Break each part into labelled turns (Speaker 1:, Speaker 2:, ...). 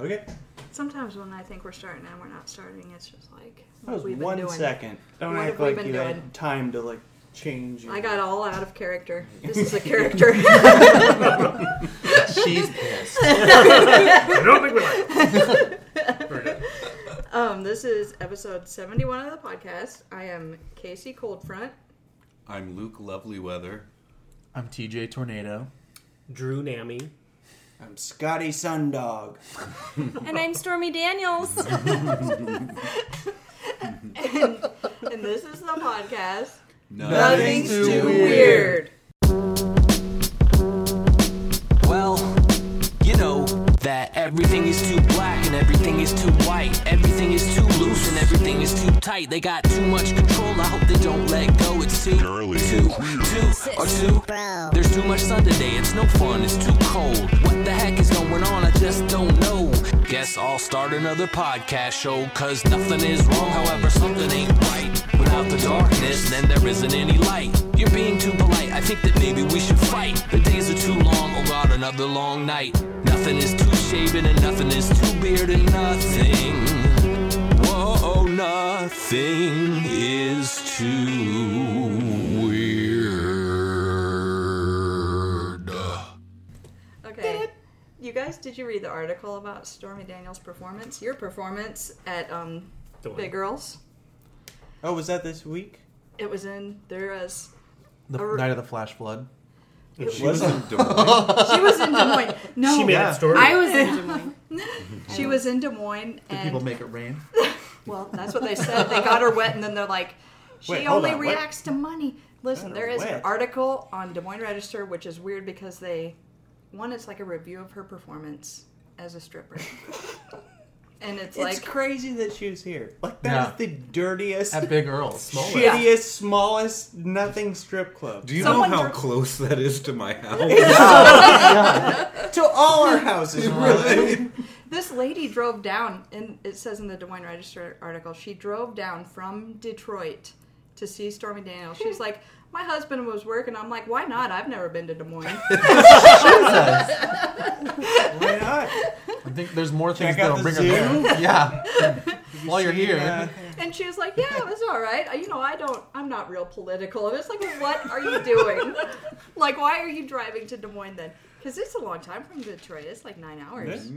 Speaker 1: Okay.
Speaker 2: Sometimes when I think we're starting and we're not starting, it's just like
Speaker 1: That was
Speaker 2: we've been
Speaker 1: one
Speaker 2: doing.
Speaker 1: second. Don't
Speaker 2: What
Speaker 1: act
Speaker 2: have we
Speaker 1: like
Speaker 2: been
Speaker 1: you
Speaker 2: doing?
Speaker 1: had time to like change. Your...
Speaker 2: I got all out of character. This is a character.
Speaker 3: She's pissed.
Speaker 4: I don't think we like. it. Very good.
Speaker 2: um, this is episode seventy-one of the podcast. I am Casey Coldfront.
Speaker 5: I'm Luke Lovelyweather.
Speaker 3: I'm TJ Tornado.
Speaker 4: Drew Nami.
Speaker 1: I'm Scotty Sundog.
Speaker 6: And I'm Stormy Daniels.
Speaker 2: and, and this is the podcast.
Speaker 1: Nothing's too weird.
Speaker 7: Well, you know that everything is too black and everything is too white. Everything is too loose and everything is too tight. They got too much control. I hope they don't let go. It's too early. Too, too, or too. There's too much sun today. It's no fun. It's too cold. What the heck is going on? I just don't know. Guess I'll start another podcast show. Cause nothing is wrong. However, something ain't right. Without the darkness, then there isn't any light. You're being too polite. I think that maybe we should fight. The days are too long. Oh God, another long night. Nothing is too shaven and nothing is too bearded. Nothing. Whoa, oh, nothing is too weird.
Speaker 2: Okay. You guys, did you read the article about Stormy Daniels' performance? Your performance at um,
Speaker 4: The one.
Speaker 2: Big Girls.
Speaker 1: Oh, was that this week?
Speaker 2: It was in there as
Speaker 3: The
Speaker 2: Or-
Speaker 3: night of the flash flood.
Speaker 1: She was in
Speaker 2: she was in Des Moines. No,
Speaker 4: She made
Speaker 3: Yeah.
Speaker 4: that story.
Speaker 6: I was in Des Moines.
Speaker 2: she was in Des Moines,
Speaker 3: Did
Speaker 2: and
Speaker 3: people make it rain?
Speaker 2: well, that's what they said. They got her wet, and then they're like, she
Speaker 1: Wait, hold
Speaker 2: only
Speaker 1: on, what?
Speaker 2: reacts to money. Listen,
Speaker 1: Got her
Speaker 2: there is an
Speaker 1: wet?
Speaker 2: article on Des Moines Register, which is weird because they one is like a review of her performance as a stripper, and it's,
Speaker 1: It's
Speaker 2: like
Speaker 1: crazy that she was here. Like that
Speaker 3: Yeah.
Speaker 1: is the dirtiest,
Speaker 3: At Big Earl's.
Speaker 4: Small
Speaker 1: shittiest, smallest nothing strip club.
Speaker 5: Do you
Speaker 2: Someone
Speaker 5: know how
Speaker 2: dr-
Speaker 5: close that is to my house?
Speaker 1: to all our houses, really.
Speaker 2: This lady drove down, and it says in the Des Moines Register article, she drove down from Detroit to see Stormy Daniels. She's like, my husband was working. I'm like, why not? I've never been to Des Moines.
Speaker 1: Why not?
Speaker 3: I think there's more things
Speaker 1: Check out the
Speaker 3: that'll bring her
Speaker 1: zoo.
Speaker 3: there. Yeah. While you're here.
Speaker 1: Yeah.
Speaker 2: and she was like, yeah, it was all right. You know, I don't, I'm not real political. And it's like, well, what are you doing? like, why are you driving to Des Moines then? Because it's a long time from Detroit. It's like nine hours.
Speaker 1: That's-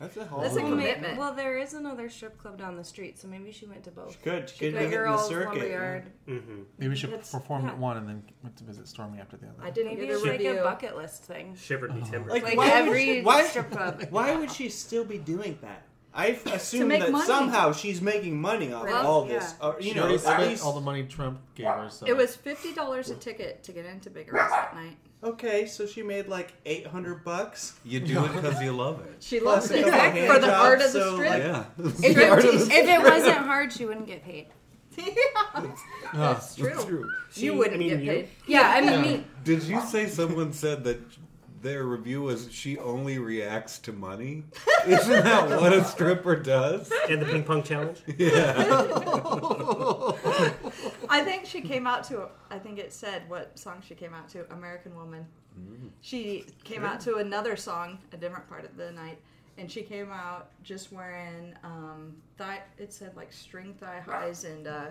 Speaker 1: That's a whole.
Speaker 2: That's a
Speaker 6: Well, may-
Speaker 2: commitment.
Speaker 6: Well, there is another strip club down the street, so maybe she went to both.
Speaker 1: Good.
Speaker 6: She
Speaker 1: Good to
Speaker 6: played
Speaker 1: get in the
Speaker 6: girls,
Speaker 1: circuit.
Speaker 6: lumberyard.
Speaker 4: Mm-hmm.
Speaker 3: Maybe we should
Speaker 2: That's-
Speaker 3: perform
Speaker 6: yeah.
Speaker 3: at one and then went to visit Stormy after the other.
Speaker 2: I didn't
Speaker 6: Maybe
Speaker 2: get a
Speaker 6: it's like
Speaker 2: review.
Speaker 6: a bucket list thing.
Speaker 4: Shivered me timbers.
Speaker 1: Like,
Speaker 6: Like
Speaker 1: why
Speaker 6: every
Speaker 1: would she, why,
Speaker 6: strip club.
Speaker 1: Why would she still be doing that? I f- assume
Speaker 2: make
Speaker 1: that
Speaker 2: money.
Speaker 1: somehow she's making money off
Speaker 6: Well,
Speaker 1: of all this.
Speaker 6: yeah.
Speaker 1: Or, you
Speaker 3: She
Speaker 1: know,
Speaker 3: already
Speaker 1: at
Speaker 3: spent
Speaker 1: least,
Speaker 3: all the money Trump gave her. So.
Speaker 2: it was fifty dollars a ticket to get into Big Earls that night.
Speaker 1: okay, so she made like eight hundred bucks.
Speaker 5: you do it because you love it.
Speaker 2: She
Speaker 1: Plus
Speaker 2: loves
Speaker 1: a
Speaker 2: it
Speaker 1: couple hand
Speaker 2: for the art of
Speaker 1: jobs,
Speaker 2: the
Speaker 1: so,
Speaker 2: strip.
Speaker 1: like,
Speaker 5: Yeah.
Speaker 6: If it, if it wasn't hard, she wouldn't get paid.
Speaker 3: Yeah.
Speaker 2: That's true.
Speaker 4: She-
Speaker 2: you wouldn't
Speaker 4: I mean,
Speaker 2: get
Speaker 4: you-
Speaker 2: paid.
Speaker 6: Yeah, I mean, me.
Speaker 5: Did you say someone said that their review was she only reacts to money? Isn't that what a stripper does?
Speaker 4: and the ping pong challenge.
Speaker 2: I think she came out to. I think it said what song she came out to. American Woman. She came out to another song, a different part of the night, and she came out just wearing um, thigh. It said like string thigh highs and. Uh,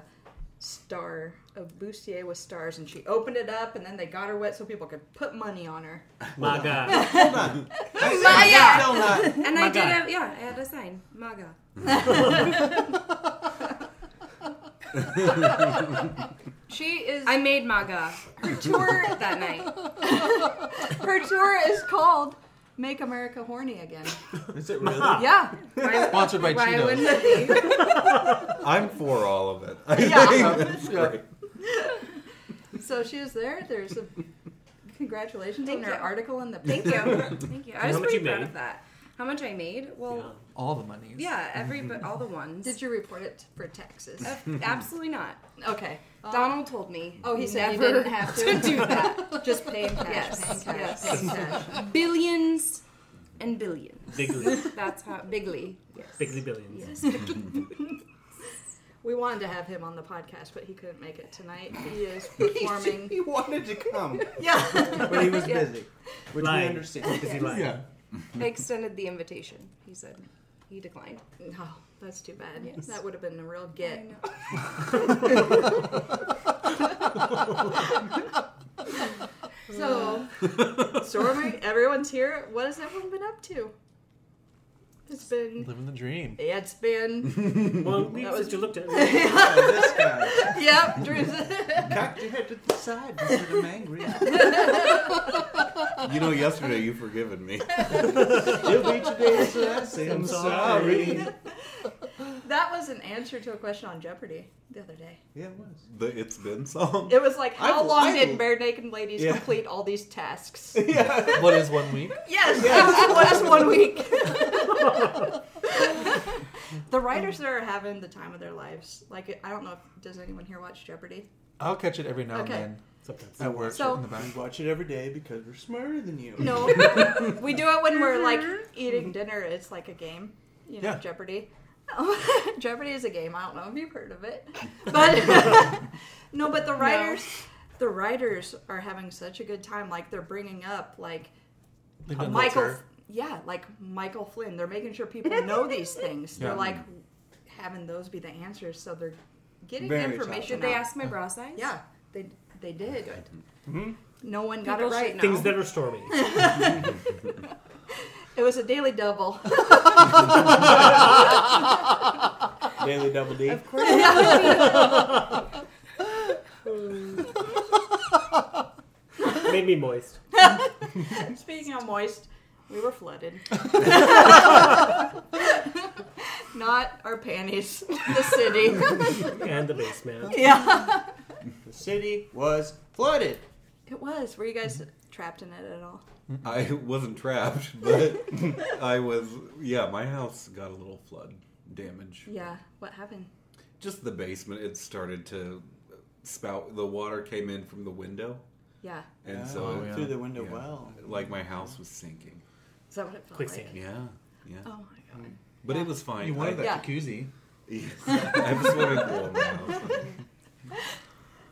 Speaker 2: Star of bustier with stars, and she opened it up, and then they got her wet so people could put money on her.
Speaker 4: My God.
Speaker 1: Hold on. I,
Speaker 6: Maya!
Speaker 1: I'm still not.
Speaker 6: And I did
Speaker 4: God.
Speaker 6: have, yeah, I had a sign. MAGA.
Speaker 2: She is
Speaker 6: I made MAGA
Speaker 2: tour.
Speaker 6: that night.
Speaker 2: her tour is called "Make America Horny Again."
Speaker 1: Is it really?
Speaker 2: Yeah,
Speaker 3: Sponsored by
Speaker 6: Why wouldn't
Speaker 3: Cheetos.
Speaker 6: it be?
Speaker 5: I'm for all of it. I
Speaker 2: Yeah.
Speaker 5: think that's
Speaker 3: Yeah.
Speaker 5: great.
Speaker 2: So she was there. There's a congratulations
Speaker 6: Thank
Speaker 2: on her
Speaker 6: you.
Speaker 2: article in the
Speaker 6: Thank you. Thank you. I
Speaker 4: How
Speaker 6: was
Speaker 4: much
Speaker 6: pretty
Speaker 4: you
Speaker 6: proud
Speaker 4: made?
Speaker 6: of that. How much I made? Well,
Speaker 3: All the money.
Speaker 6: yeah, every but all the ones. Uh,
Speaker 2: Did you report it for taxes?
Speaker 6: Absolutely not.
Speaker 2: Okay.
Speaker 6: Donald told me.
Speaker 2: Oh, he said you
Speaker 6: Never
Speaker 2: didn't have to, do that. Just pay in cash.
Speaker 6: Yes,
Speaker 2: Pay in cash.
Speaker 6: yes.
Speaker 2: Pay in cash.
Speaker 6: billions and billions.
Speaker 4: Bigly.
Speaker 6: That's how bigly. Yes.
Speaker 4: Bigly billions.
Speaker 2: We wanted to have him on the podcast, but he couldn't make it tonight. He is performing.
Speaker 1: He wanted to come,
Speaker 2: yeah.
Speaker 1: but he was
Speaker 6: Yeah.
Speaker 1: busy, which we
Speaker 4: Lying.
Speaker 1: understand.
Speaker 4: Is he lying?
Speaker 3: Yeah.
Speaker 6: I extended the invitation. He said, He declined.
Speaker 2: No, Oh, that's too bad.
Speaker 6: Yes.
Speaker 2: That would have been a real get. Mm. So, Stormy, everyone's here. What has everyone been up to? It's been.
Speaker 3: Living the dream.
Speaker 2: Yeah, it's been.
Speaker 4: Well, we
Speaker 2: That was-
Speaker 4: you looked at me.
Speaker 1: Oh, this guy.
Speaker 2: yep, dreams.
Speaker 1: Cocked your head to the side instead of angry.
Speaker 5: You know, yesterday you forgiven me.
Speaker 1: You'll be today, so I say
Speaker 4: I'm
Speaker 1: I'm sorry.
Speaker 2: that was an answer to a question on Jeopardy the other day.
Speaker 1: Yeah, it was.
Speaker 5: The It's Been song.
Speaker 2: It was like, how
Speaker 1: I've-
Speaker 2: long
Speaker 1: I've-
Speaker 2: did bare naked ladies
Speaker 1: Yeah.
Speaker 2: complete all these tasks?
Speaker 1: Yeah.
Speaker 3: What is one week?
Speaker 2: Yes, that was one week. the writers there are having the time of their lives. Like, I don't know if does anyone here watch Jeopardy?
Speaker 3: I'll catch it every now
Speaker 2: Okay.
Speaker 3: and
Speaker 4: Sometimes.
Speaker 3: then at work
Speaker 2: So-
Speaker 3: in the back.
Speaker 1: We watch it every day because we're smarter than you.
Speaker 2: No, we do it when we're like
Speaker 6: Mm-hmm.
Speaker 2: eating dinner. It's like a game, you know,
Speaker 3: Yeah.
Speaker 2: Jeopardy. Jeopardy is a game. I don't know if you've heard of it, but no. But the writers, the writers are having such a good time. Like they're bringing up like
Speaker 3: They've done
Speaker 2: Michael.
Speaker 3: Walter.
Speaker 2: Yeah, like Michael Flynn. They're making sure people know these things.
Speaker 3: Yeah.
Speaker 2: They're like having those be the answers, so they're getting
Speaker 1: Very
Speaker 2: information.
Speaker 6: Did they
Speaker 2: out.
Speaker 6: ask my bra size?
Speaker 2: Yeah, they they did.
Speaker 1: Mhm.
Speaker 2: No one got
Speaker 6: People
Speaker 2: it right.
Speaker 6: should know.
Speaker 4: Things that are stormy.
Speaker 2: It was a daily double.
Speaker 1: Daily Double D.
Speaker 6: Of course. it would be.
Speaker 4: Made me moist.
Speaker 2: Speaking of moist, we were flooded. Not our panties, the city.
Speaker 4: And the basement.
Speaker 2: yeah.
Speaker 1: The city was flooded.
Speaker 2: It was. Were you guys trapped in it at all?
Speaker 5: I wasn't trapped, but I was. Yeah, my house got a little flood damage.
Speaker 2: Yeah. What happened?
Speaker 5: Just the basement, it started to spout. The water came in from the window,
Speaker 2: Yeah.
Speaker 5: and so
Speaker 3: Oh,
Speaker 5: it-
Speaker 3: yeah.
Speaker 1: through the window
Speaker 5: yeah,
Speaker 1: well.
Speaker 5: like my house was sinking.
Speaker 2: Is that what it felt
Speaker 4: Quicksand.
Speaker 2: like?
Speaker 5: Yeah, yeah.
Speaker 2: Oh my god.
Speaker 5: But
Speaker 2: Yeah.
Speaker 5: it was fine.
Speaker 3: You wanted
Speaker 5: I,
Speaker 3: that
Speaker 2: Yeah.
Speaker 3: jacuzzi.
Speaker 5: I have a swimming pool in my house.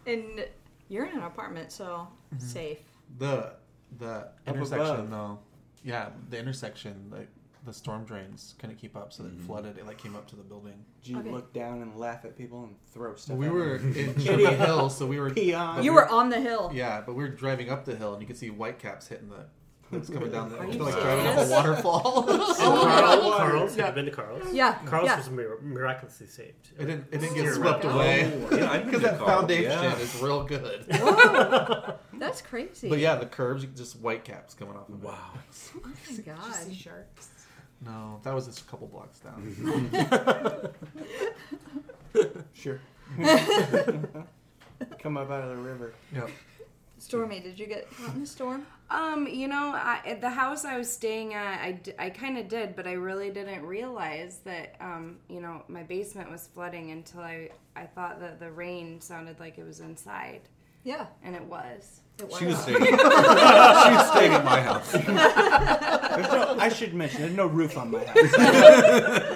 Speaker 2: And you're in an apartment, so safe.
Speaker 3: The the intersection
Speaker 1: above.
Speaker 3: though. Yeah, the intersection, like the storm drains couldn't keep up, so it flooded. It like came up to the building.
Speaker 1: Do you
Speaker 2: Okay.
Speaker 1: look down and laugh at people and throw stuff?
Speaker 3: Well, we
Speaker 1: at
Speaker 3: were
Speaker 1: them?
Speaker 3: in Sherman Hill, so we were.
Speaker 1: Peon.
Speaker 2: You were on the hill.
Speaker 3: Oh, Yeah, but we were driving up the hill, and you could see white caps hitting the. That's coming down the.
Speaker 2: Are
Speaker 3: Like
Speaker 2: you
Speaker 3: driving up
Speaker 2: serious?
Speaker 3: a waterfall.
Speaker 4: Carl, Carl's. Have you been to Carl's?
Speaker 2: Oh. Yeah.
Speaker 4: Carl's
Speaker 2: yeah.
Speaker 4: was mir- miraculously saved.
Speaker 3: it didn't. It didn't
Speaker 4: You're
Speaker 3: get swept
Speaker 2: right.
Speaker 3: away.
Speaker 5: Oh, Yeah, I've been
Speaker 3: Because
Speaker 5: to
Speaker 3: that
Speaker 5: Carl's,
Speaker 3: foundation
Speaker 5: yeah.
Speaker 3: is real good.
Speaker 2: That's crazy.
Speaker 3: But yeah, the curbs, you- just white caps coming off. Of it.
Speaker 5: Wow.
Speaker 2: Oh my gosh.
Speaker 6: sharks.
Speaker 3: No, that was just a couple blocks
Speaker 5: Mm-hmm.
Speaker 3: down.
Speaker 1: Sure. Come up out of the river.
Speaker 3: yep.
Speaker 2: Stormy, did you get caught in the storm?
Speaker 6: Um, you know, I, at the house I was staying at, I, d- I kind of did, but I really didn't realize that, um, you know, my basement was flooding until I, I thought that the rain sounded like it was inside,
Speaker 2: Yeah.
Speaker 6: and it was.
Speaker 2: It
Speaker 5: She was staying. she was staying at my house.
Speaker 1: There's no, I should mention, there's no roof on my house.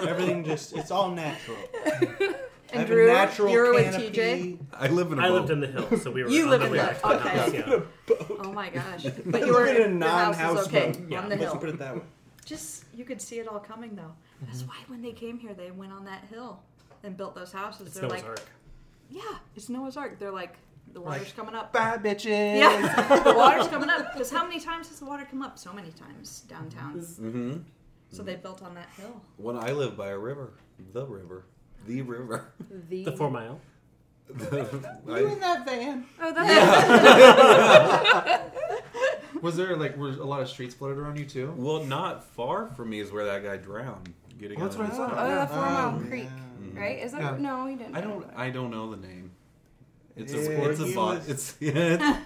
Speaker 1: Everything just, it's all natural. I
Speaker 2: And
Speaker 1: have
Speaker 2: Drew,
Speaker 1: a natural
Speaker 2: you were with
Speaker 1: canopy.
Speaker 2: TJ.
Speaker 5: I live in a
Speaker 4: I lived
Speaker 5: boat.
Speaker 4: in the hill, so we were.
Speaker 2: You
Speaker 4: on
Speaker 2: live
Speaker 4: the
Speaker 2: in
Speaker 4: way
Speaker 2: the-
Speaker 4: back to the house,
Speaker 2: okay.
Speaker 4: yeah.
Speaker 2: Oh my gosh! But you were
Speaker 1: Live in a
Speaker 2: your house
Speaker 1: non-house
Speaker 2: is okay
Speaker 1: boat.
Speaker 4: Yeah.
Speaker 2: on the
Speaker 1: Let's
Speaker 2: hill.
Speaker 1: put it Mm-hmm. that way.
Speaker 2: Just you could see it all coming though. That's why when they came here, they went on that hill and built those houses.
Speaker 4: It's
Speaker 2: They're
Speaker 4: Noah's
Speaker 2: like,
Speaker 4: Ark.
Speaker 2: yeah, it's Noah's Ark. They're like, the
Speaker 3: Like,
Speaker 2: water's coming up.
Speaker 3: Bye, bitches.
Speaker 2: Yeah, the water's coming up. Because how many times has the water come up? So many times downtown.
Speaker 5: hmm
Speaker 2: So they built on that hill.
Speaker 5: When I live by a river, the river, the river.
Speaker 4: The four mile.
Speaker 1: You in
Speaker 5: I,
Speaker 1: that van?
Speaker 6: Oh, that's
Speaker 3: Was there like were a lot of streets flooded around you too?
Speaker 5: well, not far from me is where that guy drowned. Getting
Speaker 3: Well, that's
Speaker 5: out of
Speaker 3: what
Speaker 5: his
Speaker 3: I
Speaker 6: oh,
Speaker 5: boat.
Speaker 3: thought.
Speaker 6: the Four Mile
Speaker 1: yeah.
Speaker 6: Creek,
Speaker 2: Mm-hmm.
Speaker 6: right? Is that
Speaker 3: Yeah.
Speaker 6: no? He didn't.
Speaker 5: I don't. I don't know the name. It's a.
Speaker 1: Yeah,
Speaker 5: it's a
Speaker 1: he
Speaker 5: bot.
Speaker 1: was-
Speaker 5: It's yeah.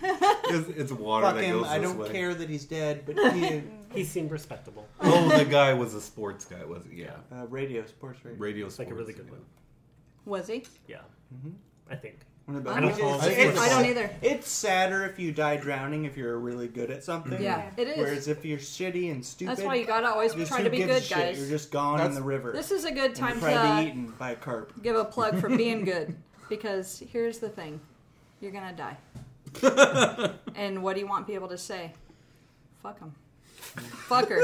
Speaker 5: It's, it's, it's water
Speaker 1: Fuck
Speaker 5: that
Speaker 1: him,
Speaker 5: goes
Speaker 1: I
Speaker 5: this
Speaker 1: don't
Speaker 5: way.
Speaker 1: care that he's dead, but he,
Speaker 4: He seemed respectable.
Speaker 5: Oh, the guy was a sports guy, was he? Yeah.
Speaker 1: uh, radio, sports radio.
Speaker 5: Radio
Speaker 4: It's
Speaker 5: sports.
Speaker 4: like a really good one.
Speaker 2: Was he?
Speaker 4: Yeah,
Speaker 1: Mhm.
Speaker 4: I think.
Speaker 1: One of the
Speaker 2: I
Speaker 4: don't-
Speaker 1: it's,
Speaker 4: I
Speaker 1: it's,
Speaker 4: think
Speaker 2: I don't either.
Speaker 1: it's sadder if you die drowning if you're really good at something.
Speaker 2: Yeah, it is.
Speaker 1: Whereas if you're shitty and stupid,
Speaker 2: That's why you gotta always
Speaker 1: just
Speaker 2: try
Speaker 1: who
Speaker 2: to be
Speaker 1: gives a
Speaker 2: good,
Speaker 1: shit?
Speaker 2: guys.
Speaker 1: You're just gone
Speaker 3: That's-
Speaker 1: in the river.
Speaker 2: This is a good
Speaker 1: and
Speaker 2: time
Speaker 1: you're
Speaker 2: to. uh,
Speaker 1: probably eaten by a carp.
Speaker 2: give a plug for being good because here's the thing you're gonna die and what do you want people to say fuck them fuck her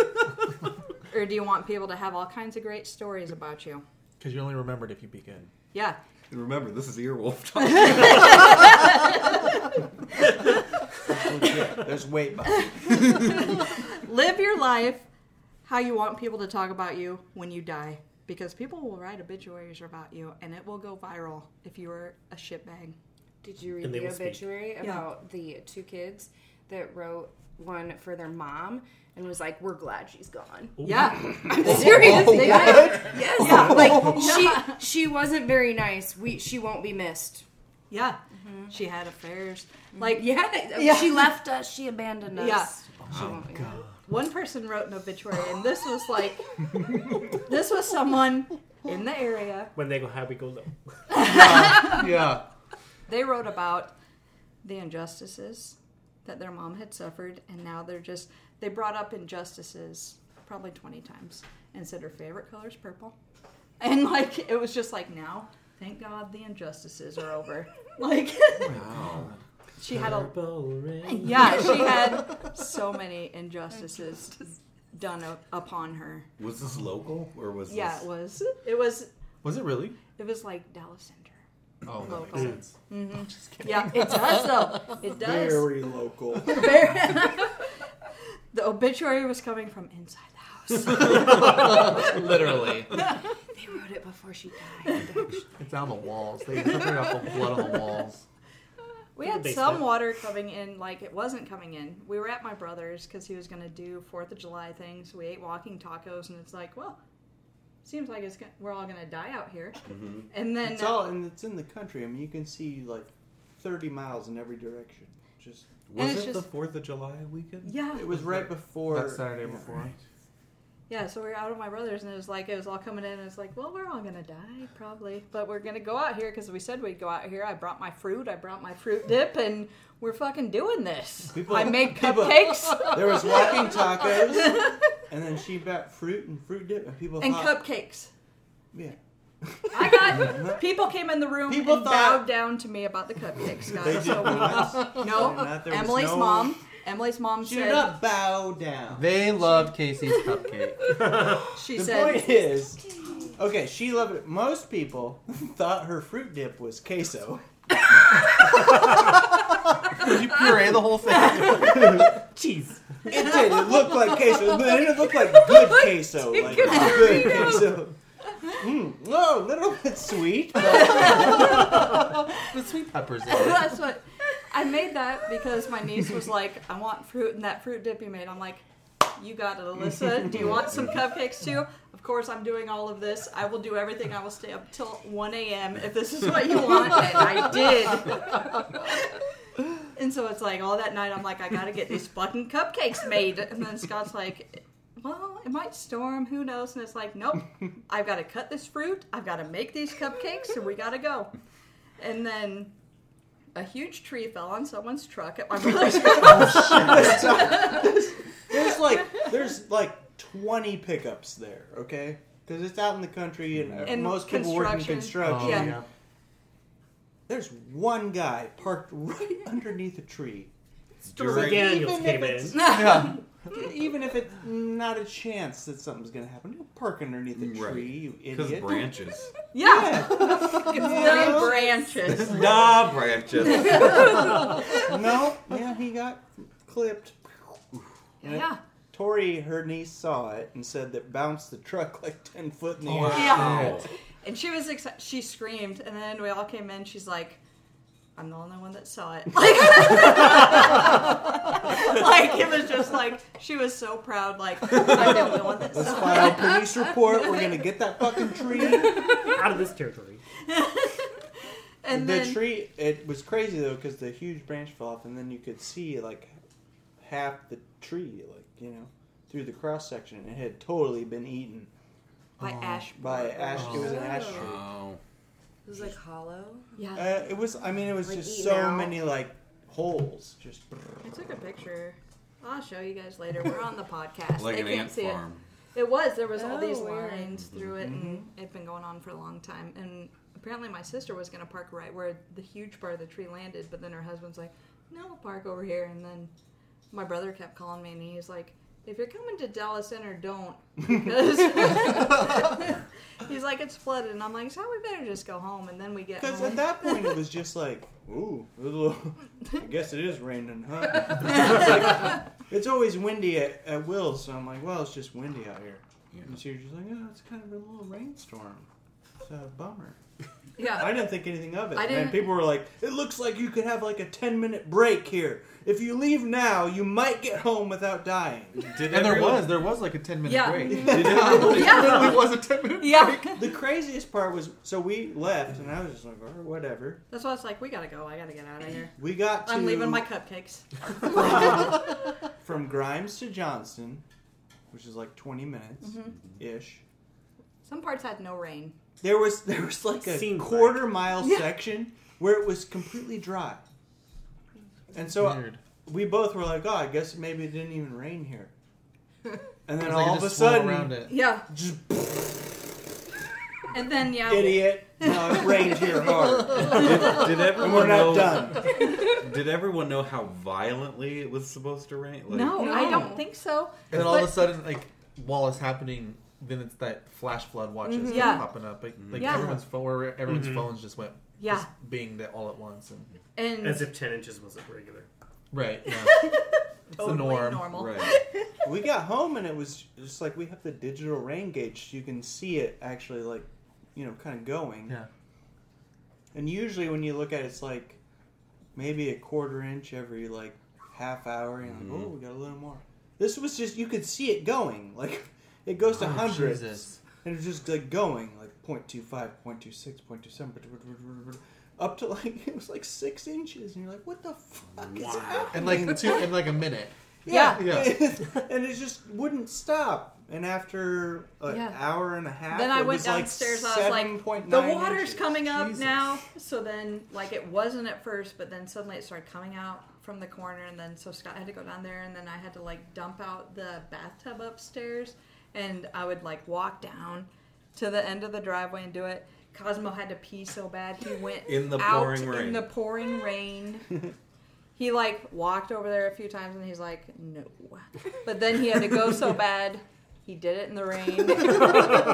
Speaker 2: or do you want people to have all kinds of great stories about you?
Speaker 3: Because you only remembered if you be good.
Speaker 2: Yeah.
Speaker 5: And remember, this is Earwolf
Speaker 1: Legit. There's weight behind it.
Speaker 2: Live your life how you want people to talk about you when you die. Because people will write obituaries about you and it will go viral if you were a shitbag.
Speaker 6: Did you read
Speaker 4: And they
Speaker 6: the
Speaker 4: will speak.
Speaker 6: obituary about the two kids that wrote one for their mom and was like, "We're glad she's gone."
Speaker 2: Yeah.
Speaker 6: I'm serious.
Speaker 2: They did.
Speaker 6: Yes. Yeah. Like she she wasn't very nice. We she won't be missed.
Speaker 2: Yeah. She had affairs. Like,
Speaker 6: Yeah.
Speaker 2: Yeah.
Speaker 6: She left us. She abandoned us.
Speaker 2: Yeah.
Speaker 6: She won't be missed.
Speaker 2: one person wrote an obituary and this was like, this was someone in the area
Speaker 4: When they go high, we go low.
Speaker 3: Yeah.
Speaker 2: they wrote about the injustices that their mom had suffered and now they're just they brought up injustices probably 20 times and said her favorite color is purple and like it was just like now thank god the injustices are over like she had a
Speaker 4: Purple rain.
Speaker 2: yeah she had so many injustices done up upon her
Speaker 5: Was this local or was
Speaker 2: yeah
Speaker 5: this?
Speaker 2: it was it was
Speaker 3: Was it really?
Speaker 2: it was like dallas center
Speaker 3: Oh, that
Speaker 2: Local.
Speaker 3: makes sense.
Speaker 2: yeah it does though it does
Speaker 1: Very local.
Speaker 2: The obituary was coming from inside the house.
Speaker 3: Literally.
Speaker 6: They wrote it before she died.
Speaker 3: It's on the walls. They covered up the blood on the walls.
Speaker 2: we had
Speaker 4: Basement.
Speaker 2: some water coming in, like it wasn't coming in. We were at my brother's because he was going to do Fourth of July things. We ate walking tacos, and it's like, well, seems like it's gonna, we're all going to die out here.
Speaker 3: Mm-hmm.
Speaker 2: And uh, then
Speaker 1: It's all, and it's in the country. I mean, you can see like 30 miles in every direction. Just
Speaker 5: Was
Speaker 2: it's
Speaker 5: it the
Speaker 2: just-
Speaker 5: Fourth of July weekend?
Speaker 2: yeah,
Speaker 1: it was right before
Speaker 3: That Saturday
Speaker 1: yeah,
Speaker 3: before.
Speaker 1: right.
Speaker 2: yeah. So we were out of my brother's, and it was like it was all coming in. And it's like, well, we're all going to die probably, but we're going to go out here because we said we'd go out here. I brought my fruit. I brought my fruit dip, and we're fucking doing this.
Speaker 1: People-
Speaker 2: I made
Speaker 1: people-
Speaker 2: cupcakes.
Speaker 1: There was walking tacos, and then she bought fruit and fruit dip, and people
Speaker 2: And
Speaker 1: thought,
Speaker 2: cupcakes.
Speaker 1: yeah,
Speaker 2: I got people came in the room
Speaker 1: People
Speaker 2: and
Speaker 1: thought-
Speaker 2: bowed down to me about the cupcakes,
Speaker 1: they
Speaker 2: guys.
Speaker 1: did
Speaker 2: So
Speaker 1: not.
Speaker 2: we, no,
Speaker 1: not- there was
Speaker 2: Emily's
Speaker 1: no-
Speaker 2: mom. Emily's mom
Speaker 1: She
Speaker 2: said
Speaker 1: did not bow down.
Speaker 3: They love Casey's cupcake.
Speaker 2: she
Speaker 1: the
Speaker 2: said
Speaker 1: point is, okay, she loved it. Most people thought her fruit dip was queso.
Speaker 3: Did you puree the whole thing?
Speaker 4: Cheese.
Speaker 1: It did. It looked like queso, but it didn't look like good queso. Like good queso. Mm, no, a little bit sweet.
Speaker 3: the sweet peppers in it.
Speaker 2: that's what I made that because my niece was like, I want fruit and that fruit dip you made. I'm like, You got it, Alyssa. Do you want some cupcakes too? Of course I'm doing all of this. I will do everything. I will stay up till one AM if this is what you want. And I did. And so it's like all that night I'm like, I gotta get these fucking cupcakes made. And then Scott's like well, it might storm, who knows? And it's like, nope, I've got to cut this fruit, I've got to make these cupcakes, and we got to go. And then a huge tree fell on someone's truck at my brother's house.
Speaker 1: There's like there's like 20 pickups there, okay? Because it's out in the country and, uh,
Speaker 2: And
Speaker 1: most people work in
Speaker 2: construction.
Speaker 1: construction.
Speaker 2: Yeah.
Speaker 1: There's one guy parked right underneath a tree.
Speaker 5: During,
Speaker 4: Daniels
Speaker 1: Even if
Speaker 4: came
Speaker 1: it's-
Speaker 4: in.
Speaker 3: yeah.
Speaker 1: Even if it's not a chance that something's gonna happen, you park underneath a tree,
Speaker 5: Right.
Speaker 1: you
Speaker 5: Because
Speaker 1: idiot.
Speaker 5: branches.
Speaker 2: Yeah,
Speaker 1: Yeah.
Speaker 2: the branches.
Speaker 5: nah, branches.
Speaker 1: no, yeah, he got clipped. And
Speaker 2: Yeah,
Speaker 1: Tori, her niece, saw it and said that bounced the truck like 10 foot in the air.
Speaker 2: yeah. And she was excited. She screamed, and then we all came in. She's like, "I'm the only one that saw it." Like, like it was just like she was so proud. Like I'm the only one that
Speaker 1: Let's
Speaker 2: saw
Speaker 1: file a police report. We're gonna get that fucking tree.
Speaker 4: Out of this territory.
Speaker 2: it. And
Speaker 1: the
Speaker 2: then
Speaker 1: tree, it was crazy though because the huge branch fell off, and then you could see like half the tree, like you know, through the cross section. It had totally been eaten
Speaker 2: by Ash,
Speaker 1: Oh, by ash. It was an ash tree.
Speaker 5: oh.
Speaker 6: It was like hollow.
Speaker 2: yeah,
Speaker 1: Uh, it was. I mean, it was
Speaker 6: Like
Speaker 1: just
Speaker 6: eaten
Speaker 1: so
Speaker 6: out.
Speaker 1: many like holes. Just
Speaker 2: I took a picture. I'll show you guys later. We're on the podcast.
Speaker 5: Like
Speaker 2: they
Speaker 5: an
Speaker 2: can't
Speaker 5: ant
Speaker 2: see it.
Speaker 5: farm.
Speaker 2: It was. There was all
Speaker 6: Oh,
Speaker 2: these
Speaker 6: weird.
Speaker 2: lines through it,
Speaker 1: Mm-hmm.
Speaker 2: and it'd been going on for a long time. And apparently, my sister was going to park right where the huge part of the tree landed, but then her husband's like, "No, we'll park over here." And then my brother kept calling me, and he's like, if you're coming to Dallas Center, don't. Because he's like, it's flooded. And I'm like, so we better just go home. And then we get
Speaker 1: Because
Speaker 2: home.
Speaker 1: at that point it was just like, ooh, it was a little- I guess it is raining, huh? it's, like- it's always windy at, at Will's, so I'm like, well, it's just windy out here. And so you're just like, oh, it's kind of a little rainstorm. It's a bummer.
Speaker 2: yeah.
Speaker 1: I didn't think anything of it.
Speaker 2: I didn't-
Speaker 1: And people were like, it looks like you could have like a 10 minute break here. If you leave now, you might get home without dying.
Speaker 3: And there was there was like a ten minute
Speaker 2: Yeah.
Speaker 3: break.
Speaker 2: Yeah.
Speaker 3: It really was a ten minute.
Speaker 2: yeah.
Speaker 1: The craziest part was so we left, and I was just like, all right, whatever.
Speaker 2: That's why it's like, we gotta go. I gotta get out of here.
Speaker 1: We got to.
Speaker 2: I'm leaving my cupcakes.
Speaker 1: From Grimes to Johnston, which is like 20 minutes
Speaker 2: Mm-hmm.
Speaker 1: ish.
Speaker 2: Some parts had no rain.
Speaker 1: There was there was like a
Speaker 4: Seemed
Speaker 1: quarter mile
Speaker 2: Yeah.
Speaker 1: section where it was completely dry. And so
Speaker 3: Weird.
Speaker 1: we both were like, oh, I guess maybe it didn't even rain here. And then
Speaker 3: It's like
Speaker 1: all
Speaker 3: it
Speaker 1: of a
Speaker 3: just swirled
Speaker 1: sudden,
Speaker 3: around it.
Speaker 2: Yeah.
Speaker 1: just
Speaker 2: And then, yeah.
Speaker 1: idiot. No, it rained here hard.
Speaker 5: Did, did everyone
Speaker 1: And we're
Speaker 5: know,
Speaker 1: not done.
Speaker 5: Did everyone know how violently it was supposed to rain? Like,
Speaker 2: No,
Speaker 6: No.
Speaker 2: I don't think so.
Speaker 3: And then all of a
Speaker 2: But-
Speaker 3: sudden, like while it's happening, then it's that flash flood watches keep
Speaker 2: Yeah.
Speaker 3: popping up. Like, like
Speaker 2: Yeah.
Speaker 3: everyone's phone, where everyone's phones just went.
Speaker 2: Yeah.
Speaker 3: just being there all at once and
Speaker 2: And
Speaker 4: As if 10 inches wasn't regular.
Speaker 3: right. Yeah. it's
Speaker 2: totally
Speaker 3: the norm.
Speaker 2: normal.
Speaker 5: Right.
Speaker 1: We got home and it was just like we have the digital rain gauge. so You can see it actually, like, you know, kind of going.
Speaker 3: Yeah.
Speaker 1: And usually when you look at it, it's like maybe a quarter inch every like half hour. And you're like, oh, we got a little more. This was just you could see it going. Like it goes to
Speaker 3: Oh,
Speaker 1: hundreds,
Speaker 3: Jesus.
Speaker 1: and it's just like going like 0.25, 0.26, 0.27, up to like it was like six inches, and you're like, what the fuck is happening?
Speaker 3: And like two in like a minute.
Speaker 2: Yeah.
Speaker 3: Yeah.
Speaker 1: and it just wouldn't stop. And after an
Speaker 2: Yeah.
Speaker 1: hour and a half,
Speaker 2: Then I
Speaker 1: it
Speaker 2: went
Speaker 1: was
Speaker 2: downstairs.
Speaker 1: Like
Speaker 2: I was like,
Speaker 1: 7.9
Speaker 2: the water's
Speaker 1: inches.
Speaker 2: coming up
Speaker 3: Jesus.
Speaker 2: now. So then, like, it wasn't at first, but then suddenly it started coming out from the corner. And then, so Scott had to go down there. And then I had to, like, dump out the bathtub upstairs. And I would, like, walk down to the end of the driveway and do it. Cosmo had to pee so bad. He went
Speaker 5: In the
Speaker 2: out
Speaker 5: pouring
Speaker 2: In
Speaker 5: rain.
Speaker 2: the pouring rain. he like walked over there a few times and he's like no but then he had to go so bad he did it in the rain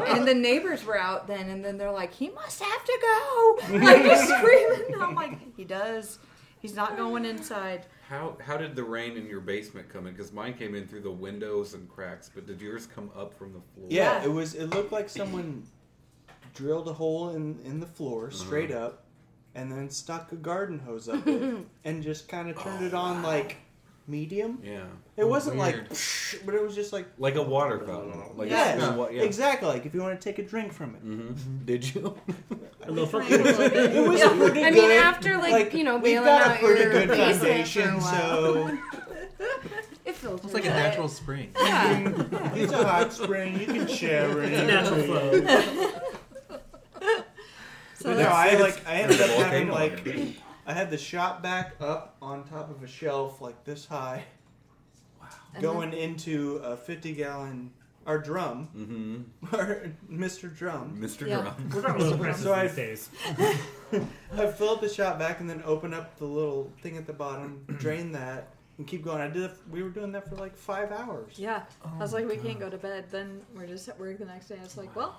Speaker 2: and the neighbors were out then and then they're like he must have to go like just screaming i'm like he does he's not going inside
Speaker 5: How how did the rain in your basement come in? Because mine came in through the windows and cracks, but did yours come up from the floor?
Speaker 1: Yeah,
Speaker 2: Yeah.
Speaker 1: it was. It looked like someone drilled a hole in in the floor
Speaker 5: Uh-huh.
Speaker 1: straight up, and then stuck a garden hose up it, and just kind
Speaker 5: Oh,
Speaker 1: of turned it on like medium.
Speaker 5: Yeah.
Speaker 1: It wasn't
Speaker 3: Weird.
Speaker 1: like, psh, but it was just like.
Speaker 5: Like a water fountain. Like
Speaker 1: Yes,
Speaker 5: A, small wa- yeah. Mm-hmm.
Speaker 1: exactly. Like if you want to take a drink from it,
Speaker 5: Did you?
Speaker 4: A little
Speaker 2: Rain was like-
Speaker 1: it was
Speaker 2: Yeah.
Speaker 1: pretty
Speaker 6: I
Speaker 1: good.
Speaker 6: mean, after like, you know,
Speaker 1: we've
Speaker 6: bailing
Speaker 1: got
Speaker 6: out
Speaker 1: a pretty
Speaker 6: your
Speaker 1: good
Speaker 6: basement for a
Speaker 1: foundation,
Speaker 6: while.
Speaker 1: so
Speaker 6: it filters.
Speaker 3: It's like a
Speaker 6: it.
Speaker 3: natural spring.
Speaker 6: Yeah.
Speaker 1: It's a hot spring. You can share it.
Speaker 4: Natural flow.
Speaker 2: so
Speaker 1: no,
Speaker 2: that's,
Speaker 1: I like. I ended up
Speaker 5: Volcano
Speaker 1: having like.
Speaker 5: here.
Speaker 1: I had the shop back up on top of a shelf like this high,
Speaker 2: and then-
Speaker 1: going into a fifty-gallon our drum,
Speaker 5: hmm
Speaker 1: our Mr. Drum.
Speaker 5: Mr.
Speaker 2: Yeah.
Speaker 5: Drum.
Speaker 4: We're not low prices
Speaker 1: So I-
Speaker 4: these days.
Speaker 1: I filled the shop back and then open up the little thing at the bottom, drain that, and keep going. I did. We were doing that for like five hours.
Speaker 2: yeah i was like we can't go to bed then we're just at work the next day i was like well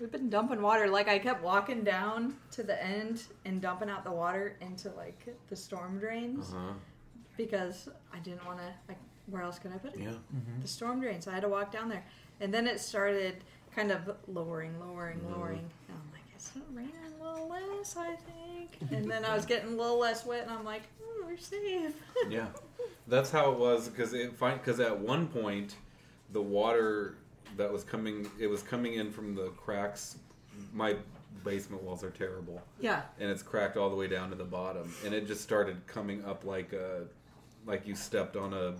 Speaker 2: we've been dumping water like i kept walking down to the end and dumping out the water into like the storm drains
Speaker 5: Uh-huh.
Speaker 2: because I didn't want to. Like, where else could I put it?
Speaker 5: Yeah.
Speaker 2: The storm drain, so I had to walk down there, and then it started kind of lowering, lowering, lowering. And I'm like, it's raining a little less, I think. And then I was getting a little less wet, and I'm like, "Hmm, we're safe.
Speaker 5: Yeah, that's how it was because it because at one point the water that was coming it was coming in from the cracks. My basement walls are terrible,
Speaker 2: yeah,
Speaker 5: and it's cracked all the way down to the bottom, and it just started coming up like a like you stepped on a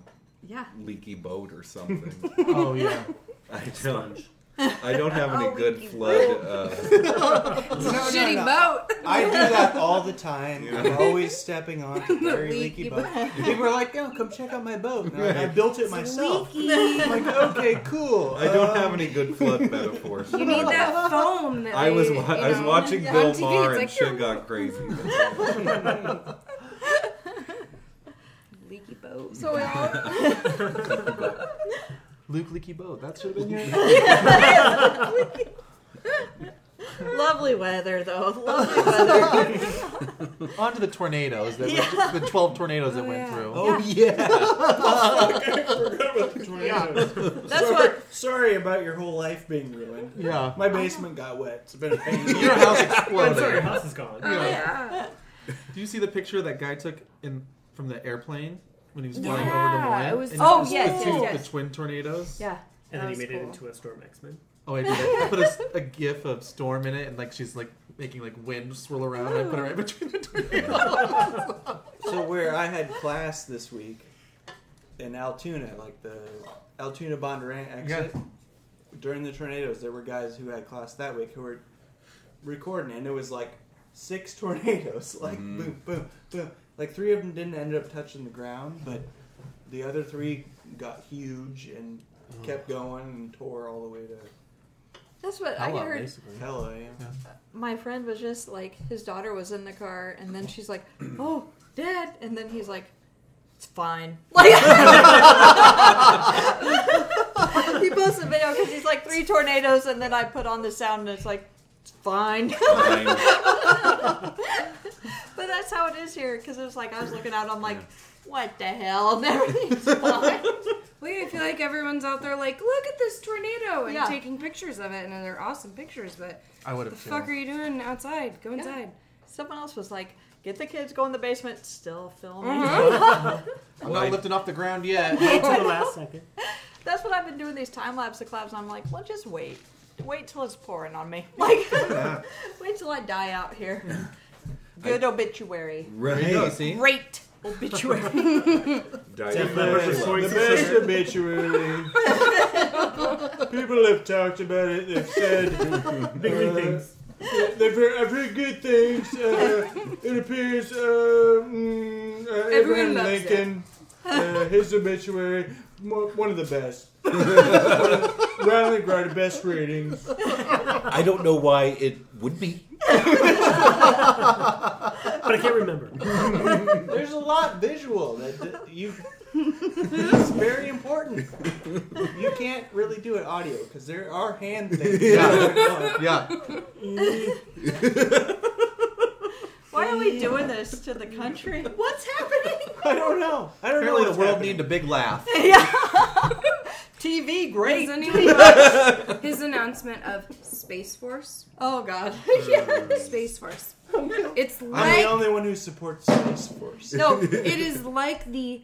Speaker 2: yeah.
Speaker 5: leaky boat or something.
Speaker 3: Oh yeah.
Speaker 5: I don't. I don't have any
Speaker 6: Oh,
Speaker 5: good
Speaker 6: leaky
Speaker 5: flood.
Speaker 6: boat.
Speaker 5: Uh,
Speaker 1: No, no,
Speaker 6: Shitty
Speaker 1: no.
Speaker 6: boat.
Speaker 1: I do that all the time.
Speaker 5: Yeah.
Speaker 1: I'm always stepping on a very leaky,
Speaker 6: Leaky
Speaker 1: boat. People are like, "Yo, come check out my boat." And I'm like, I built it myself.
Speaker 6: Leaky.
Speaker 1: I'm like, okay, cool.
Speaker 5: I don't
Speaker 1: Um,
Speaker 5: have any good flood metaphors.
Speaker 6: You need that foam that
Speaker 5: I was
Speaker 6: they,
Speaker 5: wa-
Speaker 6: you
Speaker 5: I was
Speaker 6: know,
Speaker 5: watching
Speaker 6: on
Speaker 5: Bill
Speaker 6: TV,
Speaker 5: Maher
Speaker 6: it's
Speaker 5: and
Speaker 6: like,
Speaker 5: shit got crazy.
Speaker 6: Leaky boat.
Speaker 2: Bow. So we all.
Speaker 3: Luke Leaky Boat. That should have been your
Speaker 2: Lovely weather, though. Lovely weather.
Speaker 3: Onto the tornadoes. The, the-
Speaker 2: Yeah.
Speaker 3: the, 12 tornadoes that
Speaker 6: Oh,
Speaker 3: went
Speaker 6: yeah.
Speaker 3: through.
Speaker 1: Oh,
Speaker 3: yeah.
Speaker 1: forgot about the tornadoes.
Speaker 2: That's
Speaker 1: sorry,
Speaker 2: what-
Speaker 1: sorry about your whole life being ruined.
Speaker 3: Yeah.
Speaker 1: My basement got wet. It's been a pain. in the
Speaker 3: Your
Speaker 1: ass.
Speaker 3: house
Speaker 4: I'm sorry, your
Speaker 3: exploded.
Speaker 4: house is gone.
Speaker 3: Yeah.
Speaker 6: yeah.
Speaker 3: Do you see the picture that guy took in from the airplane when he was flying over to
Speaker 6: Yeah,
Speaker 3: Moline?
Speaker 6: it was-
Speaker 3: And
Speaker 6: oh,
Speaker 3: the
Speaker 6: yes,
Speaker 3: two-
Speaker 6: yes, yes.
Speaker 3: The twin tornadoes.
Speaker 6: Yeah.
Speaker 4: And then
Speaker 6: That
Speaker 4: he
Speaker 6: was
Speaker 4: made it
Speaker 6: cool.
Speaker 4: into a Storm X Men.
Speaker 3: Oh, I did. I put a, s- a gif of Storm in it, and like she's like making like wind swirl around. And I put it right between the tornadoes.
Speaker 1: so where I had class this week in Altoona, like the Altoona Bondurant exit, during the tornadoes, there were guys who had class that week who were recording, and it was like six tornadoes, like boom, boom, boom. Like three of them didn't end up touching the ground, but the other three got huge and kept going and tore all the way to
Speaker 2: That's what I heard.
Speaker 3: basically.
Speaker 1: Hella. Yeah.
Speaker 2: My friend was just like, his daughter was in the car, and then she's like, "Oh, Dad," and then he's like, "It's fine." Like he posted a video because he's like three tornadoes, and then I put on the sound, and it's like, "It's fine." But that's how it is here because it was like I was looking out, I'm like, what the hell? And everything's fine.
Speaker 6: Wait, I feel like everyone's out there like, look at this tornado and
Speaker 2: Yeah.
Speaker 6: taking pictures of it, and they're awesome pictures. But
Speaker 3: I would
Speaker 6: the
Speaker 3: have
Speaker 6: fuck are
Speaker 3: too.
Speaker 6: you doing outside? Go inside.
Speaker 2: Someone else was like, get the kids, go in the basement, still filming.
Speaker 3: I'm not lifting off the ground yet.
Speaker 4: Wait till the last second.
Speaker 2: That's what I've been doing these time lapse of collabs. and I'm like, well, just wait. Wait till it's pouring on me. Like, wait till I die out here. Good obituary.
Speaker 5: Right. There you go, see?
Speaker 2: Great obituary.
Speaker 5: Dive
Speaker 4: Leppard
Speaker 5: in.
Speaker 4: before
Speaker 1: the
Speaker 4: he's
Speaker 1: best
Speaker 4: sister.
Speaker 1: obituary. People have talked about it. They've said
Speaker 4: Big, big things.
Speaker 1: they've heard, I've heard good things. Uh, it appears uh, mm, uh, Abraham
Speaker 6: Everyone loves it.
Speaker 1: Lincoln, uh, his obituary, mo- one of the best. Riley Grider, best ratings.
Speaker 8: I don't know why it would be.
Speaker 4: But I can't remember.
Speaker 1: There's a lot visual that that you. It's very important. You can't really do it audio because there are hand things.
Speaker 3: Yeah.
Speaker 2: Why are we doing this to the country? What's happening?
Speaker 1: I don't know. I don't
Speaker 3: Apparently,
Speaker 1: know.
Speaker 3: the
Speaker 1: what's
Speaker 3: world
Speaker 1: happening.
Speaker 3: needed a big laugh.
Speaker 2: TV,
Speaker 6: Has
Speaker 2: great.
Speaker 6: anyone watched his announcement of Space Force?
Speaker 2: Oh, God.
Speaker 6: Space Force. It's
Speaker 1: I'm
Speaker 6: like
Speaker 1: the only one who supports Space Force.
Speaker 6: no, it is like the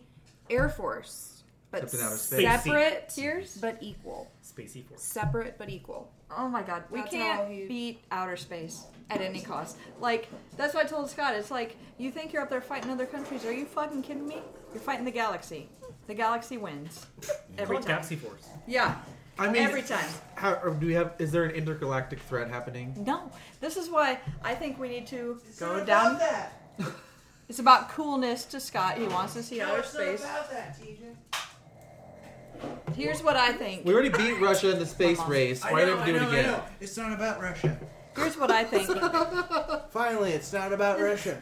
Speaker 6: Air Force, but
Speaker 3: Except in outer space.
Speaker 6: separate
Speaker 2: Years?
Speaker 6: but equal.
Speaker 4: Spacey Force.
Speaker 6: Separate but equal.
Speaker 2: Oh my god, we
Speaker 6: That's how
Speaker 2: can't
Speaker 6: you-
Speaker 2: beat outer space at any cost. Like that's what I told Scott. It's like you think you're up there fighting other countries. Are you fucking kidding me? You're fighting the galaxy. The galaxy wins every
Speaker 4: Call it
Speaker 2: time.
Speaker 4: Galaxy Force.
Speaker 2: Yeah,
Speaker 3: I mean,
Speaker 2: every time.
Speaker 3: How, or do we have? Is there an intergalactic threat happening?
Speaker 2: No, this is why I think we need to go down. It's about coolness to Scott. He wants to see outer space. Here's what I think.
Speaker 3: We already beat Russia in the space race. Why do we have to do it again?
Speaker 1: It's not about Russia.
Speaker 2: Here's what I think.
Speaker 1: Finally, it's not about Russia.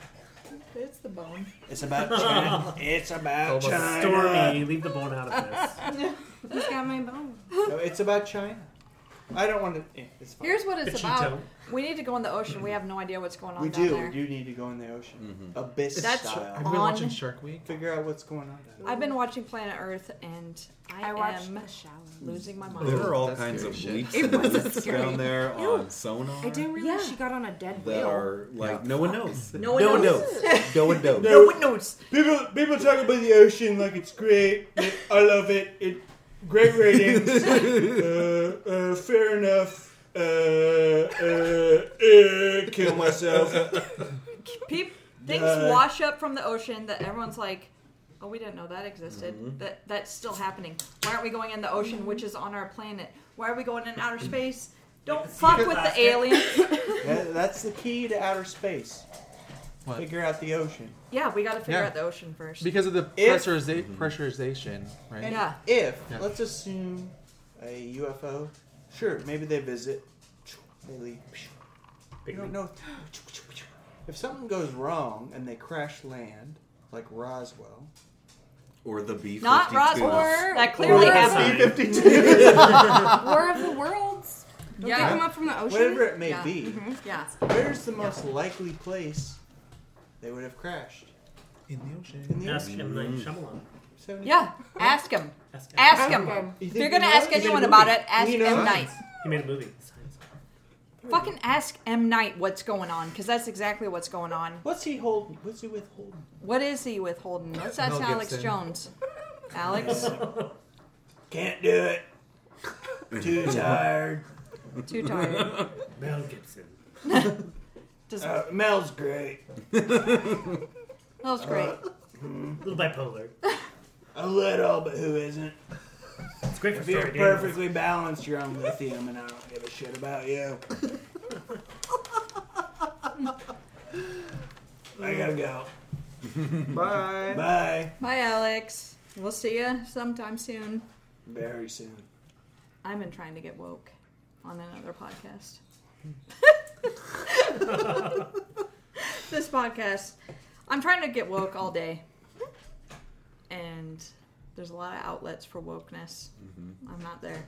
Speaker 2: It's the bone.
Speaker 1: It's about China. It's about
Speaker 3: Almost
Speaker 1: China.
Speaker 4: Stormy, leave the bone out of this.
Speaker 6: Who's got my bone?
Speaker 1: No, it's about China. I don't want to. eh, It's fine.
Speaker 2: Here's what
Speaker 4: The
Speaker 2: it's about.
Speaker 4: Cheeto.
Speaker 2: We need to go in the ocean. We have no idea what's going on
Speaker 1: we
Speaker 2: down
Speaker 1: do.
Speaker 2: there.
Speaker 1: We do need to go in the ocean, abyss
Speaker 2: That's-
Speaker 1: style.
Speaker 3: Have you been
Speaker 2: On-
Speaker 3: watching Shark Week?
Speaker 1: Figure out what's going on. down there.
Speaker 2: I've been watching Planet Earth and I,
Speaker 6: I watched
Speaker 2: am
Speaker 6: the shower.
Speaker 2: losing my
Speaker 5: There
Speaker 2: mind.
Speaker 5: are all
Speaker 3: That's
Speaker 5: kinds
Speaker 3: scary
Speaker 5: of
Speaker 3: shit.
Speaker 5: leaks
Speaker 6: It
Speaker 5: and
Speaker 6: was
Speaker 5: leaks
Speaker 6: scary.
Speaker 5: down there
Speaker 6: Ew.
Speaker 5: on sonar
Speaker 6: I didn't realize
Speaker 2: Yeah.
Speaker 6: she got on a dead
Speaker 5: that
Speaker 6: whale.
Speaker 5: are like no one knows.
Speaker 2: No one knows.
Speaker 5: no one knows.
Speaker 1: No one
Speaker 2: knows.
Speaker 1: People, people talk about the ocean like it's great. I love it. It great ratings. uh, uh, fair enough. Uh, uh, uh, kill myself.
Speaker 2: Peep, things
Speaker 1: Yeah.
Speaker 2: wash up from the ocean that everyone's like, oh, we didn't know that existed. That That's still happening. Why aren't we going in the ocean, which is on our planet? Why are we going in outer space? Don't fuck with the
Speaker 4: Alaska.
Speaker 2: aliens.
Speaker 1: That- that's the key to outer space.
Speaker 3: What?
Speaker 1: Figure out the ocean.
Speaker 2: Yeah, we got to figure
Speaker 3: Yeah.
Speaker 2: out the ocean first.
Speaker 3: Because of the
Speaker 1: If-
Speaker 3: pressuriza- pressurization, right?
Speaker 1: And
Speaker 2: Yeah.
Speaker 1: if,
Speaker 3: Yeah.
Speaker 1: let's assume a UFO, sure, maybe they visit, they leave. You don't know. If something goes wrong and they crash land, like Roswell,
Speaker 5: Or the B.
Speaker 2: Not Roswell. That clearly
Speaker 5: Or
Speaker 2: happened.
Speaker 5: the
Speaker 6: War of the Worlds. Don't
Speaker 2: Yeah.
Speaker 6: they come up from the ocean?
Speaker 1: Whatever it may
Speaker 2: Yeah. Mm-hmm.
Speaker 1: be,
Speaker 2: Yeah.
Speaker 1: where's the most likely place they would have crashed?
Speaker 3: in the ocean.
Speaker 1: In the
Speaker 4: Ask
Speaker 1: ocean.
Speaker 4: him, like, Shyamalan.
Speaker 1: Seventy-
Speaker 2: Yeah. Ask him.
Speaker 4: Ask him.
Speaker 2: Ask
Speaker 6: him.
Speaker 2: him.
Speaker 1: You
Speaker 2: If
Speaker 1: think
Speaker 2: you're gonna
Speaker 1: he
Speaker 2: ask
Speaker 1: knows?
Speaker 2: anyone
Speaker 1: He
Speaker 2: about
Speaker 1: knows.
Speaker 2: it, ask
Speaker 1: He
Speaker 2: M
Speaker 1: knows.
Speaker 2: Night.
Speaker 4: He made a movie. Science.
Speaker 2: Fucking ask M Night what's going on, because that's exactly what's going on.
Speaker 1: What's he holding? What's he withholding?
Speaker 2: What is he withholding? What's that
Speaker 3: Mel
Speaker 2: to Alex
Speaker 3: Gibson.
Speaker 2: Jones? Alex,
Speaker 1: Can't do it. Too tired.
Speaker 2: too tired.
Speaker 4: Mel Gibson.
Speaker 2: Just,
Speaker 1: Uh, Mel's great.
Speaker 2: that was great.
Speaker 4: A little bipolar.
Speaker 1: A little, but who isn't?
Speaker 4: It's great for
Speaker 1: If you're
Speaker 4: story dangles.
Speaker 1: perfectly balanced, you're on lithium, and I don't give a shit about you. I gotta go.
Speaker 3: Bye.
Speaker 1: Bye.
Speaker 2: Bye, Alex. We'll see you sometime soon.
Speaker 1: Very soon.
Speaker 2: I've been trying to get woke on another podcast. this podcast, I'm trying to get woke all day, and there's a lot of outlets for wokeness. I'm not there.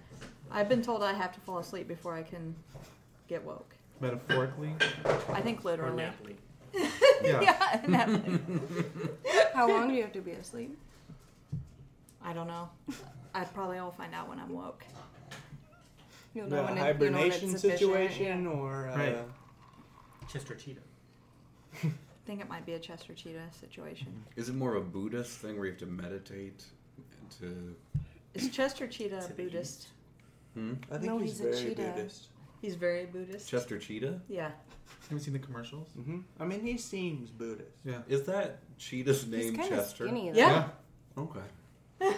Speaker 2: I've been told I have to fall asleep before I can get woke.
Speaker 3: Metaphorically.
Speaker 2: I think
Speaker 4: Or
Speaker 2: literally.
Speaker 4: Napoli.
Speaker 3: Yeah.
Speaker 2: Yeah, Napoli.
Speaker 6: How long do you have to be asleep?
Speaker 2: I don't know. I probably will find out when I'm woke.
Speaker 6: You'll
Speaker 1: The
Speaker 6: when it- you know when it's
Speaker 1: hibernation
Speaker 6: sufficient,
Speaker 1: situation,
Speaker 6: yeah.
Speaker 1: or uh,
Speaker 3: Right.
Speaker 4: Chester Cheetah.
Speaker 2: I think it might be a Chester Cheetah situation.
Speaker 5: Is it more of a Buddhist thing where you have to meditate? To Mm-hmm.
Speaker 2: Is Chester Cheetah
Speaker 4: To
Speaker 2: a
Speaker 4: the
Speaker 2: Buddhist?
Speaker 1: I think
Speaker 6: No,
Speaker 1: he's,
Speaker 6: he's a
Speaker 1: very
Speaker 6: cheetah.
Speaker 1: Buddhist.
Speaker 2: He's very Buddhist.
Speaker 5: Chester Cheetah?
Speaker 2: Yeah.
Speaker 3: Have you seen the commercials?
Speaker 1: hmm I mean, he seems Buddhist.
Speaker 3: Yeah.
Speaker 5: Is that Cheetah's
Speaker 6: He's
Speaker 5: name
Speaker 6: kind of
Speaker 5: Chester?
Speaker 6: skinny. Though.
Speaker 2: Yeah.
Speaker 5: Okay.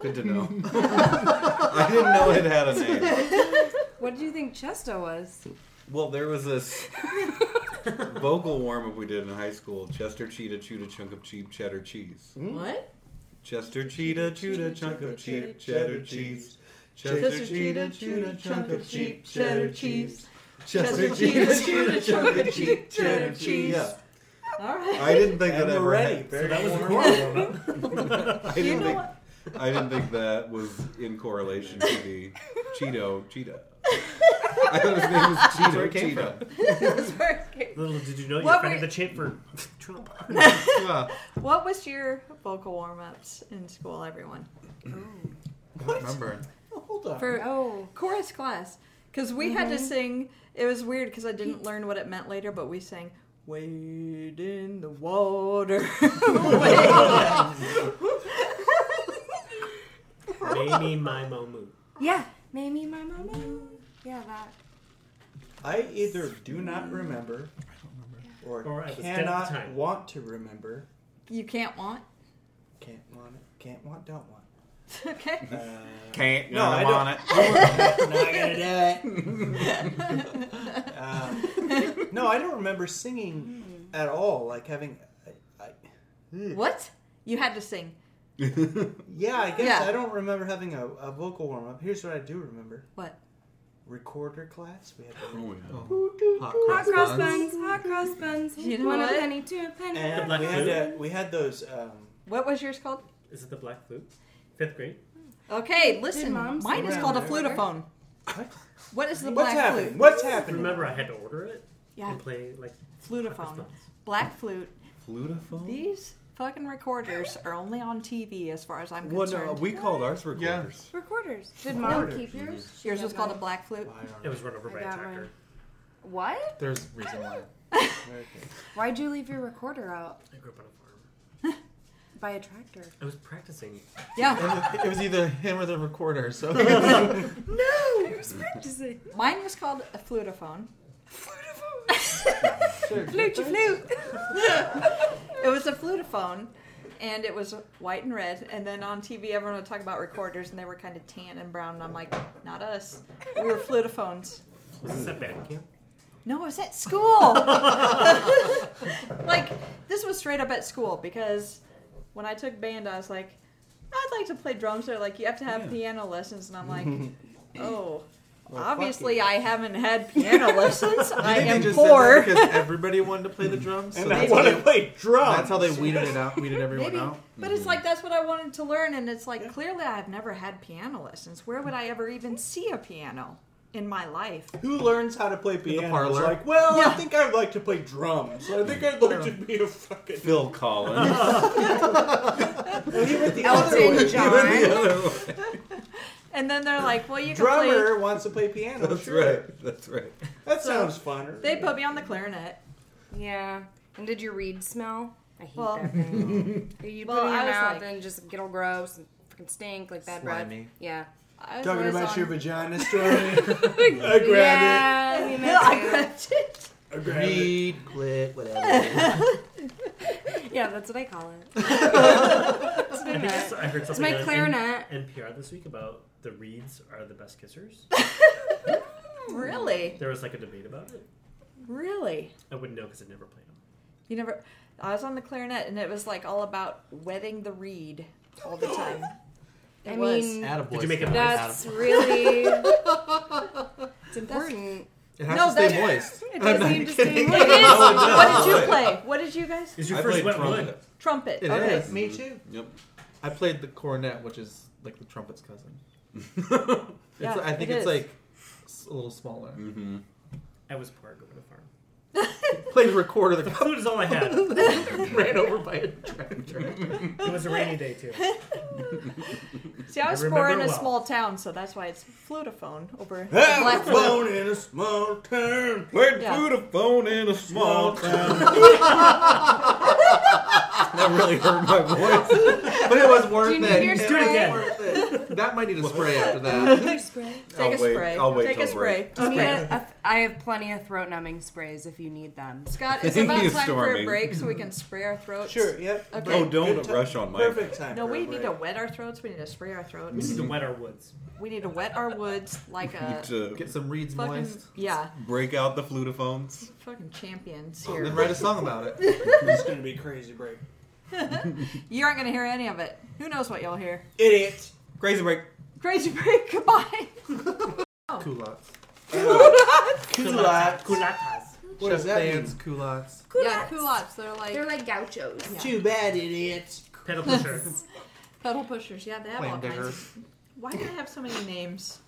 Speaker 5: Good to know. I didn't know it had a name.
Speaker 6: What did you think Chester was?
Speaker 5: Well, there was this vocal warm up we did in high school Chester Cheetah Chewed a Chunk of Cheap Cheddar Cheese.
Speaker 4: Hmm?
Speaker 2: What?
Speaker 5: Chester Cheetah Chewed a Chunk of Cheap Cheddar Cheese. Chester Cheetah Chewed a Chunk of Cheap Cheddar Cheese. Chester Cheetah Chewed a Chunk of Cheap Cheddar Cheese. Yeah.
Speaker 2: All right.
Speaker 5: I didn't think that
Speaker 1: And
Speaker 5: ever
Speaker 1: already,
Speaker 5: happened.
Speaker 1: very
Speaker 4: That was
Speaker 1: warm.
Speaker 4: horrible.
Speaker 5: I
Speaker 2: Do you
Speaker 5: didn't
Speaker 2: know
Speaker 5: think
Speaker 2: what?
Speaker 5: I didn't think that was in correlation to the Cheeto Cheetah. I thought his name was Cheeto
Speaker 3: where it came
Speaker 5: Cheetah.
Speaker 2: That's very scary.
Speaker 4: little did you know you
Speaker 2: What
Speaker 4: offended
Speaker 2: were-
Speaker 4: the chant for Trump.
Speaker 3: Yeah.
Speaker 2: What was your vocal warm ups in school, everyone?
Speaker 3: I don't remember.
Speaker 1: Hold on.
Speaker 2: For
Speaker 6: Oh,
Speaker 2: chorus class. Because we had
Speaker 5: Mm-hmm.
Speaker 2: to sing, it was weird because I didn't learn what it meant later, but we sang, Wade in the water.
Speaker 4: Maybe my Momu.
Speaker 6: yeah. Maybe my mama. Yeah, that.
Speaker 1: I either do
Speaker 3: Hmm.
Speaker 1: not remember, or,
Speaker 4: Or I was dead at the
Speaker 1: cannot
Speaker 4: time.
Speaker 1: want to remember.
Speaker 2: you can't want.
Speaker 1: Can't want it. Can't want. Don't want.
Speaker 2: Okay.
Speaker 1: Uh,
Speaker 5: Can't
Speaker 1: No, I
Speaker 5: I'm
Speaker 1: don't-
Speaker 5: on it.
Speaker 1: not gonna do it. Um, no, I don't remember singing at all. Like having. I, I,
Speaker 2: Hmm. what? You had to sing.
Speaker 1: yeah, I guess
Speaker 2: Yeah.
Speaker 1: I don't remember having a, a vocal warm up. Here's what I do remember:
Speaker 2: What?
Speaker 1: recorder class. We had. To,
Speaker 5: Oh, yeah.
Speaker 3: Hot
Speaker 6: Hot
Speaker 3: cross
Speaker 6: cross
Speaker 3: buns.
Speaker 6: buns. Hot cross buns.
Speaker 2: You know
Speaker 6: One
Speaker 2: what?
Speaker 6: a penny, two a penny.
Speaker 1: and
Speaker 4: Black
Speaker 1: we had
Speaker 4: Flute?
Speaker 1: to, we had those. Um,
Speaker 2: What was yours called?
Speaker 4: Is it the Black Flute? Fifth grade?
Speaker 2: Okay, listen.
Speaker 6: Mom
Speaker 2: Mine is
Speaker 1: sing
Speaker 2: called a
Speaker 1: around
Speaker 2: flutophone.
Speaker 1: what?
Speaker 2: What is the
Speaker 1: What's
Speaker 2: black
Speaker 1: happening?
Speaker 2: flute?
Speaker 1: What's happening?
Speaker 4: Remember I had to order it
Speaker 2: Yeah,
Speaker 4: and play like
Speaker 2: flutophone. Black flute.
Speaker 5: Flutophone?
Speaker 2: These fucking recorders are only on TV, as far as I'm
Speaker 5: Well, no,
Speaker 2: concerned.
Speaker 5: we called ours recorders.
Speaker 6: Recorders. Did mom
Speaker 1: Recorders.
Speaker 6: keep yours? She
Speaker 2: Yours
Speaker 6: had
Speaker 2: was called a
Speaker 6: mine.
Speaker 2: black flute.
Speaker 1: I don't
Speaker 4: It
Speaker 1: know.
Speaker 4: was run over
Speaker 6: I
Speaker 4: by a
Speaker 6: got
Speaker 4: tractor.
Speaker 6: mine. What?
Speaker 3: There's a reason why.
Speaker 1: Okay.
Speaker 6: Why'd you leave your recorder out
Speaker 4: I grew up on a farm.
Speaker 6: by a tractor?
Speaker 4: I was practicing.
Speaker 2: Yeah,
Speaker 3: It was either him or the recorder, so
Speaker 6: No, I was practicing.
Speaker 2: mine was called a flutophone.
Speaker 1: Sure,
Speaker 6: Flute, you flute.
Speaker 2: It was a flutophone, and it was white and red. And then on TV, everyone would talk about recorders, and they were kind of tan and brown. And I'm like, not us. We were flutophones.
Speaker 4: Was this at band camp?
Speaker 2: No, I was at school. like this was straight up at school because when I took band, I was like, I'd like to play drums. They're like, you have to have
Speaker 5: Yeah.
Speaker 2: piano lessons, and I'm like, oh,
Speaker 1: fuck
Speaker 2: Obviously,
Speaker 1: it.
Speaker 2: I haven't had piano lessons.
Speaker 3: You
Speaker 2: I
Speaker 3: think they
Speaker 2: am
Speaker 3: just said that
Speaker 2: poor.
Speaker 3: because everybody wanted to play the drums.
Speaker 1: And I
Speaker 3: that's
Speaker 1: wanna
Speaker 3: how they-
Speaker 1: play drums.
Speaker 3: That's how they weeded it out, weeded everyone
Speaker 2: Maybe,
Speaker 3: out. Mm-hmm.
Speaker 2: but it's like that's what I wanted to learn, and it's like clearly I've never had piano lessons. Where would I ever even see a piano in my life?
Speaker 1: Who learns how to play piano? is
Speaker 3: parlor.
Speaker 1: like, well, I
Speaker 2: Yeah.
Speaker 1: think I'd like to play drums. I think I'd like to be a fucking.
Speaker 5: Phil Collins.
Speaker 1: Well, he went the other way.
Speaker 6: Elton
Speaker 1: He went the
Speaker 6: John.
Speaker 1: other way.
Speaker 2: And then they're like, "Well, you can play."
Speaker 1: Drummer wants to play piano.
Speaker 5: That's
Speaker 1: sure.
Speaker 5: right. That's right.
Speaker 1: That sounds funner.
Speaker 2: They put me on the clarinet.
Speaker 6: Yeah. And did your reed smell? I hate
Speaker 2: Well-
Speaker 6: that thing. you put
Speaker 2: Well,
Speaker 6: it in
Speaker 2: I
Speaker 6: your
Speaker 2: was
Speaker 6: mouth
Speaker 2: like-
Speaker 6: and just get all gross and fucking stink like bad breath.
Speaker 3: Slimy.
Speaker 6: Yeah.
Speaker 2: I was
Speaker 1: Talking
Speaker 2: always
Speaker 1: about
Speaker 2: on-
Speaker 1: your vagina story. I grabbed it.
Speaker 6: yeah, we
Speaker 2: Yeah, I
Speaker 6: met
Speaker 2: grabbed
Speaker 6: you.
Speaker 2: it.
Speaker 1: I grabbed it.
Speaker 3: Read, quit, whatever.
Speaker 6: Yeah, that's what I call it. It's been
Speaker 9: I
Speaker 6: that.
Speaker 9: heard- I heard
Speaker 6: It's
Speaker 9: something
Speaker 6: my
Speaker 9: on
Speaker 6: clarinet.
Speaker 9: NPR this week about the reeds are the best kissers.
Speaker 2: Really,
Speaker 9: There was like a debate about it.
Speaker 2: really.
Speaker 9: I wouldn't know because I never played them.
Speaker 2: You never. I was on the clarinet, and it was like all about wetting the reed all the time. It
Speaker 6: I
Speaker 2: was.
Speaker 6: mean,
Speaker 3: Attaboy
Speaker 9: Did you make it
Speaker 3: Scott.
Speaker 6: that's really. it's important.
Speaker 3: It has
Speaker 2: No,
Speaker 3: to stay
Speaker 2: that-
Speaker 3: moist.
Speaker 6: It does
Speaker 3: not
Speaker 6: seem to stay
Speaker 3: kidding. Oh,
Speaker 2: It is.
Speaker 6: moist.
Speaker 2: what did you play? What did you guys?
Speaker 9: Is your
Speaker 5: I
Speaker 9: first
Speaker 5: played
Speaker 9: wet
Speaker 5: trumpet.
Speaker 9: wood?
Speaker 2: Trumpet.
Speaker 3: It
Speaker 2: okay.
Speaker 3: is.
Speaker 1: Me too.
Speaker 5: Yep.
Speaker 3: I played the cornet, which is like the trumpet's cousin.
Speaker 2: Yeah,
Speaker 3: it's, I think
Speaker 2: it
Speaker 3: it's
Speaker 2: is.
Speaker 3: like s- a little smaller.
Speaker 9: I was poor going to the farm.
Speaker 3: Played recorder that got
Speaker 9: Food is all I had. It
Speaker 3: ran over by a tractor.
Speaker 9: was a rainy day too.
Speaker 2: See, I was
Speaker 9: remember
Speaker 2: born in
Speaker 9: it
Speaker 2: a
Speaker 9: well.
Speaker 2: small town, so that's why it's flutophone over the
Speaker 5: Have
Speaker 2: black
Speaker 5: a
Speaker 2: flute.
Speaker 5: phone in a small town. Wait,
Speaker 2: Yeah.
Speaker 5: put a phone in a small town. that really hurt my voice.
Speaker 3: But it was worth
Speaker 6: Do you
Speaker 3: it.
Speaker 6: need your
Speaker 3: It
Speaker 9: Do it
Speaker 6: spray?
Speaker 9: again.
Speaker 3: That might need a spray after that.
Speaker 2: Take a
Speaker 5: I'll wait-
Speaker 2: spray.
Speaker 5: I'll wait
Speaker 2: Take
Speaker 5: till
Speaker 2: a spray.
Speaker 6: Do you need
Speaker 2: Okay.
Speaker 6: a- a- I have plenty of throat numbing sprays if you need them.
Speaker 2: Scott, it's
Speaker 5: Thank
Speaker 2: about
Speaker 5: you,
Speaker 2: time for
Speaker 5: Stormy.
Speaker 2: a break so we can spray our throats.
Speaker 1: Sure. Yep.
Speaker 2: Okay.
Speaker 5: Oh, don't
Speaker 1: Good ti-
Speaker 5: rush on my
Speaker 1: Perfect time.
Speaker 2: No,
Speaker 1: for a
Speaker 2: we need to
Speaker 1: break.
Speaker 2: wet our throats. We need to spray our
Speaker 9: We
Speaker 2: throats.
Speaker 9: need to wet our woods.
Speaker 2: We need to wet our woods like a
Speaker 5: to
Speaker 3: Get some reeds
Speaker 2: fucking
Speaker 3: moist.
Speaker 2: yeah,
Speaker 5: break out the flutophones.
Speaker 2: fucking champions
Speaker 3: And then
Speaker 2: here.
Speaker 3: write a song about it.
Speaker 1: It's gonna be a crazy break.
Speaker 2: You aren't gonna hear any of it. Who knows what you'll hear?
Speaker 1: Idiots.
Speaker 5: Crazy break.
Speaker 2: Crazy break. Goodbye.
Speaker 3: Culottes.
Speaker 1: Culottes.
Speaker 9: Culatas.
Speaker 1: What does
Speaker 3: Chef
Speaker 1: that
Speaker 3: bands,
Speaker 1: mean?
Speaker 3: culottes.
Speaker 2: Yeah, culottes. They're like
Speaker 6: like gauchos.
Speaker 1: Too bad, idiots.
Speaker 9: Pedal pusher.
Speaker 2: pedal pushers. Yeah, they have all
Speaker 3: Plain
Speaker 2: kinds.
Speaker 3: digger.
Speaker 2: Of... Why do they have so many names?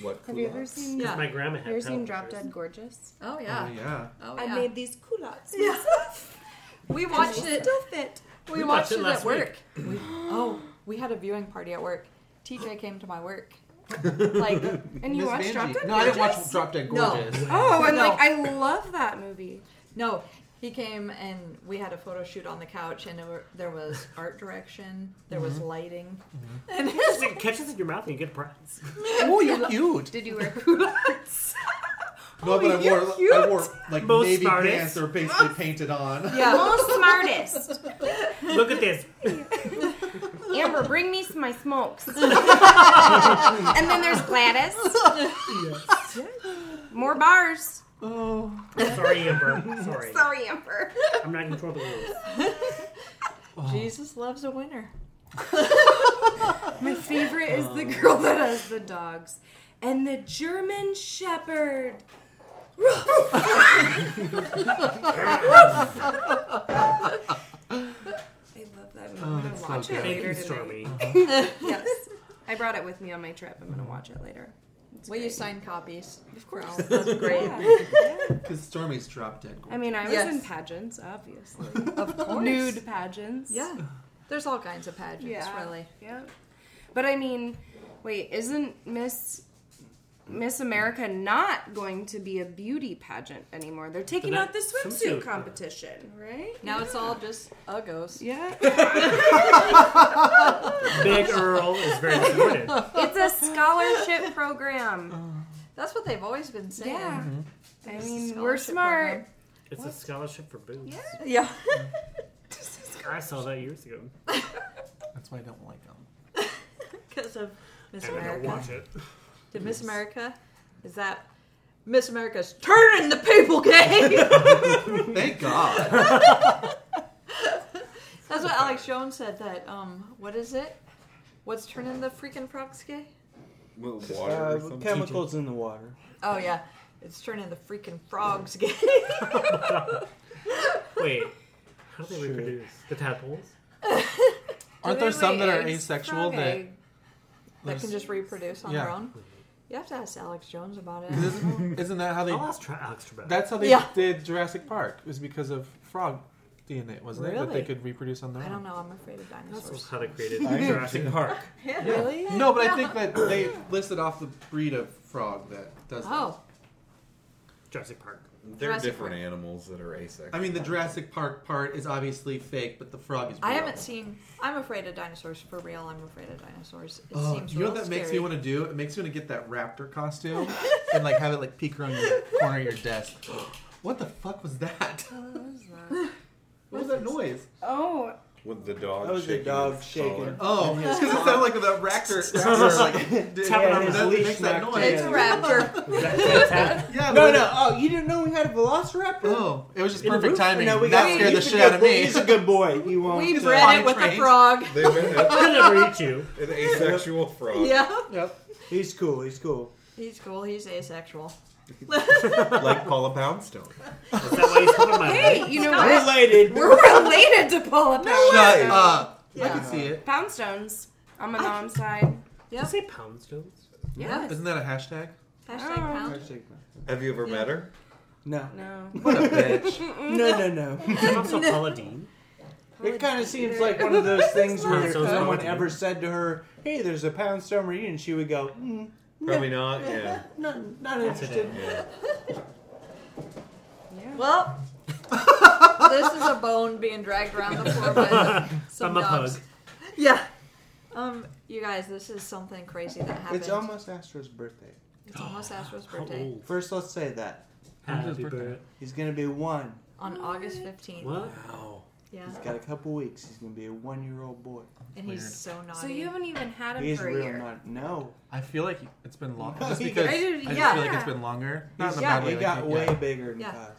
Speaker 5: What?
Speaker 6: Have you ever seen?
Speaker 2: Yeah.
Speaker 9: My grandma had
Speaker 6: Have you ever
Speaker 9: pedal
Speaker 6: seen Drop
Speaker 9: pushers.
Speaker 6: Dead Gorgeous?
Speaker 2: Oh
Speaker 3: Oh,
Speaker 2: yeah.
Speaker 3: yeah.
Speaker 2: Oh,
Speaker 6: I
Speaker 2: yeah.
Speaker 6: made these culottes.
Speaker 2: Yeah. We watched it. We,
Speaker 9: We
Speaker 2: watched,
Speaker 9: watched it
Speaker 2: it
Speaker 9: last
Speaker 2: at work. We- oh, we had a viewing party at work. TJ came to my work. Like,
Speaker 6: And you
Speaker 3: Miss
Speaker 6: watched
Speaker 3: Vanjie.
Speaker 6: Drop Dead
Speaker 3: No, I didn't
Speaker 6: Gorgeous?
Speaker 3: watch Drop Dead
Speaker 2: No.
Speaker 3: Gorgeous.
Speaker 6: Oh, I'm
Speaker 2: No.
Speaker 6: like, I love that movie.
Speaker 2: no, he came and we had a photo shoot on the couch, and it were, there was art direction, there was lighting, and
Speaker 9: It catches in your mouth and you get a prize.
Speaker 3: Oh, you're cute.
Speaker 6: Did you wear culottes?
Speaker 3: No, but I
Speaker 6: you're
Speaker 3: wore,
Speaker 6: cute.
Speaker 3: I wore like
Speaker 9: Most
Speaker 3: navy
Speaker 9: artists.
Speaker 3: pants that were basically painted on.
Speaker 2: yeah,
Speaker 6: smartest.
Speaker 9: Look at this.
Speaker 6: Amber, bring me my smokes. and then there's Gladys. More bars.
Speaker 9: Sorry, Amber. Sorry.
Speaker 6: Sorry, Amber.
Speaker 9: I'm not in control of the rules.
Speaker 2: Jesus loves a winner.
Speaker 6: My favorite is the girl that has the dogs and the German Shepherd. I love that movie. I'm gonna
Speaker 3: Oh, that's so
Speaker 6: watch it
Speaker 3: good.
Speaker 9: Thank
Speaker 6: later
Speaker 9: you,
Speaker 6: tonight.
Speaker 9: Stormy.
Speaker 6: Yes, I brought it with me on my trip. I'm gonna watch it later. It's
Speaker 2: Will you
Speaker 6: great.
Speaker 2: sign copies? Of course.
Speaker 6: Great.
Speaker 2: great.
Speaker 3: Because Stormy's Drop Dead Gorgeous.
Speaker 6: I mean, I was
Speaker 2: Yes.
Speaker 6: in pageants, obviously.
Speaker 2: Of course.
Speaker 6: Nude pageants.
Speaker 2: Yeah. There's all kinds of pageants,
Speaker 6: Yeah.
Speaker 2: really.
Speaker 6: Yeah. But I mean, wait, isn't Miss Miss America not going to be a beauty pageant anymore? They're taking
Speaker 9: The
Speaker 6: out the
Speaker 9: swimsuit
Speaker 6: swimsuit
Speaker 9: thing.
Speaker 6: competition, right?
Speaker 2: Now it's all just uggos.
Speaker 6: Yeah.
Speaker 9: Big Earl is very disappointed.
Speaker 6: it's a scholarship
Speaker 2: Uh-huh.
Speaker 6: program.
Speaker 2: That's what they've always been saying.
Speaker 6: Yeah. I
Speaker 3: Mm-hmm.
Speaker 2: It's a
Speaker 6: mean, we're
Speaker 2: scholarship
Speaker 6: smart.
Speaker 9: It's a scholarship for boobs.
Speaker 2: program. Yeah.
Speaker 9: I saw that years ago.
Speaker 3: That's why I don't like them.
Speaker 2: Because of Miss
Speaker 9: And I don't
Speaker 2: America.
Speaker 9: watch it.
Speaker 2: Did Miss America? Is that Miss America's turning the people gay?
Speaker 3: Thank God.
Speaker 2: That's what Alex Jones said. That um, what is it? What's turning the freaking props gay?
Speaker 8: Water
Speaker 1: Uh,
Speaker 8: or something?
Speaker 1: chemicals in the water.
Speaker 2: Oh yeah, it's turning the freaking frogs gay.
Speaker 9: Wait, how do they
Speaker 1: Sure.
Speaker 9: reproduce? The tadpoles?
Speaker 3: Aren't
Speaker 6: they
Speaker 3: there some
Speaker 6: lay
Speaker 3: that are
Speaker 6: eggs?
Speaker 3: asexual
Speaker 6: Frog
Speaker 3: that
Speaker 6: egg.
Speaker 2: that can
Speaker 3: There's-
Speaker 2: just reproduce on their
Speaker 3: Yeah.
Speaker 2: own. You have to ask Alex Jones about it.
Speaker 3: isn't, isn't that how they?
Speaker 9: I'll ask Tra- Alex Trebek.
Speaker 3: That's how they
Speaker 2: Yeah.
Speaker 3: did Jurassic Park. It was because of frog DNA, wasn't it? That they
Speaker 2: Really?
Speaker 3: could reproduce on their
Speaker 2: I don't
Speaker 3: own.
Speaker 2: know. I'm afraid of
Speaker 9: That's
Speaker 2: dinosaurs.
Speaker 9: how they created Jurassic Park.
Speaker 2: Really?
Speaker 3: No, but I think that they listed off the breed of frog that does. that.
Speaker 2: Oh,
Speaker 9: Jurassic Park.
Speaker 8: They're
Speaker 2: Jurassic
Speaker 8: different
Speaker 2: Park.
Speaker 8: animals that are asexual.
Speaker 3: I mean, the Jurassic Park part is obviously fake, but the frog is.
Speaker 2: I
Speaker 3: Real.
Speaker 2: haven't seen. I'm afraid of dinosaurs for real. I'm afraid of dinosaurs. It
Speaker 3: Oh,
Speaker 2: seems
Speaker 3: you know
Speaker 2: real
Speaker 3: what that
Speaker 2: scary.
Speaker 3: makes me want to do? It makes me want to get that raptor costume and like have it like peek around your corner of your desk. What the fuck was that? What was that noise?
Speaker 6: Oh,
Speaker 8: with the dog.
Speaker 1: That was the
Speaker 8: shaking
Speaker 1: dog
Speaker 8: its collar.
Speaker 1: shaking.
Speaker 3: Oh, it's because it sounded like that raptor. raptor like, did-
Speaker 9: Tapping on
Speaker 3: that-
Speaker 9: his
Speaker 3: that
Speaker 1: leash
Speaker 3: makes that
Speaker 1: back
Speaker 3: noise.
Speaker 2: It's a raptor.
Speaker 3: Yeah,
Speaker 1: No,
Speaker 3: but-
Speaker 1: no. Oh, you didn't know we had a velociraptor?
Speaker 3: Oh, it was just
Speaker 1: In the
Speaker 3: perfect
Speaker 1: roof?
Speaker 3: timing.
Speaker 1: No, we
Speaker 3: that
Speaker 1: got-
Speaker 3: scared
Speaker 1: he's
Speaker 3: the
Speaker 1: a
Speaker 3: shit
Speaker 1: good
Speaker 3: out of
Speaker 1: boy-
Speaker 3: me.
Speaker 1: He's a good boy. He won't. uh,
Speaker 2: We
Speaker 3: It's a
Speaker 2: bred
Speaker 3: potty
Speaker 2: it with a
Speaker 3: trained.
Speaker 2: frog.
Speaker 8: They made
Speaker 9: Could never eat you.
Speaker 8: it. An asexual frog.
Speaker 2: Yeah.
Speaker 1: He's cool. He's cool.
Speaker 2: He's cool. He's asexual.
Speaker 8: Like Paula Poundstone.
Speaker 9: Is that why he's coming my
Speaker 6: hey, you know what?
Speaker 1: Related.
Speaker 6: We're related to Paula
Speaker 3: Shut
Speaker 6: Poundstone.
Speaker 3: up. I
Speaker 2: Yeah.
Speaker 3: can see it.
Speaker 6: Poundstones. On my mom's side.
Speaker 9: Did you say poundstones?
Speaker 2: Yeah.
Speaker 3: Isn't that a hashtag?
Speaker 2: Hashtag
Speaker 6: Oh.
Speaker 2: pound.
Speaker 8: Have you ever met her?
Speaker 1: No.
Speaker 6: No.
Speaker 3: What a bitch.
Speaker 1: No, no, no.
Speaker 9: Is that also Paula Dean?
Speaker 1: It kind of seems like one of those things where if
Speaker 9: Sounds
Speaker 1: someone
Speaker 9: wrong.
Speaker 1: ever said to her, "Hey, there's a pound stone reunion," she would go, mm,
Speaker 8: Probably not. Yeah.
Speaker 1: "Not, not interested."
Speaker 8: yeah.
Speaker 2: Well, this is a bone being dragged around the floor by some
Speaker 9: I'm a pug.
Speaker 2: dogs. Yeah. Um, you guys, this is something crazy that happened.
Speaker 1: It's almost Astro's birthday.
Speaker 2: It's almost Astro's
Speaker 9: How
Speaker 2: birthday
Speaker 9: old?
Speaker 1: First, let's say that
Speaker 9: Happy
Speaker 3: birthday?
Speaker 9: birthday.
Speaker 1: he's gonna be one.
Speaker 2: on August 15th.
Speaker 9: What?
Speaker 2: Yeah.
Speaker 1: He's got a couple weeks. He's gonna be a one-year-old boy.
Speaker 2: And he's so naughty.
Speaker 6: So you haven't even had him
Speaker 1: He's
Speaker 6: for a
Speaker 1: real
Speaker 6: year.
Speaker 1: not. No,
Speaker 3: I feel like it's been long. Just because I,
Speaker 6: I did-
Speaker 3: just
Speaker 2: yeah.
Speaker 3: feel like it's been longer. Not in a
Speaker 1: yeah,
Speaker 3: bad way.
Speaker 1: he
Speaker 3: like,
Speaker 1: got
Speaker 3: yeah.
Speaker 1: way bigger than
Speaker 2: Yeah.
Speaker 1: us.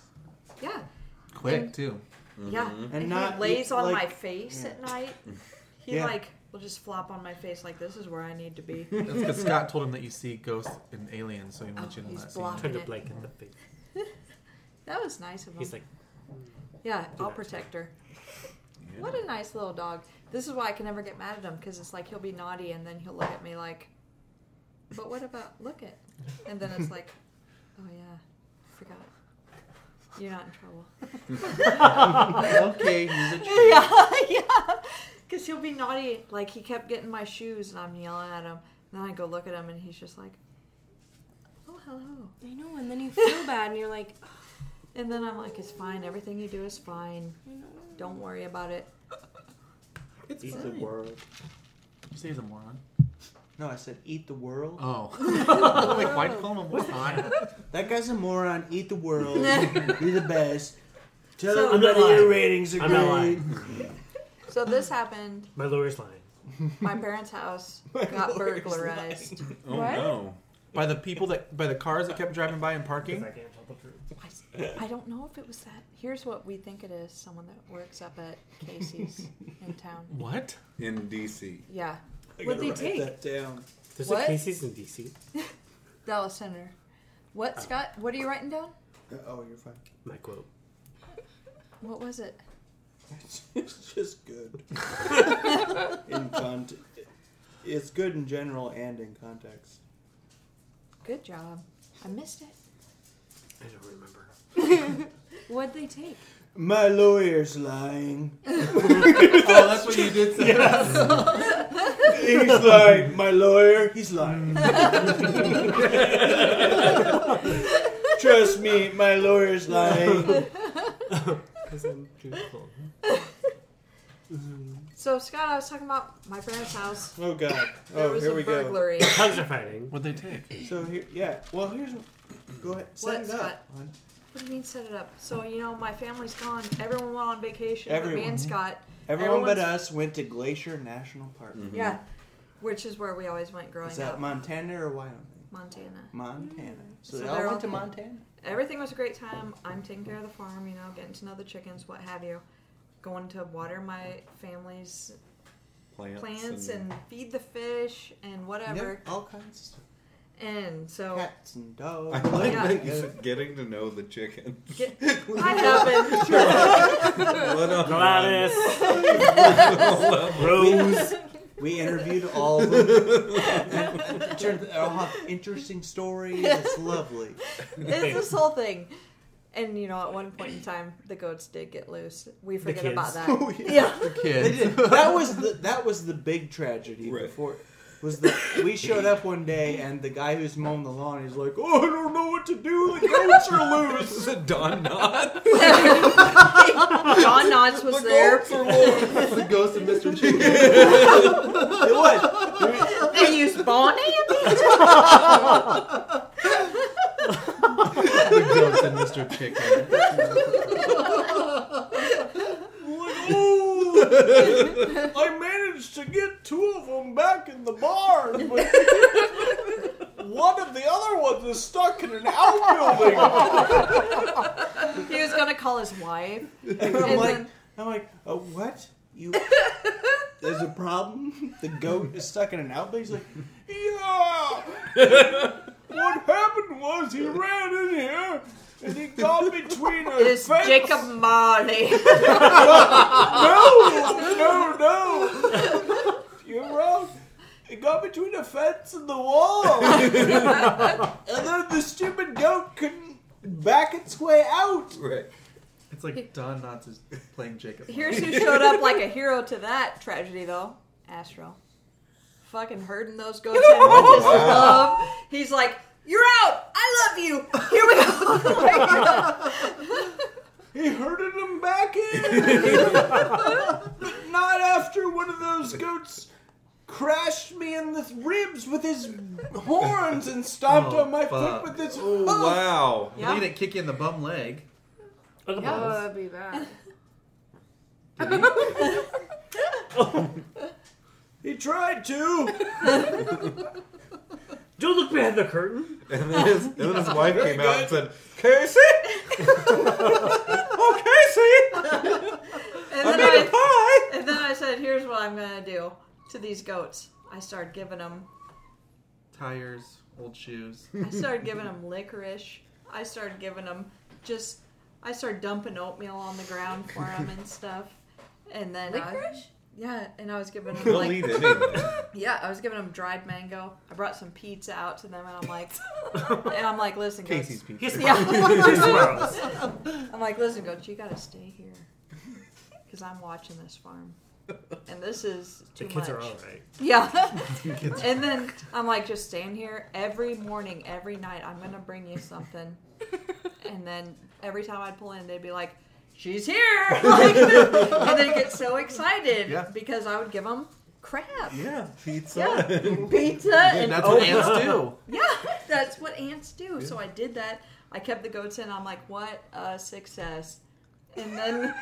Speaker 2: yeah.
Speaker 3: quick too.
Speaker 2: Yeah.
Speaker 1: And
Speaker 2: And,
Speaker 1: not-
Speaker 2: he lays on
Speaker 1: like-
Speaker 2: my face
Speaker 1: yeah.
Speaker 2: at night. He
Speaker 1: Yeah.
Speaker 2: like will just flop on my face like this is where I need to be.
Speaker 3: That's because Scott told him that you see ghosts and aliens, so he
Speaker 2: Oh,
Speaker 3: wants you to
Speaker 2: he's
Speaker 3: not see. them.
Speaker 2: blocked
Speaker 9: Turned a
Speaker 2: it.
Speaker 9: blanket the face.
Speaker 2: That was nice of him.
Speaker 9: He's like,
Speaker 2: yeah, I'll
Speaker 9: that.
Speaker 2: protect her.
Speaker 8: Mm-hmm.
Speaker 2: What a nice little dog. This is why I can never get mad at him because it's like he'll be naughty and then he'll look at me like, but what about look at? And then it's like, oh yeah, forgot. You're not in trouble.
Speaker 3: okay, he's a tree.
Speaker 2: yeah, yeah. Because he'll be naughty. Like, he kept getting my shoes, and I'm yelling at him. And then I go look at him, and he's just like, oh, hello.
Speaker 6: I know, and then you feel bad, and you're like, oh,
Speaker 2: And then I'm like, it's fine. Everything you do is fine. Don't worry about it.
Speaker 3: It's
Speaker 1: Eat
Speaker 3: fine.
Speaker 1: the world.
Speaker 3: You say he's a moron.
Speaker 1: No, I said eat the world.
Speaker 3: Oh, like why'd you call him a moron?
Speaker 1: That guy's a moron. Eat the world. be the best. Tell
Speaker 2: So- I'm
Speaker 9: not
Speaker 1: everybody your
Speaker 9: lying.
Speaker 1: ratings are
Speaker 9: I'm not
Speaker 1: great.
Speaker 9: lying.
Speaker 2: So, this happened.
Speaker 9: My lawyer's lying.
Speaker 2: My parents' house
Speaker 1: My
Speaker 2: got
Speaker 1: lawyer's
Speaker 2: burglarized.
Speaker 8: Oh
Speaker 6: What?
Speaker 8: no.
Speaker 3: by the people that by the cars that kept driving by and parking.
Speaker 9: Because I can't tell the truth.
Speaker 2: I s- I don't know if it was that. Here's what we think it is someone that works up at Casey's in town.
Speaker 3: What?
Speaker 8: In DC.
Speaker 2: Yeah.
Speaker 1: I gotta
Speaker 2: What'd they
Speaker 1: write
Speaker 2: take?
Speaker 1: That down.
Speaker 9: There's
Speaker 2: What?
Speaker 9: a Casey's in DC.
Speaker 2: Dallas Center. What, Scott? What are you writing down?
Speaker 1: Oh, you're fine.
Speaker 9: My quote.
Speaker 2: What was it?
Speaker 1: It's just good. in cont- it's good in general and in context.
Speaker 2: Good job. I missed it.
Speaker 9: I don't remember.
Speaker 6: what'd they take?
Speaker 1: My lawyer's lying.
Speaker 3: Oh, that's what you did say.
Speaker 1: He's like, my lawyer, he's lying. Trust me, my lawyer's lying.
Speaker 9: Because I'm truthful.
Speaker 2: So Scott, I was talking about my parents' house.
Speaker 1: Oh god.
Speaker 2: There
Speaker 1: Oh,
Speaker 2: was
Speaker 1: here
Speaker 2: a
Speaker 1: we go.
Speaker 2: burglary.
Speaker 9: Hugs are fighting.
Speaker 3: What'd they take?
Speaker 1: So here, yeah. Well, here's. Go ahead. Set
Speaker 2: What,
Speaker 1: it
Speaker 2: Scott?
Speaker 1: up. hon.
Speaker 2: What do you mean set it up? So you know, my family's gone. Everyone went on vacation. But me
Speaker 1: Everyone.
Speaker 2: and Scott.
Speaker 1: Everyone but
Speaker 2: Everyone's-
Speaker 1: us went to Glacier National Park.
Speaker 8: Mm-hmm.
Speaker 2: Yeah. Which is where we always went growing
Speaker 1: Mm-hmm. Is that
Speaker 2: up.
Speaker 1: Montana or Wyoming?
Speaker 2: Montana.
Speaker 1: Montana. So,
Speaker 2: Mm. So
Speaker 1: they
Speaker 2: they're
Speaker 1: all went
Speaker 2: all-
Speaker 1: to Montana.
Speaker 2: Everything was a great time. I'm taking care of the farm, you know, getting to know the chickens, what have you. Going to water my family's
Speaker 8: Plants,
Speaker 2: plants and feed the fish and whatever.
Speaker 1: Yep, all kinds of stuff.
Speaker 2: And so
Speaker 1: Cats and dogs.
Speaker 8: I like
Speaker 2: Yeah.
Speaker 8: that you're getting to know the chickens.
Speaker 2: Get- I haven't.
Speaker 8: What a-
Speaker 9: Gladys.
Speaker 1: Rose. We interviewed all of them. It turns- they all have interesting stories. It's lovely.
Speaker 2: it's this whole thing. And you know, at one point in time, the goats did get loose. We forget about
Speaker 9: kids.
Speaker 2: that.
Speaker 1: Oh, yeah.
Speaker 2: yeah.
Speaker 1: They did. That was the that was the big tragedy
Speaker 8: Right.
Speaker 1: before. Was the we showed up one day and the guy who's mowing the lawn is like, oh, I don't know what to do. The goats are loose.
Speaker 8: Is it Don Knotts?
Speaker 2: John Knotts was there.
Speaker 3: That's the ghost of Mr. Chicken.
Speaker 1: It was.
Speaker 2: They used Bonnie.
Speaker 3: the ghost of Mr. Chicken.
Speaker 1: Ooh, "Oh." I managed to get two of them back in the barn, but one of the other ones is stuck in an outbuilding.
Speaker 2: He was gonna call his wife.
Speaker 1: And I'm
Speaker 2: And
Speaker 1: like,
Speaker 2: then-
Speaker 1: I'm like, uh, what? You? There's a problem. The goat is stuck in an outbuilding. He's like, yeah. What happened was he ran in here and he got between a
Speaker 2: It's
Speaker 1: fence.
Speaker 2: Jacob Marley.
Speaker 1: no, no, no. You're wrong. It got between the fence and the wall. and then the stupid goat couldn't back its way out.
Speaker 8: Right.
Speaker 3: It's like Don Knotts is playing Jacob.
Speaker 2: Here's who showed up like a hero to that tragedy, though. Astro. Fucking herding those goats in with his love. He's like, "You're out. I love you. Here we go."
Speaker 1: He herded him back in. but not after one of those goats crashed me in the ribs with his horns and stomped
Speaker 3: Oh,
Speaker 1: on my foot
Speaker 3: fuck.
Speaker 1: with his
Speaker 8: Oh, wow.
Speaker 3: He
Speaker 2: yeah.
Speaker 3: didn't kick you in the bum leg.
Speaker 9: Look at
Speaker 6: Oh,
Speaker 9: those.
Speaker 6: that'd be bad.
Speaker 1: He tried to.
Speaker 9: Don't look behind the curtain.
Speaker 8: And then his, and then his wife came out and said,
Speaker 1: Casey? oh, Casey!
Speaker 2: And
Speaker 1: I
Speaker 2: then
Speaker 1: made a
Speaker 2: I,
Speaker 1: pie!
Speaker 2: and then I said, "Here's what I'm gonna do to these goats." I started giving them.
Speaker 3: Tires, old shoes.
Speaker 2: I started giving them licorice. I started giving them just. I started dumping oatmeal on the ground for them and stuff. And then I-
Speaker 6: Licorice?
Speaker 2: yeah, and I was giving them
Speaker 8: He'll
Speaker 2: like
Speaker 8: eat anything.
Speaker 2: Yeah, I was giving them dried mango. I brought some pizza out to them, and I'm like, and I'm like, listen, goats.
Speaker 3: Casey's pizza.
Speaker 9: Here's
Speaker 2: Yeah.
Speaker 9: Rose.
Speaker 2: I'm like, listen, goats, you gotta stay here, because I'm watching this farm, and this is too
Speaker 9: The kids
Speaker 2: much.
Speaker 9: are all right.
Speaker 2: Yeah,
Speaker 3: Kids.
Speaker 2: and then I'm like, just staying here every morning, every night. I'm gonna bring you something, and then every time I'd pull in, they'd be like. She's here, like, and they get so excited
Speaker 3: Yeah.
Speaker 2: because I would give them crap,
Speaker 8: yeah, pizza.
Speaker 2: yeah, pizza, and
Speaker 3: That's what ants do.
Speaker 2: Yeah, that's what ants do. So I did that. I kept the goats in. I'm like, what a success. And then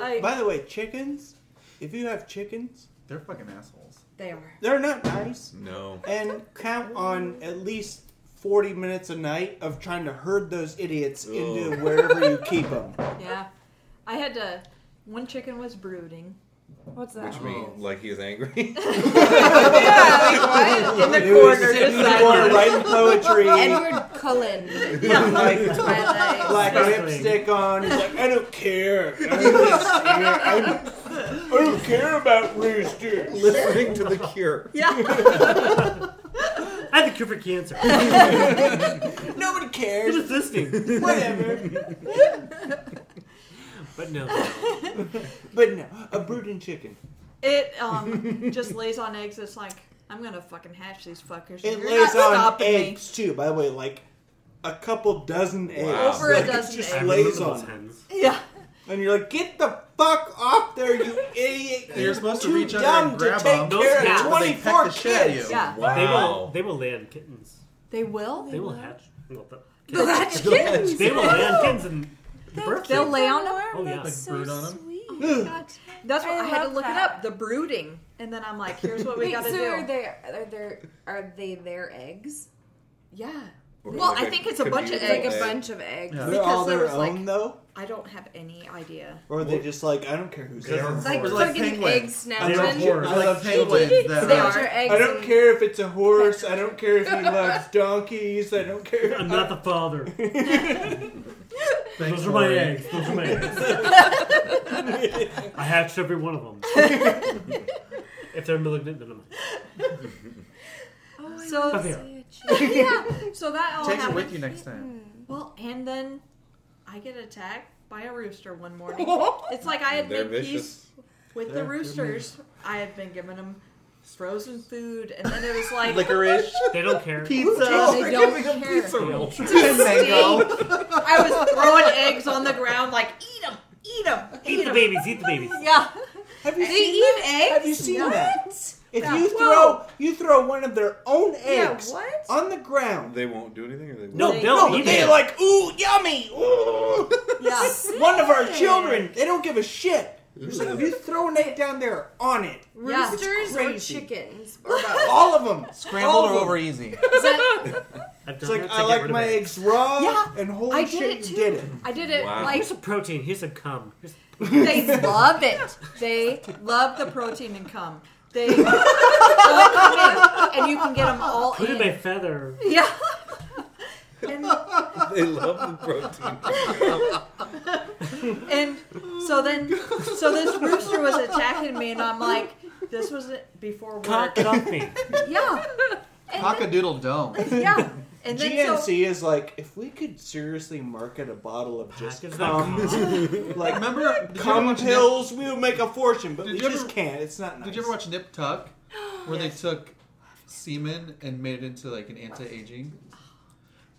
Speaker 2: I-
Speaker 1: By the way, chickens, if you have chickens,
Speaker 3: They're fucking assholes.
Speaker 2: they are.
Speaker 1: they're not nice.
Speaker 8: No.
Speaker 1: And count on at least 40 minutes a night of trying to herd those idiots into
Speaker 8: Ugh.
Speaker 1: wherever you keep them.
Speaker 2: Yeah. I had to. One chicken was brooding.
Speaker 6: What's that?
Speaker 8: Which means, like, he is angry.
Speaker 2: Yeah, like, what? In the corner.
Speaker 1: sitting in the
Speaker 2: just
Speaker 1: corner
Speaker 2: like-
Speaker 1: writing poetry,
Speaker 6: Edward Cullen.
Speaker 1: like,
Speaker 6: Twilight.
Speaker 1: black
Speaker 9: Disgusting.
Speaker 1: lipstick on. He's like, I don't care. I don't care, I don't- I don't care about roosters.
Speaker 8: Listening to the cure.
Speaker 2: Yeah.
Speaker 9: I have a cure for cancer.
Speaker 1: Nobody
Speaker 9: Who's
Speaker 1: cares.
Speaker 9: listening?
Speaker 1: Whatever.
Speaker 9: But no.
Speaker 1: But no, a brooding chicken.
Speaker 2: It um, just lays on eggs. It's like, I'm going to fucking hatch these fuckers.
Speaker 1: It
Speaker 2: You're
Speaker 1: lays
Speaker 2: not
Speaker 1: on
Speaker 2: stopping me.
Speaker 1: eggs too. By the way, like a couple dozen eggs.
Speaker 8: Over a
Speaker 1: Like,
Speaker 2: dozen
Speaker 1: it just
Speaker 2: eggs.
Speaker 9: I
Speaker 1: lays
Speaker 9: remember those
Speaker 1: on,
Speaker 9: hens.
Speaker 2: Yeah.
Speaker 1: and you're like, "Get the fuck off there, you idiot!
Speaker 3: You're supposed to
Speaker 1: too
Speaker 3: reach under
Speaker 1: dumb
Speaker 3: and grab
Speaker 1: to take
Speaker 3: them.
Speaker 9: Those
Speaker 1: care
Speaker 9: cats,
Speaker 1: of
Speaker 9: they
Speaker 3: peck the
Speaker 1: 24
Speaker 3: shit out of
Speaker 1: kids."
Speaker 3: you.
Speaker 2: Yeah.
Speaker 8: Wow.
Speaker 9: They will. They will land kittens.
Speaker 2: They will?
Speaker 9: They will hatch. Well, the-
Speaker 2: They'll hatch kittens.
Speaker 9: They will land kittens and
Speaker 3: The birth
Speaker 2: They'll
Speaker 3: rate.
Speaker 2: lay on them.
Speaker 9: oh yeah.
Speaker 3: like brood on them.
Speaker 2: That's what I,
Speaker 6: I
Speaker 2: had to
Speaker 6: love
Speaker 2: look it
Speaker 6: that.
Speaker 2: up. The brooding, and then I'm like, here's what we
Speaker 6: Wait,
Speaker 2: gotta
Speaker 6: so
Speaker 2: do.
Speaker 6: are there are there are they their eggs?
Speaker 2: yeah,
Speaker 8: Or
Speaker 2: Well,
Speaker 8: like
Speaker 2: I think it's a bunch of
Speaker 8: communal
Speaker 2: eggs.
Speaker 6: Like a
Speaker 8: egg.
Speaker 6: bunch of eggs.
Speaker 1: They're all
Speaker 2: there
Speaker 1: their
Speaker 2: was, like-
Speaker 1: own though,
Speaker 2: I don't have any idea.
Speaker 1: or are they just like I don't care who's
Speaker 9: They're
Speaker 1: there.
Speaker 9: It's
Speaker 6: Like
Speaker 3: They're
Speaker 6: fucking
Speaker 3: penguins.
Speaker 6: egg
Speaker 9: They're
Speaker 6: snatching.
Speaker 9: horse.
Speaker 3: I love penguins. that
Speaker 2: They
Speaker 3: are-
Speaker 2: are.
Speaker 1: I don't care if it's a horse. I don't care if he loves donkeys. I don't care.
Speaker 9: I'm not the father.
Speaker 3: Thanks,
Speaker 9: Those are my
Speaker 3: Lori.
Speaker 9: eggs. Those are my eggs. I hatched every one of them. if they're malignant, then I'm.
Speaker 2: So
Speaker 9: Okay.
Speaker 2: yeah, so that all
Speaker 3: Take it
Speaker 2: happened.
Speaker 3: with you next time.
Speaker 2: Well, and then I get attacked by a rooster one morning. it's like I had
Speaker 8: They're
Speaker 2: made peace
Speaker 8: vicious.
Speaker 2: with
Speaker 3: They're-
Speaker 2: the
Speaker 3: they're
Speaker 2: roosters. I had been giving them frozen food, and then it was like
Speaker 3: Licorice,
Speaker 9: They don't care.
Speaker 3: pizza,
Speaker 2: they don't care.
Speaker 9: They don't care.
Speaker 3: and mango.
Speaker 2: I was throwing eggs on the ground, like eat them, eat them,
Speaker 9: Eat the babies. Eat the babies.
Speaker 2: Yeah,
Speaker 1: Have you
Speaker 2: they
Speaker 1: seen
Speaker 2: eat eggs.
Speaker 1: Have you seen
Speaker 2: what?
Speaker 1: that? If
Speaker 2: Yeah.
Speaker 1: you
Speaker 2: Whoa.
Speaker 1: throw you throw one of their own
Speaker 2: Yeah,
Speaker 1: eggs
Speaker 2: what?
Speaker 1: on the ground,
Speaker 8: They won't do anything. Or they will?
Speaker 9: No,
Speaker 2: They-
Speaker 9: they'll
Speaker 1: no,
Speaker 9: eat
Speaker 1: they're
Speaker 9: it.
Speaker 1: like ooh yummy. Ooh.
Speaker 2: Yeah.
Speaker 1: one of our children. They don't give a shit. So if you throw an egg down there, on it.
Speaker 2: Yeah.
Speaker 6: Roosters or
Speaker 1: crazy.
Speaker 6: chickens?
Speaker 1: All of them.
Speaker 3: Scrambled or over easy.
Speaker 6: Is that-
Speaker 9: I've
Speaker 1: It's
Speaker 9: done
Speaker 1: like
Speaker 9: that to
Speaker 1: I
Speaker 9: get
Speaker 1: like
Speaker 9: rid of
Speaker 1: my
Speaker 9: it.
Speaker 1: eggs raw
Speaker 2: Yeah,
Speaker 1: and holy
Speaker 2: I did
Speaker 1: shit,
Speaker 2: it
Speaker 1: you
Speaker 2: too.
Speaker 1: did it.
Speaker 2: I did it
Speaker 8: Wow.
Speaker 2: like
Speaker 9: Here's a protein. Here's a cum. Here's
Speaker 2: They love it. They love the protein and cum. They love cum in, and you can get them all
Speaker 9: put in
Speaker 2: in.
Speaker 9: my feather.
Speaker 2: Yeah. And,
Speaker 8: they love the protein.
Speaker 2: and so then, so this rooster was attacking me, and I'm like, this was before
Speaker 9: Cock
Speaker 2: work.
Speaker 9: it off me.
Speaker 2: Yeah,
Speaker 3: Cock a doodle dome.
Speaker 2: yeah. And then
Speaker 1: GNC
Speaker 2: so,
Speaker 1: is like if we could seriously market a bottle of just
Speaker 9: Package that
Speaker 1: cum,
Speaker 9: cum.
Speaker 1: like
Speaker 3: Remember? Did you ever
Speaker 1: cum
Speaker 3: watch
Speaker 1: pills, we would make a fortune. But
Speaker 3: Did
Speaker 1: we
Speaker 3: you ever-
Speaker 1: just can't. It's not
Speaker 3: Nip,
Speaker 1: nice.
Speaker 3: did you ever watch Nip Tuck, where
Speaker 2: Yes.
Speaker 3: they took semen and made it into like an anti-aging?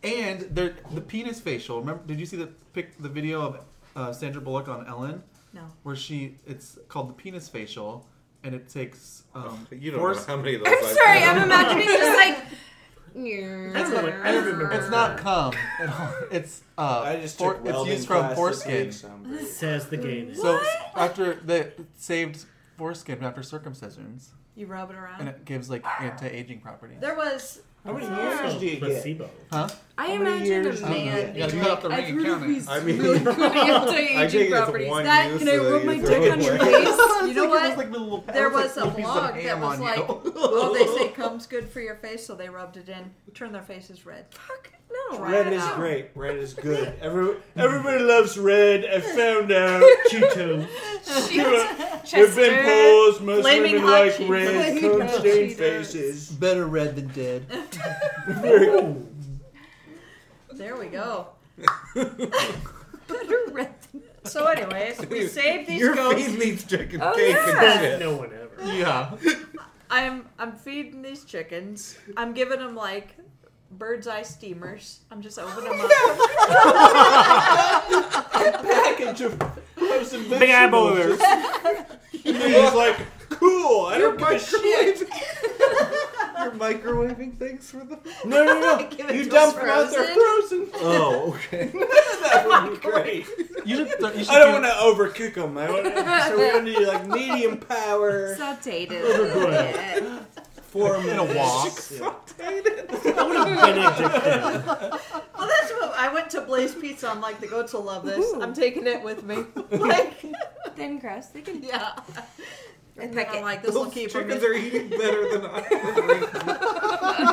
Speaker 3: And their the penis facial. Remember? Did you see the pic, the video of uh, Sandra Bullock on Ellen,
Speaker 2: no.
Speaker 3: where she? It's called the penis facial, and it takes. Um,
Speaker 8: You don't
Speaker 3: four-
Speaker 8: know how many of those.
Speaker 6: I'm
Speaker 8: I've
Speaker 6: sorry,
Speaker 8: had.
Speaker 6: I'm imagining just like.
Speaker 9: I don't remember.
Speaker 3: It's not cum. at all. It's uh,
Speaker 1: I just
Speaker 3: for-
Speaker 1: took
Speaker 3: it's
Speaker 1: welding
Speaker 3: used from
Speaker 1: class this week,
Speaker 3: foreskin.
Speaker 1: so I'm very-
Speaker 9: Says the gay man.
Speaker 3: So after they saved foreskin after circumcisions,
Speaker 2: You rub it
Speaker 3: and
Speaker 2: around.
Speaker 3: it gives like anti-aging properties.
Speaker 2: There was
Speaker 1: How many years do you get?
Speaker 9: Placebo.
Speaker 3: Huh?
Speaker 6: I
Speaker 1: How many
Speaker 6: imagine
Speaker 1: years
Speaker 6: a
Speaker 1: do you
Speaker 6: man.
Speaker 1: get?
Speaker 3: You gotta cut off the ring and count it.
Speaker 8: I mean, I
Speaker 6: anti-aging
Speaker 8: think
Speaker 6: properties.
Speaker 8: it's one
Speaker 6: That
Speaker 8: use.
Speaker 6: can I
Speaker 8: so
Speaker 6: rub
Speaker 8: you
Speaker 6: my
Speaker 8: throw
Speaker 6: dick
Speaker 8: it
Speaker 6: on your
Speaker 8: away.
Speaker 2: face? You know
Speaker 3: It was,
Speaker 2: what?
Speaker 3: like, little-
Speaker 2: There
Speaker 3: it
Speaker 2: was a
Speaker 3: piece of
Speaker 2: blog that
Speaker 3: ham
Speaker 2: was
Speaker 3: on
Speaker 2: like,
Speaker 3: you.
Speaker 2: well, they say cum's good for your face, so they rubbed it in. Turn their faces red.
Speaker 6: Fuck no.
Speaker 2: Right.
Speaker 1: Red is
Speaker 2: Yeah.
Speaker 1: great. Red is good. Every, everybody loves red. I found out.
Speaker 9: Cheeto.
Speaker 1: There've been
Speaker 6: Chester.
Speaker 1: polls. Most
Speaker 2: Flaming
Speaker 1: women
Speaker 2: hot
Speaker 1: like
Speaker 2: cheeks.
Speaker 1: red.
Speaker 2: Flaming
Speaker 1: Cum
Speaker 2: hot
Speaker 1: stained
Speaker 2: cheeks.
Speaker 1: faces.
Speaker 3: better red than dead.
Speaker 1: Oh,
Speaker 2: There we go. Better red. So, anyways, we saved these
Speaker 8: You're
Speaker 2: goats.
Speaker 8: feeding these chicken
Speaker 2: Oh,
Speaker 8: cake
Speaker 2: yeah.
Speaker 8: and shit.
Speaker 9: No one ever.
Speaker 3: yeah.
Speaker 2: I'm I'm feeding these chickens. I'm giving them like bird's eye steamers. I'm just opening them up.
Speaker 1: Package of fruits and
Speaker 9: Big eye
Speaker 1: vegetables.
Speaker 9: boilers.
Speaker 1: And then he's like, cool. I don't give a shit.
Speaker 8: You're microwaving things for them?
Speaker 1: No, no, no.
Speaker 2: Give it
Speaker 1: you
Speaker 2: to
Speaker 1: dump
Speaker 2: us
Speaker 1: them out there frozen.
Speaker 8: Oh, okay.
Speaker 1: that would be great.
Speaker 3: You should, th- you should
Speaker 1: I don't want
Speaker 3: do-
Speaker 1: to overcook them. I want so we don't need like medium power
Speaker 6: Sauteed it.
Speaker 1: for them
Speaker 3: In a wok.
Speaker 9: Benedict.
Speaker 2: Well, that's what I went to Blaze Pizza. I'm like, the goats will love this. I'm taking it with me. Like,
Speaker 6: Thin crust. They can do
Speaker 2: yeah. And then
Speaker 6: Peck
Speaker 2: I'm
Speaker 6: it.
Speaker 2: like, this will
Speaker 8: Those
Speaker 2: keep 'em
Speaker 8: chickens
Speaker 2: in-
Speaker 8: are eating better than I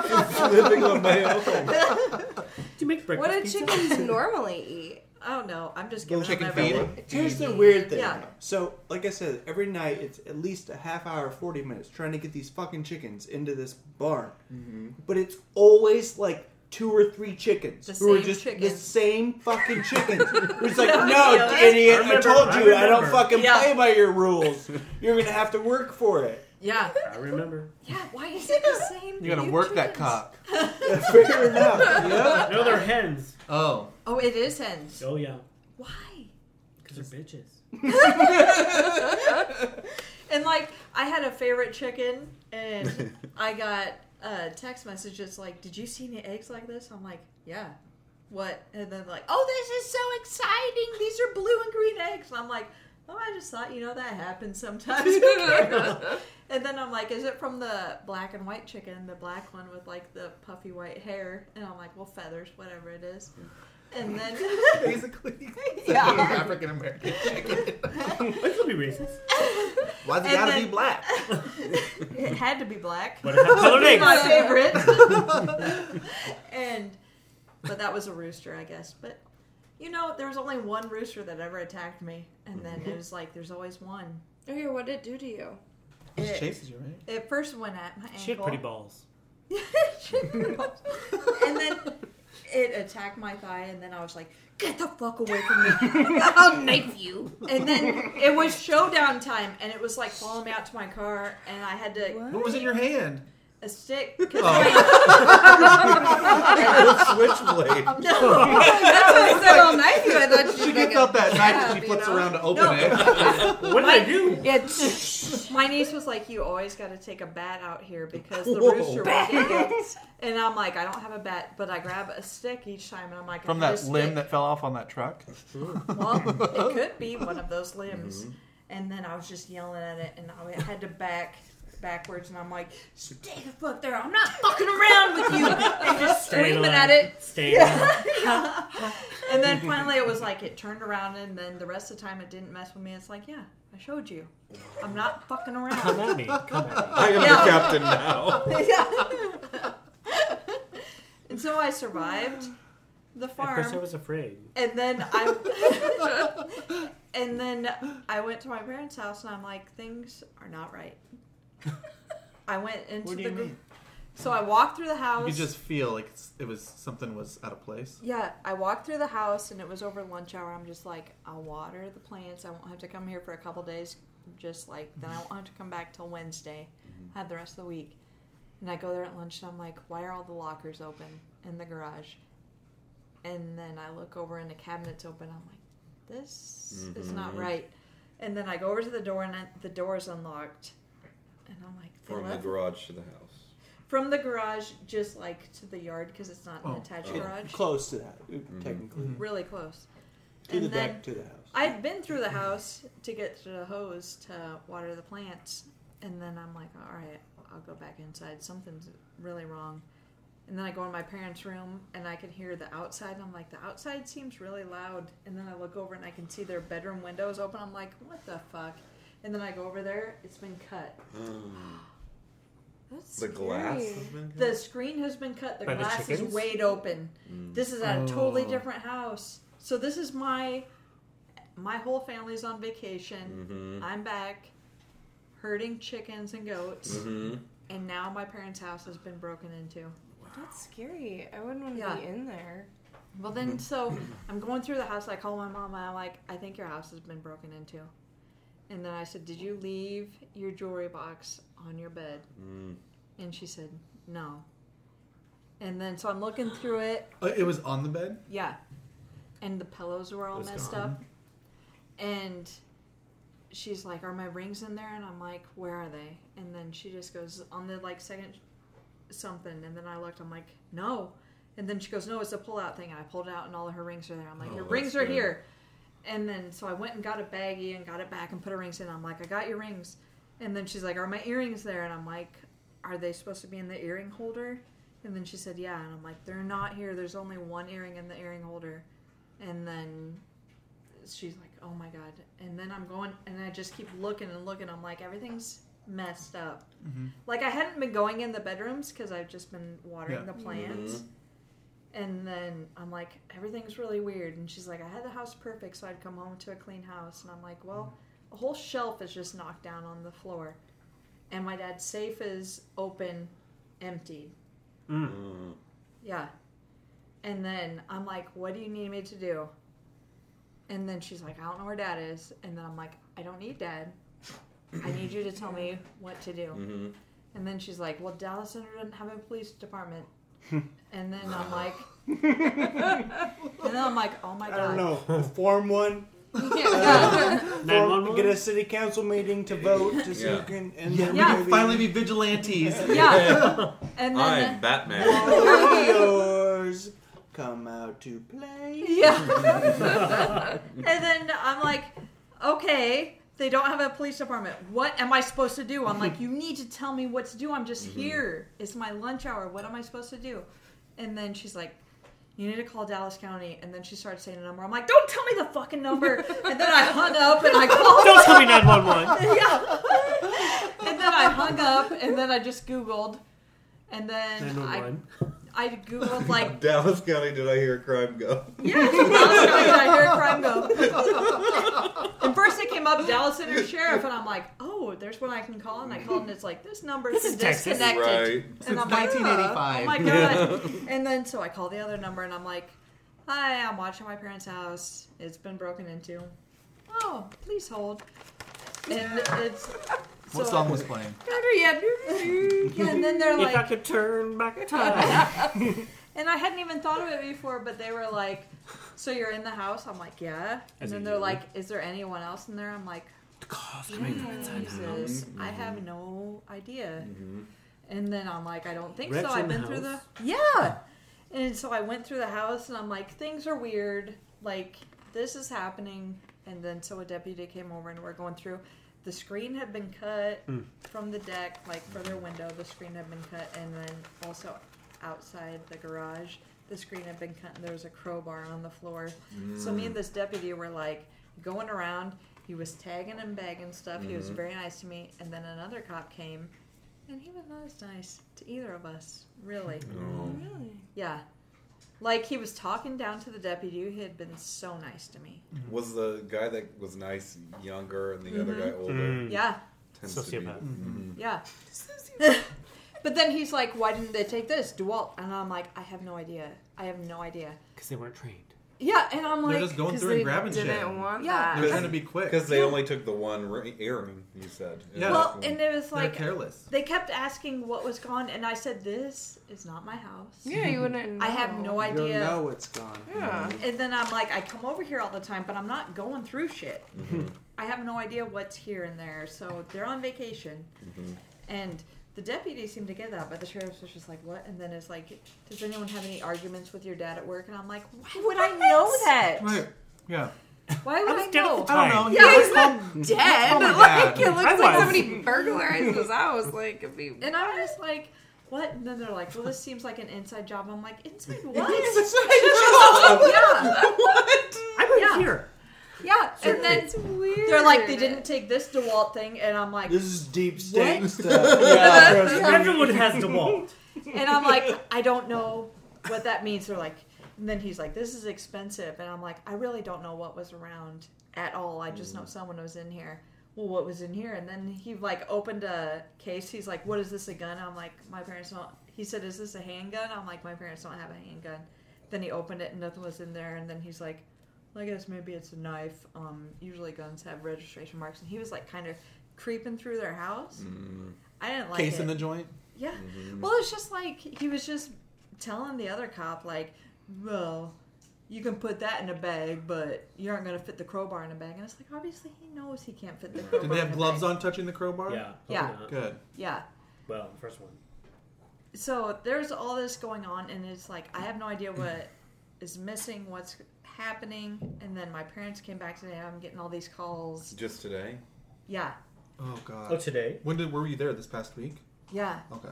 Speaker 8: am. Just living on my own.
Speaker 9: Do you make breakfast
Speaker 6: What do
Speaker 9: pizza?
Speaker 6: chickens normally eat?
Speaker 2: I don't know. Oh, I'm just giving
Speaker 3: chicken
Speaker 2: them everything.
Speaker 3: feed.
Speaker 1: Here's the weird thing.
Speaker 2: Mm-hmm. Yeah.
Speaker 1: So, like I said, every night it's at least a half hour, 40 minutes trying to get these fucking chickens into this barn.
Speaker 9: Mm-hmm.
Speaker 1: But it's always like two or three chickens
Speaker 2: The
Speaker 1: who are
Speaker 2: same
Speaker 1: just the
Speaker 2: chickens.
Speaker 1: same fucking chickens. it's like,
Speaker 2: No,
Speaker 1: no,
Speaker 2: no, that's-
Speaker 1: idiot, I,
Speaker 9: I remember-
Speaker 1: told
Speaker 9: I
Speaker 1: you I, don't
Speaker 9: remember."
Speaker 1: fucking
Speaker 2: Yeah.
Speaker 1: play by your rules. You're going to have to work for it.
Speaker 2: Yeah.
Speaker 9: I remember.
Speaker 2: Yeah. Why is it the same?
Speaker 3: You gotta
Speaker 2: few
Speaker 3: work that
Speaker 2: chickens?
Speaker 3: cock.
Speaker 1: Fair enough. Yeah.
Speaker 9: No, they're hens.
Speaker 3: Oh.
Speaker 2: Oh, it is hens.
Speaker 9: Oh yeah,
Speaker 2: Why?
Speaker 9: because they're bitches.
Speaker 2: And like, I had a favorite chicken, and I got a text message that's like, "Did you see any eggs like this?" I'm like, "Yeah." What? And then like, "Oh, this is so exciting! These are blue and green eggs." And I'm like, Oh, I just thought, you know, that happens sometimes. and then I'm like, is it from the black and white chicken, the black one with like the puffy white hair? And I'm like, well, feathers, whatever it is. And then
Speaker 3: basically,
Speaker 2: Yeah.
Speaker 3: African American chicken.
Speaker 9: This will be racist.
Speaker 3: Why's it
Speaker 2: And
Speaker 3: gotta
Speaker 2: then-
Speaker 3: be black?
Speaker 2: it had to be black.
Speaker 9: But it had colored eggs.
Speaker 2: My favorite. and but that was a rooster, I guess. But you know, there was only one rooster that ever attacked me, and then it was like there's always one.
Speaker 6: Oh yeah, what did it do to you?
Speaker 3: Just
Speaker 2: It,
Speaker 3: chases you, right?
Speaker 2: it first went at my ankle.
Speaker 9: She had pretty balls.
Speaker 2: and then it attacked my thigh, and then I was like, "Get the fuck away from me! I'll knife you!" And then it was showdown time, and it was like following me out to my car, and I had to
Speaker 3: What was in your hand?
Speaker 2: a stick. 'cause
Speaker 3: Switchblade.
Speaker 2: my- no, that's what I said. I'll knife you. I thought
Speaker 3: She
Speaker 2: she'd
Speaker 3: gets
Speaker 2: like
Speaker 3: out that
Speaker 2: stab,
Speaker 3: knife and she
Speaker 2: you
Speaker 3: flips
Speaker 2: know?
Speaker 3: around to open
Speaker 2: No.
Speaker 3: it.
Speaker 9: What did I do?
Speaker 2: Yeah, my niece was like, "You always got to take a bat out here because the
Speaker 3: Whoa.
Speaker 2: rooster will kill you." And I'm like, "I don't have a bat, but I grab a stick each time." And I'm like, I
Speaker 3: From
Speaker 2: put a
Speaker 3: that limb
Speaker 2: stick-
Speaker 3: that fell off on that Mm-hmm. truck.
Speaker 2: Well, it could be one of those limbs. And then I was just yelling at it, and I had to back backwards, and I'm like, "Stay the fuck there! I'm not fucking around with you!" And just
Speaker 9: Stay
Speaker 2: screaming
Speaker 9: alive.
Speaker 2: at it.
Speaker 9: Stay alive.
Speaker 2: And then finally, it was like it turned around, and then the rest of the time, it didn't mess with me. It's like, yeah, I showed you. I'm not fucking around.
Speaker 9: Come at me. Come at me.
Speaker 8: I am
Speaker 2: Yeah.
Speaker 8: the captain now.
Speaker 2: and so I survived the
Speaker 9: At first, I
Speaker 2: farm,
Speaker 9: was afraid.
Speaker 2: and then I, and then I went to my parents' house, and I'm like, things are not right. I went into
Speaker 1: What do
Speaker 2: the
Speaker 1: you
Speaker 2: gr-
Speaker 1: mean?
Speaker 2: so I walked through the house.
Speaker 3: You could just feel like it's, it was something was out of place.
Speaker 2: Yeah, I walked through the house and it was over lunch hour. I'm just like, I'll water the plants. I won't have to come here for a couple days. Just like, then I won't have to come back till Wednesday.
Speaker 8: Mm-hmm.
Speaker 2: Have the rest of the week. And I go there at lunch and I'm like, why are all the lockers open in the garage? And then I look over and the cabinet's open. I'm like, this is not
Speaker 8: Mm-hmm.
Speaker 2: right. And then I go over to the door and I, the door is unlocked. And I'm like, they
Speaker 8: From the
Speaker 2: left-
Speaker 8: garage to the house.
Speaker 2: from the garage just like to the yard because it's not an
Speaker 3: Oh.
Speaker 2: attached
Speaker 8: Oh.
Speaker 2: garage.
Speaker 1: Close to that,
Speaker 9: Mm-hmm.
Speaker 1: technically.
Speaker 2: Really close.
Speaker 1: To the
Speaker 2: And then-
Speaker 1: deck, to the house.
Speaker 2: I've been through the house to get to the hose to water the plants, and then I'm like, all right, I'll go back inside. Something's really wrong. And then I go in my parents' room and I can hear the outside. And I'm like, the outside seems really loud. And then I look over and I can see their bedroom windows open. I'm like, what the fuck? And then I go over there, it's been cut.
Speaker 5: Mm-hmm.
Speaker 2: Um,
Speaker 6: That's
Speaker 8: The glass
Speaker 6: scary.
Speaker 8: has been
Speaker 2: The screen has been cut. The
Speaker 9: By the
Speaker 2: glass is
Speaker 9: chickens? Mm.
Speaker 2: wide open. This is at a totally
Speaker 3: Oh.
Speaker 2: different house. So this is my my whole family's on
Speaker 9: Mm.
Speaker 2: vacation.
Speaker 5: Mm.
Speaker 8: Mm-hmm.
Speaker 2: I'm back herding chickens and goats,
Speaker 5: Mm.
Speaker 8: hmm
Speaker 2: and now my parents' house has been broken into.
Speaker 6: That's scary. I wouldn't want to
Speaker 2: Yeah.
Speaker 6: be in there.
Speaker 2: Well, then, so I'm going through the house. I call my mom, and I'm like, I think your house has been broken into. And then I said, Did you leave your jewelry box on your bed? And she said, No. And then, so I'm looking through it,
Speaker 3: Uh, It was on the bed.
Speaker 2: Yeah. And the pillows were all
Speaker 9: It's
Speaker 2: messed up. And she's like, Are my rings in there? And I'm like, Where are they? And then she just goes, On the like second something. And then I looked, I'm like, No. And then she goes, No, it's a pull out thing. And I pulled it out and all of her rings are there. I'm like,
Speaker 8: Oh,
Speaker 2: Your
Speaker 8: that's
Speaker 2: rings are
Speaker 8: good.
Speaker 2: here. And then so I went and got a baggie and got it back and put her rings in. I'm like, I got your rings. And then she's like, Are my earrings there? And I'm like, Are they supposed to be in the earring holder? And then she said, Yeah. And I'm like, They're not here. There's only one earring in the earring holder. And then she's like, Oh my God. And then I'm going, and I just keep looking and looking. I'm like, Everything's messed up. Like, I hadn't been going in the bedrooms because I've just been watering
Speaker 3: Yeah.
Speaker 2: the plants. And then I'm like, everything's really weird. And she's like, I had the house perfect, so I'd come home to a clean house. And I'm like, well, a whole shelf is just knocked down on the floor. And my dad's safe is open, emptied. Yeah. And then I'm like, what do you need me to do? And then she's like, I don't know where dad is. And then I'm like, I don't need dad. I need you to tell me what to do. And then she's like, well, Dallas Center doesn't have a police department. and then I'm like, and then I'm like, oh my
Speaker 1: I
Speaker 2: god.
Speaker 1: don't know. Form one.
Speaker 2: Yeah.
Speaker 9: Nine one
Speaker 1: Form,
Speaker 9: one.
Speaker 1: get a city council meeting to vote to see
Speaker 8: Yeah.
Speaker 1: who can. And
Speaker 3: Yeah,
Speaker 1: then
Speaker 3: we
Speaker 2: Yeah.
Speaker 3: can finally be vigilantes.
Speaker 2: Yeah. And then,
Speaker 8: I'm Batman.
Speaker 1: Warriors, come out to play.
Speaker 2: yeah. and then I'm like, okay, they don't have a police department. What am I supposed to do? I'm like, you need to tell me what to do. I'm just here. It's my lunch hour. What am I supposed to do? And then she's like, you need to call Dallas County. And then she started saying a number. I'm like, don't tell me the fucking number. And then I hung up and I called.
Speaker 9: Don't tell me 911.
Speaker 2: yeah. And then I hung up and then I just Googled. And then I,
Speaker 9: 911.
Speaker 2: I Googled like
Speaker 5: Dallas County, did I hear a crime go?
Speaker 2: Yeah, it's in Dallas County. I heard crime go. and first it came up Dallas Center Sheriff, and I'm like, oh, there's one I can call, and I called, and it's like this number
Speaker 9: This
Speaker 2: is
Speaker 9: is Texas.
Speaker 2: disconnected.
Speaker 5: Right.
Speaker 2: And
Speaker 3: Since
Speaker 2: I'm like,
Speaker 3: 1985.
Speaker 2: Oh my god! and then so I call the other number, and I'm like, hi, I'm watching my parents' house. It's been broken into. Oh, please hold. And it's
Speaker 3: What
Speaker 2: so-
Speaker 3: song was playing?
Speaker 2: Yeah, and then they're
Speaker 9: If I
Speaker 2: like,
Speaker 9: could turn back time.
Speaker 2: And I hadn't even thought of it before, but they were like, "So you're in the house?" I'm like, "Yeah." And
Speaker 9: As
Speaker 2: then
Speaker 9: you
Speaker 2: they're
Speaker 9: do.
Speaker 2: like, "Is there anyone else in there?" I'm like, "Jesus, I have no idea." And then I'm like, "I don't think
Speaker 9: Rats
Speaker 2: so. I've
Speaker 9: in the
Speaker 2: been through the
Speaker 9: house?
Speaker 2: yeah." And so I went through the house, and I'm like, "Things are weird. Like this is happening." And then so a deputy came over, and we're going through. The screen had been cut from the deck, like for their window. The screen had been cut, and then also outside the garage. The screen had been cut, and there was a crowbar on the floor. So me and this deputy were like going around. He was tagging and bagging stuff. He was
Speaker 3: Mm-hmm.
Speaker 2: very nice to me. And then another cop came, and he was not as nice to either of us, really.
Speaker 3: Mm-hmm.
Speaker 5: Oh.
Speaker 2: Yeah. Like he was talking down to the deputy. He had been so nice to me.
Speaker 5: Was the guy that was nice younger and the other guy
Speaker 2: Mm-hmm.
Speaker 5: older?
Speaker 2: Yeah.
Speaker 5: Tends
Speaker 9: Mm-hmm.
Speaker 5: Mm-hmm.
Speaker 9: Sociopath.
Speaker 3: Mm-hmm.
Speaker 2: Yeah. but then he's like, "Why didn't they take this, Dewalt?" And I'm like, "I have no idea. I have no idea."
Speaker 9: Because they weren't trained.
Speaker 2: Yeah, and I'm like,
Speaker 3: They're just going
Speaker 6: Because
Speaker 3: through
Speaker 6: they
Speaker 3: and grabbing shit.
Speaker 6: didn't
Speaker 3: They're
Speaker 6: want
Speaker 2: Yeah.
Speaker 6: that.
Speaker 3: trying to be quick.
Speaker 5: Because they only took the one ri- earring, you said.
Speaker 3: Yeah.
Speaker 2: well, and it was
Speaker 3: They're
Speaker 2: like
Speaker 3: careless.
Speaker 2: They kept asking what was gone, and I said, "This is not my house.
Speaker 6: Yeah, you wouldn't.
Speaker 2: I have no
Speaker 1: You don't
Speaker 2: idea."
Speaker 1: know it's gone.
Speaker 6: Yeah.
Speaker 2: And then I'm like, "I come over here all the time, but I'm not going through shit. I have no idea what's here and there." So they're on vacation, and the deputy seemed to get that, but the sheriff was just like, "What?" And then it's like, "Does anyone have any arguments with your dad at work?" And I'm like, "Why would I know that?
Speaker 3: Right. Yeah.
Speaker 2: Why would I,
Speaker 9: dead
Speaker 2: know?"
Speaker 9: at the
Speaker 3: I don't know.
Speaker 6: Yeah,
Speaker 3: let's
Speaker 6: he's
Speaker 3: call-
Speaker 6: dead.
Speaker 3: Oh my
Speaker 6: like
Speaker 3: God.
Speaker 6: it
Speaker 9: I
Speaker 6: looks like
Speaker 9: was.
Speaker 6: somebody burglarized his house. Like if he
Speaker 2: And I'm just like, "What?" And then they're like, "Well, this seems like an inside job." I'm like, "Inside what?" yeah.
Speaker 9: I went
Speaker 2: Yeah.
Speaker 9: here.
Speaker 2: Yeah, and then
Speaker 6: It's weird.
Speaker 2: they're like, they didn't take this DeWalt thing, and I'm like,
Speaker 1: This is deep state stuff. Yeah, trust me.
Speaker 9: Everyone has DeWalt.
Speaker 2: and I'm like, I don't know what that means. They're like, and then he's like, this is expensive, and I'm like, I really don't know what was around at all. I just know
Speaker 3: Mm.
Speaker 2: someone was in here. Well, what was in here? And then he like opened a case. He's like, what is this a gun? I'm like, my parents don't. He said, is this a handgun? I'm like, my parents don't have a handgun. Then he opened it and nothing was in there. And then he's like, well, I guess maybe it's a knife. Um, usually guns have registration marks. And he was like kind of creeping through their house. I didn't like
Speaker 3: Mm. Case
Speaker 2: it.
Speaker 3: in the joint.
Speaker 2: Yeah.
Speaker 3: Mm-hmm.
Speaker 2: Well, it's just like he was just telling the other cop, like, well, you can put that in a bag, but you aren't going to fit the crowbar in a bag. And it's like, obviously, he knows he can't fit the crowbar.
Speaker 3: Did they
Speaker 2: in
Speaker 3: have
Speaker 2: a
Speaker 3: gloves
Speaker 2: bag.
Speaker 3: on touching the crowbar?
Speaker 9: Yeah.
Speaker 2: Yeah.
Speaker 9: probably not.
Speaker 3: Good.
Speaker 2: Yeah.
Speaker 9: Well, the first one.
Speaker 2: So there's all this going on, and it's like, I have no idea what is missing, what's happening. And then my parents came back today, I'm getting all these calls.
Speaker 5: Just today?
Speaker 2: Yeah.
Speaker 3: Oh
Speaker 9: Oh,
Speaker 3: god.
Speaker 9: today?
Speaker 3: When did were you there this past week?
Speaker 2: Yeah.
Speaker 3: Okay.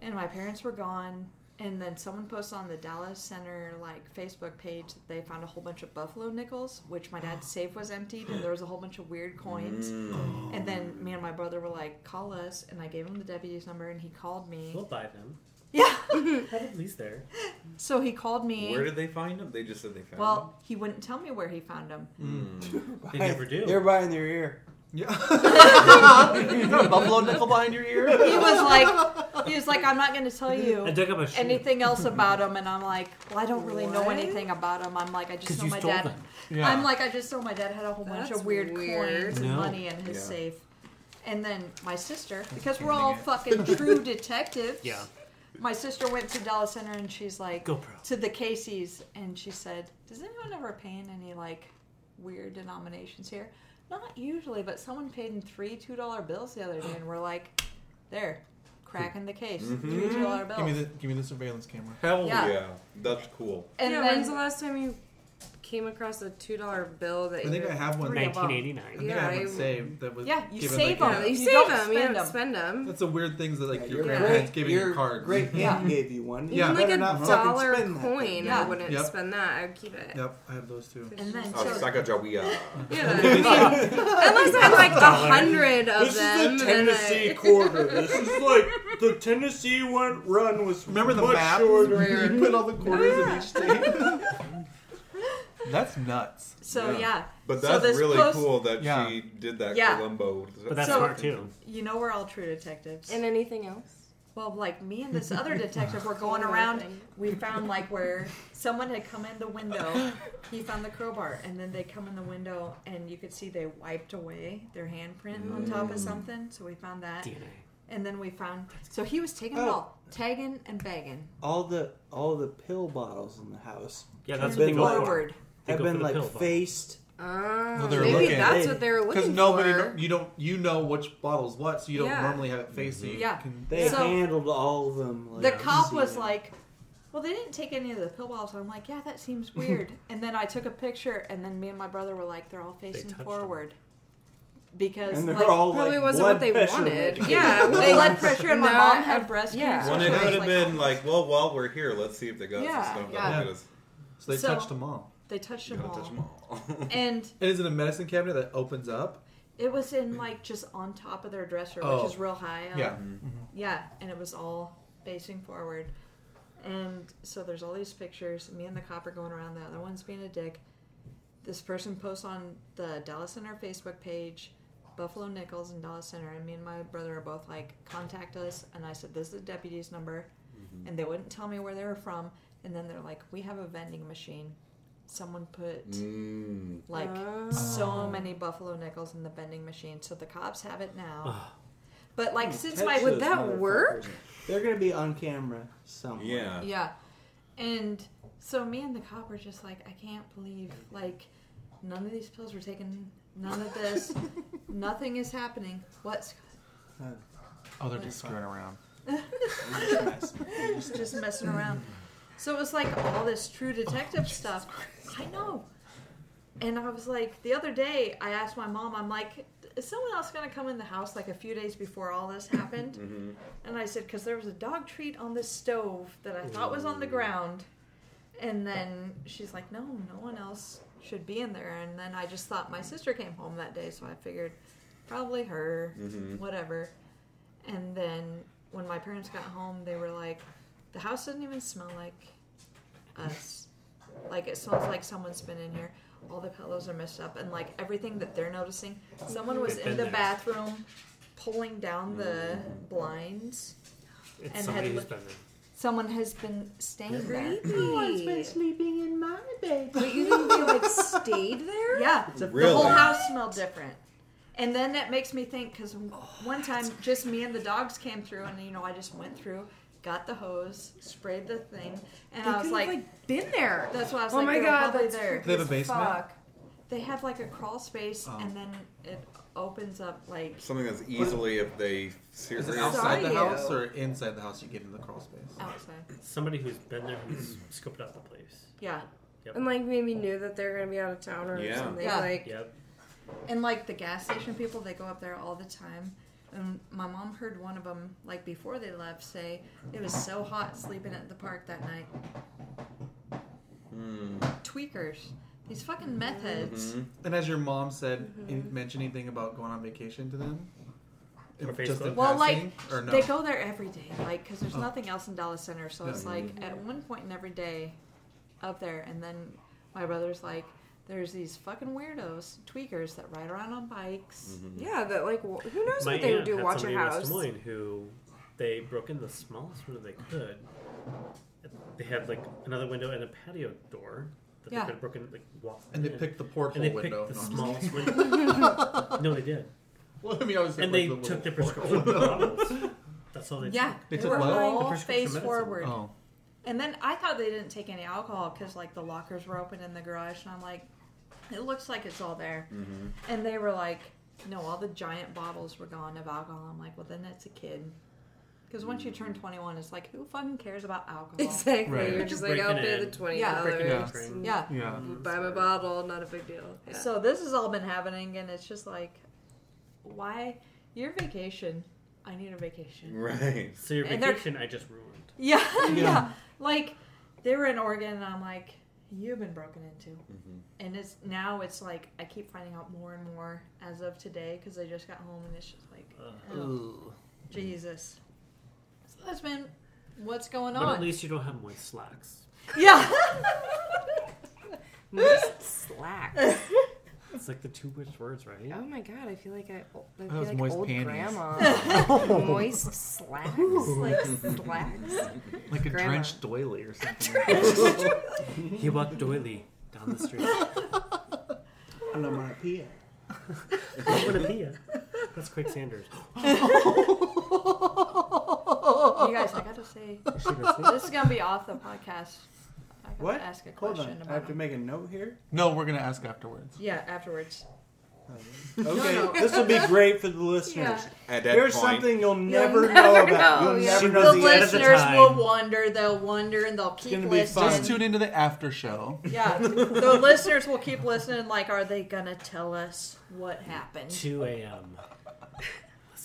Speaker 2: and my parents were gone and then someone posted on the dallas center like facebook page that they found a whole bunch of buffalo nickels which my dad's safe was emptied and there was a whole bunch of weird coins
Speaker 9: Mm.
Speaker 2: and then me and my brother were like call us and i gave him the deputy's number and he called me
Speaker 9: We'll buy them.
Speaker 2: yeah
Speaker 9: Have at least there.
Speaker 2: so he called me
Speaker 5: Where did they find them? They just said they found
Speaker 2: well he wouldn't tell me where he found them
Speaker 9: Mm. They never do.
Speaker 1: They're behind their ear.
Speaker 3: Yeah. you got a buffalo nickel behind your ear?
Speaker 2: he was like he was like i'm not going to tell you
Speaker 9: I dug up a shoe.
Speaker 2: anything else about him and i'm like well i don't really know
Speaker 6: What?
Speaker 2: anything about him i'm like i just
Speaker 9: Because
Speaker 2: know
Speaker 9: you
Speaker 2: my
Speaker 9: stole
Speaker 2: dad
Speaker 9: them.
Speaker 3: Yeah.
Speaker 2: I'm like, I just know my dad had a whole bunch
Speaker 6: That's
Speaker 2: of weird,
Speaker 6: weird.
Speaker 2: coins and
Speaker 9: No.
Speaker 2: money in his
Speaker 5: Yeah.
Speaker 2: safe. And then my sister, because we're all fucking true detectives.
Speaker 9: Yeah.
Speaker 2: My sister went to Dallas Center and she's like,
Speaker 9: Go pro.
Speaker 2: to the Casey's, and she said, "Does anyone ever pay in any like weird denominations here?" Not usually, but someone paid in three two dollar bills the other day, and we're like, "There, cracking the case, three two
Speaker 6: oh.
Speaker 2: dollar bills."
Speaker 3: Give me the give me the surveillance camera.
Speaker 5: Hell
Speaker 2: yeah.
Speaker 5: yeah. Oh, That's cool.
Speaker 2: and
Speaker 6: yeah,
Speaker 2: then
Speaker 6: when's the last time you came across a two dollar bill that
Speaker 3: I think
Speaker 6: you-
Speaker 3: I have one.
Speaker 6: three of them.
Speaker 9: 1989.
Speaker 3: I think
Speaker 6: Yeah,
Speaker 3: I have
Speaker 6: I-
Speaker 3: one saved that was.
Speaker 6: Yeah, you
Speaker 3: given,
Speaker 6: save
Speaker 3: like,
Speaker 6: 'em.
Speaker 3: a-
Speaker 6: You You save don't 'em, you spend don't 'em. spend 'em.
Speaker 3: That's the weird things that like your
Speaker 1: your
Speaker 3: grandparents
Speaker 1: great-
Speaker 3: giving you
Speaker 1: your
Speaker 3: cards.
Speaker 1: great aunt gave you one. You
Speaker 3: Yeah.
Speaker 6: Even like
Speaker 1: better
Speaker 6: a
Speaker 1: not fucking
Speaker 6: dollar
Speaker 1: spend that
Speaker 6: coin,
Speaker 1: thing.
Speaker 6: I
Speaker 1: Yeah.
Speaker 6: wouldn't
Speaker 3: Yep.
Speaker 6: spend that. I'd keep it.
Speaker 3: Yep, I have those too.
Speaker 6: And then
Speaker 8: Oh, Sacagawea.
Speaker 6: Yeah, I mean, unless I have like a
Speaker 1: Dollar.
Speaker 6: hundred of
Speaker 1: This
Speaker 6: them,
Speaker 1: is the
Speaker 6: then
Speaker 1: Tennessee
Speaker 6: I,
Speaker 1: quarter. This is like the Tennessee one run was
Speaker 3: Remember the
Speaker 1: much
Speaker 3: map?
Speaker 1: shorter.
Speaker 3: You put all the quarters in each state. That's nuts.
Speaker 2: So yeah,
Speaker 8: But
Speaker 2: So
Speaker 8: that's
Speaker 2: this
Speaker 8: really
Speaker 2: post-
Speaker 8: cool that
Speaker 3: Yeah.
Speaker 8: she did that
Speaker 2: Yeah.
Speaker 8: Columbo.
Speaker 9: But that's
Speaker 2: So-
Speaker 9: smart too.
Speaker 2: You know we're all true detectives.
Speaker 6: and anything else.
Speaker 2: Well, like me and this other detective were going around. We found like where someone had come in the window. He found the crowbar, and then they come in the window, and you could see they wiped away their handprint on top of
Speaker 9: Mm.
Speaker 2: something. So we found that,
Speaker 9: DNA.
Speaker 2: and then we found. So he was taking it
Speaker 1: Oh.
Speaker 2: all, tagging and bagging.
Speaker 1: All the all the pill bottles in the house
Speaker 9: Yeah, that's
Speaker 1: It's
Speaker 9: what they
Speaker 1: been
Speaker 9: go for.
Speaker 2: Forward.
Speaker 9: They
Speaker 1: have
Speaker 9: go for
Speaker 1: been
Speaker 9: the
Speaker 1: like
Speaker 9: pill bottle.
Speaker 1: faced.
Speaker 6: Ah,
Speaker 3: Well, they're
Speaker 6: maybe
Speaker 3: looking.
Speaker 6: that's
Speaker 1: Hey,
Speaker 6: what they were
Speaker 3: Because
Speaker 6: looking
Speaker 3: nobody,
Speaker 6: for.
Speaker 3: you don't, you know which bottle's what, so you don't
Speaker 6: Yeah.
Speaker 3: normally have it faced. So
Speaker 9: Mm-hmm.
Speaker 3: you
Speaker 2: Yeah.
Speaker 3: can.
Speaker 1: They
Speaker 2: So-
Speaker 1: handled all of them. Like,
Speaker 2: The cop
Speaker 1: easy.
Speaker 2: was like, "Well, they didn't take any of the pill bottles." And I'm like, "Yeah, that seems weird." and then I took a picture, and then me and my brother were like, "They're all facing
Speaker 9: touched 'em.
Speaker 2: forward." Because
Speaker 1: and they're
Speaker 2: like,
Speaker 1: all
Speaker 6: Probably
Speaker 1: like
Speaker 6: wasn't
Speaker 1: blood
Speaker 6: what they
Speaker 1: pressure
Speaker 6: wanted.
Speaker 1: medication.
Speaker 6: Yeah,
Speaker 2: my blood pressure and my
Speaker 6: No,
Speaker 2: mom had breast
Speaker 6: yeah.
Speaker 2: cancer.
Speaker 8: One
Speaker 2: so
Speaker 8: it
Speaker 2: I was
Speaker 8: could have
Speaker 2: like,
Speaker 8: been like, well, while we're here, let's see if they got
Speaker 2: Yeah,
Speaker 8: some stuff
Speaker 2: yeah.
Speaker 8: that will get us.
Speaker 3: So they
Speaker 2: So-
Speaker 3: touched them all.
Speaker 2: They touched
Speaker 8: You
Speaker 2: them
Speaker 8: gotta
Speaker 2: all,
Speaker 8: touch 'em all.
Speaker 2: and
Speaker 3: And is it a medicine cabinet that opens up?
Speaker 2: it was in like just on top of their dresser,
Speaker 3: Oh.
Speaker 2: which is real high. up.
Speaker 9: Mm-hmm.
Speaker 3: Yeah.
Speaker 2: yeah, and it was all facing forward. And so there's all these pictures. Me and the cop are going around. The other one's being a dick. This person posts on the Dallas Center Facebook page, Buffalo Nichols and Dallas Center, and me and my brother are both like, contact us. And I said, this is the deputy's number, and they wouldn't tell me where they were from. And then they're like, we have a vending machine. Someone put
Speaker 8: Mm.
Speaker 2: like
Speaker 6: Oh.
Speaker 2: so many Buffalo Nickels in the vending machine, so the cops have it now. But like since my
Speaker 1: Catch
Speaker 6: Would
Speaker 1: those
Speaker 6: that
Speaker 1: motherfuckers.
Speaker 6: work?
Speaker 1: They're gonna be on camera somewhere.
Speaker 8: Yeah.
Speaker 2: Yeah. And so me and the cop were just like, I can't believe like none of these pills were taken, none of this, nothing is happening. What's
Speaker 3: Oh, they're just screwing around.
Speaker 2: just just messing around? So it was like all this true detective stuff. I know. And I was like, the other day I asked my mom, I'm like, is someone else going to come in the house like a few days before all this happened?
Speaker 5: Mm-hmm,
Speaker 2: And I said, because there was a dog treat on this stove that I thought was on the ground. And then she's like, no, no one else should be in there. And then I just thought my sister came home that day, so I figured probably her,
Speaker 5: mm-hmm.
Speaker 9: Mm.
Speaker 2: whatever. And then when my parents got home, they were like, the house doesn't even smell like us. Like it smells like someone's been in here. All the pillows are messed up, and like everything that they're noticing, someone was
Speaker 9: They've
Speaker 2: in
Speaker 9: been
Speaker 2: the
Speaker 9: there. Mm.
Speaker 2: bathroom pulling down the blinds.
Speaker 9: It's
Speaker 2: And had
Speaker 9: somebody who's
Speaker 2: looked-
Speaker 9: been there.
Speaker 2: Someone has been staying there.
Speaker 6: Everyone's been
Speaker 1: sleeping in my bed.
Speaker 6: But you think they like stayed there?
Speaker 2: Yeah, the
Speaker 8: Really?
Speaker 2: whole house smelled different. And then that makes me think because one time just me and the dogs came through, and you know I just went through, got the hose, sprayed the thing, and
Speaker 6: They
Speaker 2: I was
Speaker 6: could've,
Speaker 2: like,
Speaker 6: been there.
Speaker 2: that's why I was
Speaker 6: Oh
Speaker 2: like,
Speaker 6: my
Speaker 2: they were
Speaker 6: God,
Speaker 2: probably
Speaker 6: that's
Speaker 2: there.
Speaker 3: They have a basement?
Speaker 6: Fuck.
Speaker 2: They have like a crawl space,
Speaker 3: Oh.
Speaker 2: and then it opens up like
Speaker 8: Something that's easily if they
Speaker 3: Is
Speaker 8: seriously.
Speaker 3: it outside the
Speaker 2: you.
Speaker 3: house or inside the house? You get in the crawl space.
Speaker 2: outside.
Speaker 9: Somebody who's been there who's scoped out the place.
Speaker 2: Yeah,
Speaker 9: Yep.
Speaker 6: And like maybe knew that they were gonna be out of town or
Speaker 8: Yeah.
Speaker 6: something.
Speaker 2: Yeah.
Speaker 6: Like
Speaker 9: Yep.
Speaker 2: And like the gas station people, they go up there all the time. And my mom heard one of them, like before they left, say it was so hot sleeping at the park that night. Tweakers, these fucking meth heads.
Speaker 5: Mm-hmm.
Speaker 3: And as your mom said,
Speaker 2: Mm-hmm.
Speaker 3: in, mention anything about going on vacation to them?
Speaker 9: Or
Speaker 3: Just in
Speaker 9: Facebook?
Speaker 2: Well,
Speaker 3: passing?
Speaker 2: like
Speaker 3: or no?
Speaker 2: they go there every day, like because there's
Speaker 3: Oh.
Speaker 2: nothing else in Dallas Center. So it's
Speaker 3: Yeah.
Speaker 2: like at one point in every day, up there. And then my brother's like, there's these fucking weirdos, tweakers that ride around on bikes.
Speaker 6: yeah, that like wh- who knows
Speaker 9: My
Speaker 6: what they would
Speaker 9: aunt
Speaker 6: do
Speaker 9: had
Speaker 6: watch
Speaker 9: somebody
Speaker 6: a
Speaker 9: in West
Speaker 6: house.
Speaker 9: Des Moines who they broke in the smallest window they could. They had like another window and a patio door that
Speaker 2: Yeah.
Speaker 9: they could have broken like walked
Speaker 3: and they
Speaker 9: in.
Speaker 3: picked the
Speaker 9: and
Speaker 3: porthole
Speaker 9: they picked
Speaker 3: window.
Speaker 9: the
Speaker 3: No, I'm just kidding.
Speaker 9: smallest window. no, they did.
Speaker 3: Well, I mean, I was
Speaker 9: and they took the prescription bottles. That's all they
Speaker 2: Yeah,
Speaker 9: took.
Speaker 3: They
Speaker 2: they,
Speaker 3: took
Speaker 2: were
Speaker 3: what?
Speaker 9: The
Speaker 2: all
Speaker 9: prescription
Speaker 2: face
Speaker 9: medicine.
Speaker 2: forward.
Speaker 3: Oh,
Speaker 2: And then I thought they didn't take any alcohol because like the lockers were open in the garage, and I'm like, it looks like it's all there.
Speaker 6: Mm-hmm.
Speaker 2: And they were like, no, all the giant bottles were gone of alcohol. I'm like, well, then it's a kid. Because once you turn 21, it's like, who fucking cares about alcohol?
Speaker 6: Mm-hmm. Exactly. Right. You're just like, Breaking I'll pay in. the $20.
Speaker 2: Yeah.
Speaker 6: Breaking
Speaker 2: Yeah.
Speaker 3: Yeah.
Speaker 9: Mm-hmm.
Speaker 6: Buy my bottle, not a big deal. Yeah.
Speaker 2: So this has all been happening, and it's just like, why? Your vacation. I need a vacation.
Speaker 5: Right.
Speaker 9: So your
Speaker 2: And they're-
Speaker 9: vacation I just ruined.
Speaker 2: Yeah,
Speaker 9: Yeah.
Speaker 2: yeah. Like they were in Oregon, and I'm like, you've been broken into,
Speaker 1: Mm-hmm.
Speaker 2: and it's now it's like I keep finding out more and more as of today because I just got home, and it's just like, oh,
Speaker 9: Ooh.
Speaker 2: Jesus. So that's been what's going
Speaker 9: But at
Speaker 2: on.
Speaker 9: least you don't have moist slacks.
Speaker 2: yeah.
Speaker 6: Moist slacks.
Speaker 9: It's like the two worst words, right?
Speaker 6: Oh my god, I feel like I, I
Speaker 3: Oh,
Speaker 9: That
Speaker 6: feel
Speaker 9: was
Speaker 6: like
Speaker 9: moist
Speaker 6: old
Speaker 9: panties.
Speaker 6: grandma. moist slacks, like slacks.
Speaker 3: Like a
Speaker 6: Grandma.
Speaker 3: drenched doily or something.
Speaker 9: he walked doily down the street.
Speaker 1: I'm not my pia.
Speaker 9: I want to be a- That's Craig Sanders.
Speaker 2: you guys, I gotta say, this is gonna be off the podcast. I gotta
Speaker 1: What?
Speaker 2: Ask a
Speaker 1: Hold
Speaker 2: question
Speaker 1: on. I
Speaker 2: about.
Speaker 1: have to make a note here.
Speaker 3: No, we're gonna ask afterwards.
Speaker 2: Yeah, afterwards.
Speaker 1: Okay,
Speaker 2: No, no.
Speaker 1: this will be great for the listeners.
Speaker 2: Yeah.
Speaker 5: At that
Speaker 1: Here's
Speaker 5: point-
Speaker 1: something you'll never, know
Speaker 2: never
Speaker 1: about.
Speaker 2: know,
Speaker 1: You'll
Speaker 2: yeah.
Speaker 1: never
Speaker 2: the
Speaker 1: know the end of the
Speaker 2: listeners
Speaker 1: time.
Speaker 2: will wonder. They'll wonder and they'll keep
Speaker 3: Just
Speaker 2: listening.
Speaker 3: tune into the after show.
Speaker 2: Yeah, the listeners will keep listening. Like, are they gonna tell us what happened?
Speaker 9: 2 a.m.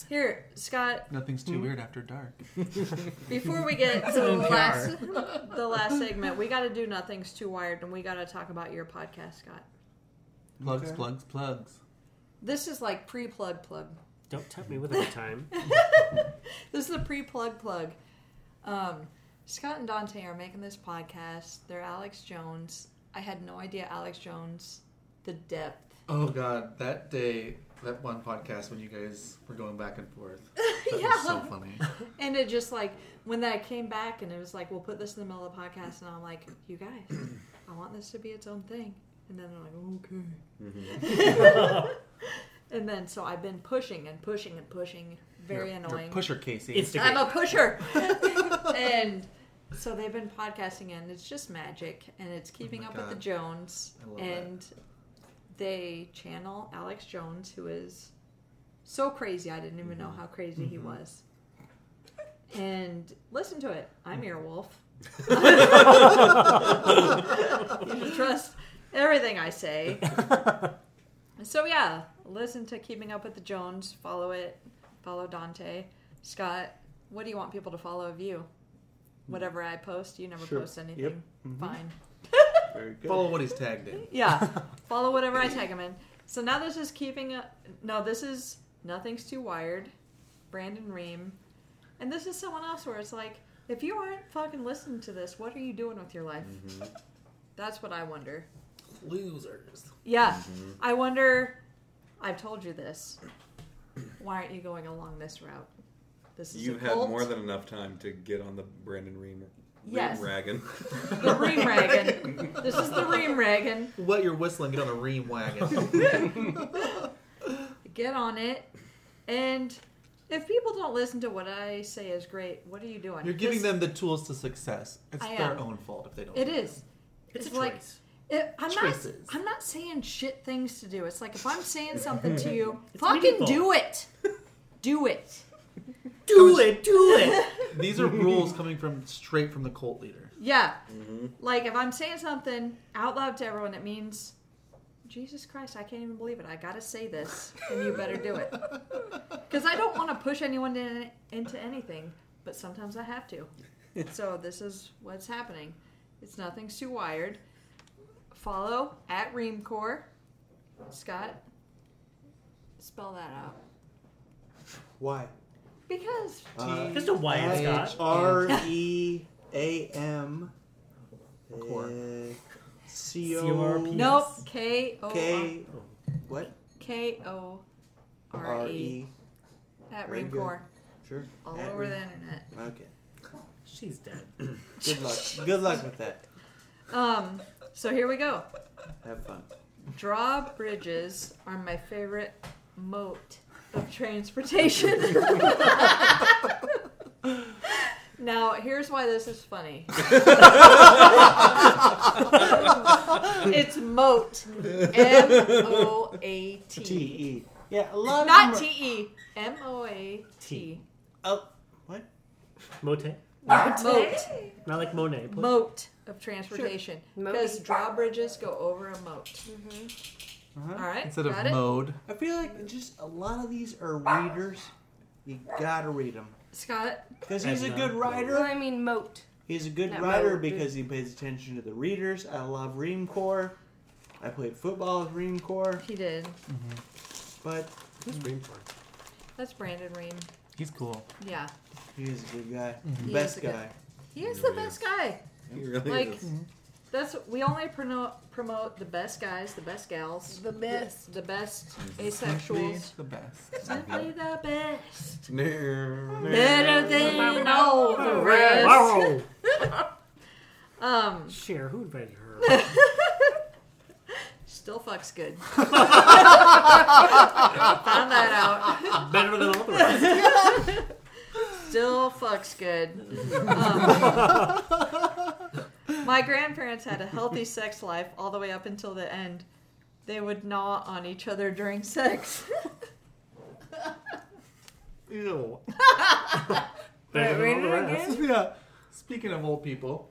Speaker 2: Here, Scott.
Speaker 3: Nothing's too weird after dark.
Speaker 2: Before we get to the
Speaker 3: NPR.
Speaker 2: last, the last segment, we got to do nothing's too wired, and we got to talk about your podcast, Scott.
Speaker 3: Plugs,
Speaker 2: Okay.
Speaker 3: plugs, plugs.
Speaker 2: This is like pre-plug plug.
Speaker 9: Don't tempt me with a good time.
Speaker 2: This is the pre-plug plug. Um, Scott and Dante are making this podcast. They're Alex Jones. I had no idea Alex Jones, the depth.
Speaker 3: Oh god, that day, that one podcast when you guys were going back and forth. That
Speaker 2: Yeah.
Speaker 3: was so funny.
Speaker 2: And it just like when I came back and it was like, we'll put this in the middle of the podcast, and I'm like, you guys, I want this to be its own thing. And then they're like, okay.
Speaker 5: mm-hmm.
Speaker 2: and then so I've been pushing and pushing and pushing. Very
Speaker 3: You're- you're a
Speaker 2: annoying.
Speaker 3: pusher, Casey.
Speaker 2: I'm a pusher. and so they've been podcasting and it's just magic and it's keeping
Speaker 3: Oh my
Speaker 2: up with the
Speaker 3: God.
Speaker 2: Jones
Speaker 3: I love
Speaker 2: and they channel Alex Jones who is so crazy I didn't even know
Speaker 3: Mm-hmm.
Speaker 2: how crazy he was. And listen to it. I'm
Speaker 3: Mm-hmm.
Speaker 2: Earwolf. you should trust everything I say. So yeah, listen to Keeping Up with the Jones. Follow it. Follow Dante. Scott, what do you want people to follow of you? Whatever I post, you never
Speaker 1: Sure.
Speaker 2: post anything.
Speaker 1: Yep. Mhm.
Speaker 2: Fine.
Speaker 1: Very good.
Speaker 3: Follow what he's tagged in.
Speaker 2: Yeah. follow whatever I tag him in. So now this is keeping up. No, this is Nothing's Too Wired, Brandon Ream. And this is someone else where it's like, if you aren't fucking listening to this, what are you doing with your life?
Speaker 1: Mm-hmm.
Speaker 2: That's what I wonder.
Speaker 3: Losers.
Speaker 2: Yeah.
Speaker 5: Mm-hmm.
Speaker 2: I wonder. I've told you this. Why aren't you going along this route? This is
Speaker 5: You
Speaker 2: a
Speaker 5: had
Speaker 2: cult.
Speaker 5: more than enough time to get on the Brandon Ream, Ream
Speaker 2: Yes.
Speaker 5: wagon.
Speaker 2: the ream wagon. this is the ream wagon.
Speaker 3: What you're whistling, get on a ream wagon.
Speaker 2: Get on it. And if people don't listen to what I say is great, what are you doing?
Speaker 3: you're giving
Speaker 2: This-
Speaker 3: them the tools to success. It's
Speaker 2: I
Speaker 3: their
Speaker 2: am.
Speaker 3: own fault if they don't.
Speaker 2: It
Speaker 3: do
Speaker 2: is.
Speaker 9: It's a
Speaker 2: like
Speaker 9: choice.
Speaker 2: it, I'm
Speaker 3: Choices.
Speaker 2: not. I'm not saying shit things to do. It's like if I'm saying something to you,
Speaker 9: It's
Speaker 2: fucking
Speaker 9: meaningful.
Speaker 2: do it. Do it.
Speaker 9: Do it, do it.
Speaker 3: it. These are rules coming from straight from the cult leader.
Speaker 2: Yeah.
Speaker 1: Mm-hmm.
Speaker 2: Like if I'm saying something out loud to everyone, it means Jesus Christ, I can't even believe it. I gotta say this, and you better do it. Because I don't want to push anyone in, into anything, but sometimes I have to. So this is what's happening. It's nothing's too wired. Follow at Reamcore. Scott, spell that out.
Speaker 1: Why?
Speaker 2: Because
Speaker 9: Just a Wyatt Scott.
Speaker 1: R E A M.
Speaker 3: Corp.
Speaker 1: C
Speaker 9: C O R
Speaker 1: O
Speaker 9: P.
Speaker 2: nope. K O R-
Speaker 1: K. What?
Speaker 2: K O R
Speaker 1: R
Speaker 2: E
Speaker 1: E.
Speaker 2: at
Speaker 1: Very good.
Speaker 2: Reamcore.
Speaker 1: Sure.
Speaker 2: all
Speaker 1: At
Speaker 2: over
Speaker 1: Ream-
Speaker 2: the internet.
Speaker 1: Okay.
Speaker 9: She's dead.
Speaker 1: Good luck. Good luck with that.
Speaker 2: Um, so here we go.
Speaker 1: Have fun.
Speaker 2: Drawbridges are my favorite moat of transportation. now, here's why this is funny. it's moat. M O A
Speaker 1: T
Speaker 2: T.
Speaker 1: E. Yeah, a lot of them
Speaker 2: Not
Speaker 1: are-
Speaker 2: T E. M O A T.
Speaker 1: Oh, what?
Speaker 9: Mote.
Speaker 2: Mote.
Speaker 9: Not like Monet. please.
Speaker 2: Moat of transportation.
Speaker 6: Sure.
Speaker 2: Because
Speaker 6: Moat.
Speaker 2: drawbridges go over a moat. All right.
Speaker 3: Instead of
Speaker 2: got it?
Speaker 3: mode.
Speaker 1: I feel like just a lot of these are readers. You gotta read them
Speaker 2: Scott,
Speaker 1: because he's a
Speaker 9: And, uh,
Speaker 1: good
Speaker 6: Well,
Speaker 1: writer.
Speaker 6: I mean, moat.
Speaker 1: He's a good
Speaker 6: Not
Speaker 1: writer
Speaker 6: really.
Speaker 1: because he pays attention to the readers. I love Ream Corps. I played football with Ream Corps,
Speaker 2: he did.
Speaker 1: but
Speaker 5: Who's Ream Corps?
Speaker 2: That's Brandon Ream.
Speaker 3: He's cool.
Speaker 2: Yeah.
Speaker 1: he's a good guy,
Speaker 2: He
Speaker 1: best
Speaker 2: is a good-
Speaker 1: guy.
Speaker 2: He is the best guy.
Speaker 5: He really
Speaker 2: Like,
Speaker 5: is.
Speaker 2: that's we only promote promote the best guys, the best gals, the best, the best asexuals.
Speaker 3: The best.
Speaker 2: Simply the best.
Speaker 5: Nah.
Speaker 2: Better than all the rest.
Speaker 9: Wow.
Speaker 2: Um,
Speaker 9: Cher, who invited her?
Speaker 2: still fucks good. Found that out.
Speaker 9: Better than all the rest.
Speaker 2: Still fucks good. Um, my grandparents had a healthy sex life all the way up until the end. They would gnaw on each other during sex.
Speaker 9: Ew. Better than all the rest.
Speaker 3: yeah. Speaking of old people,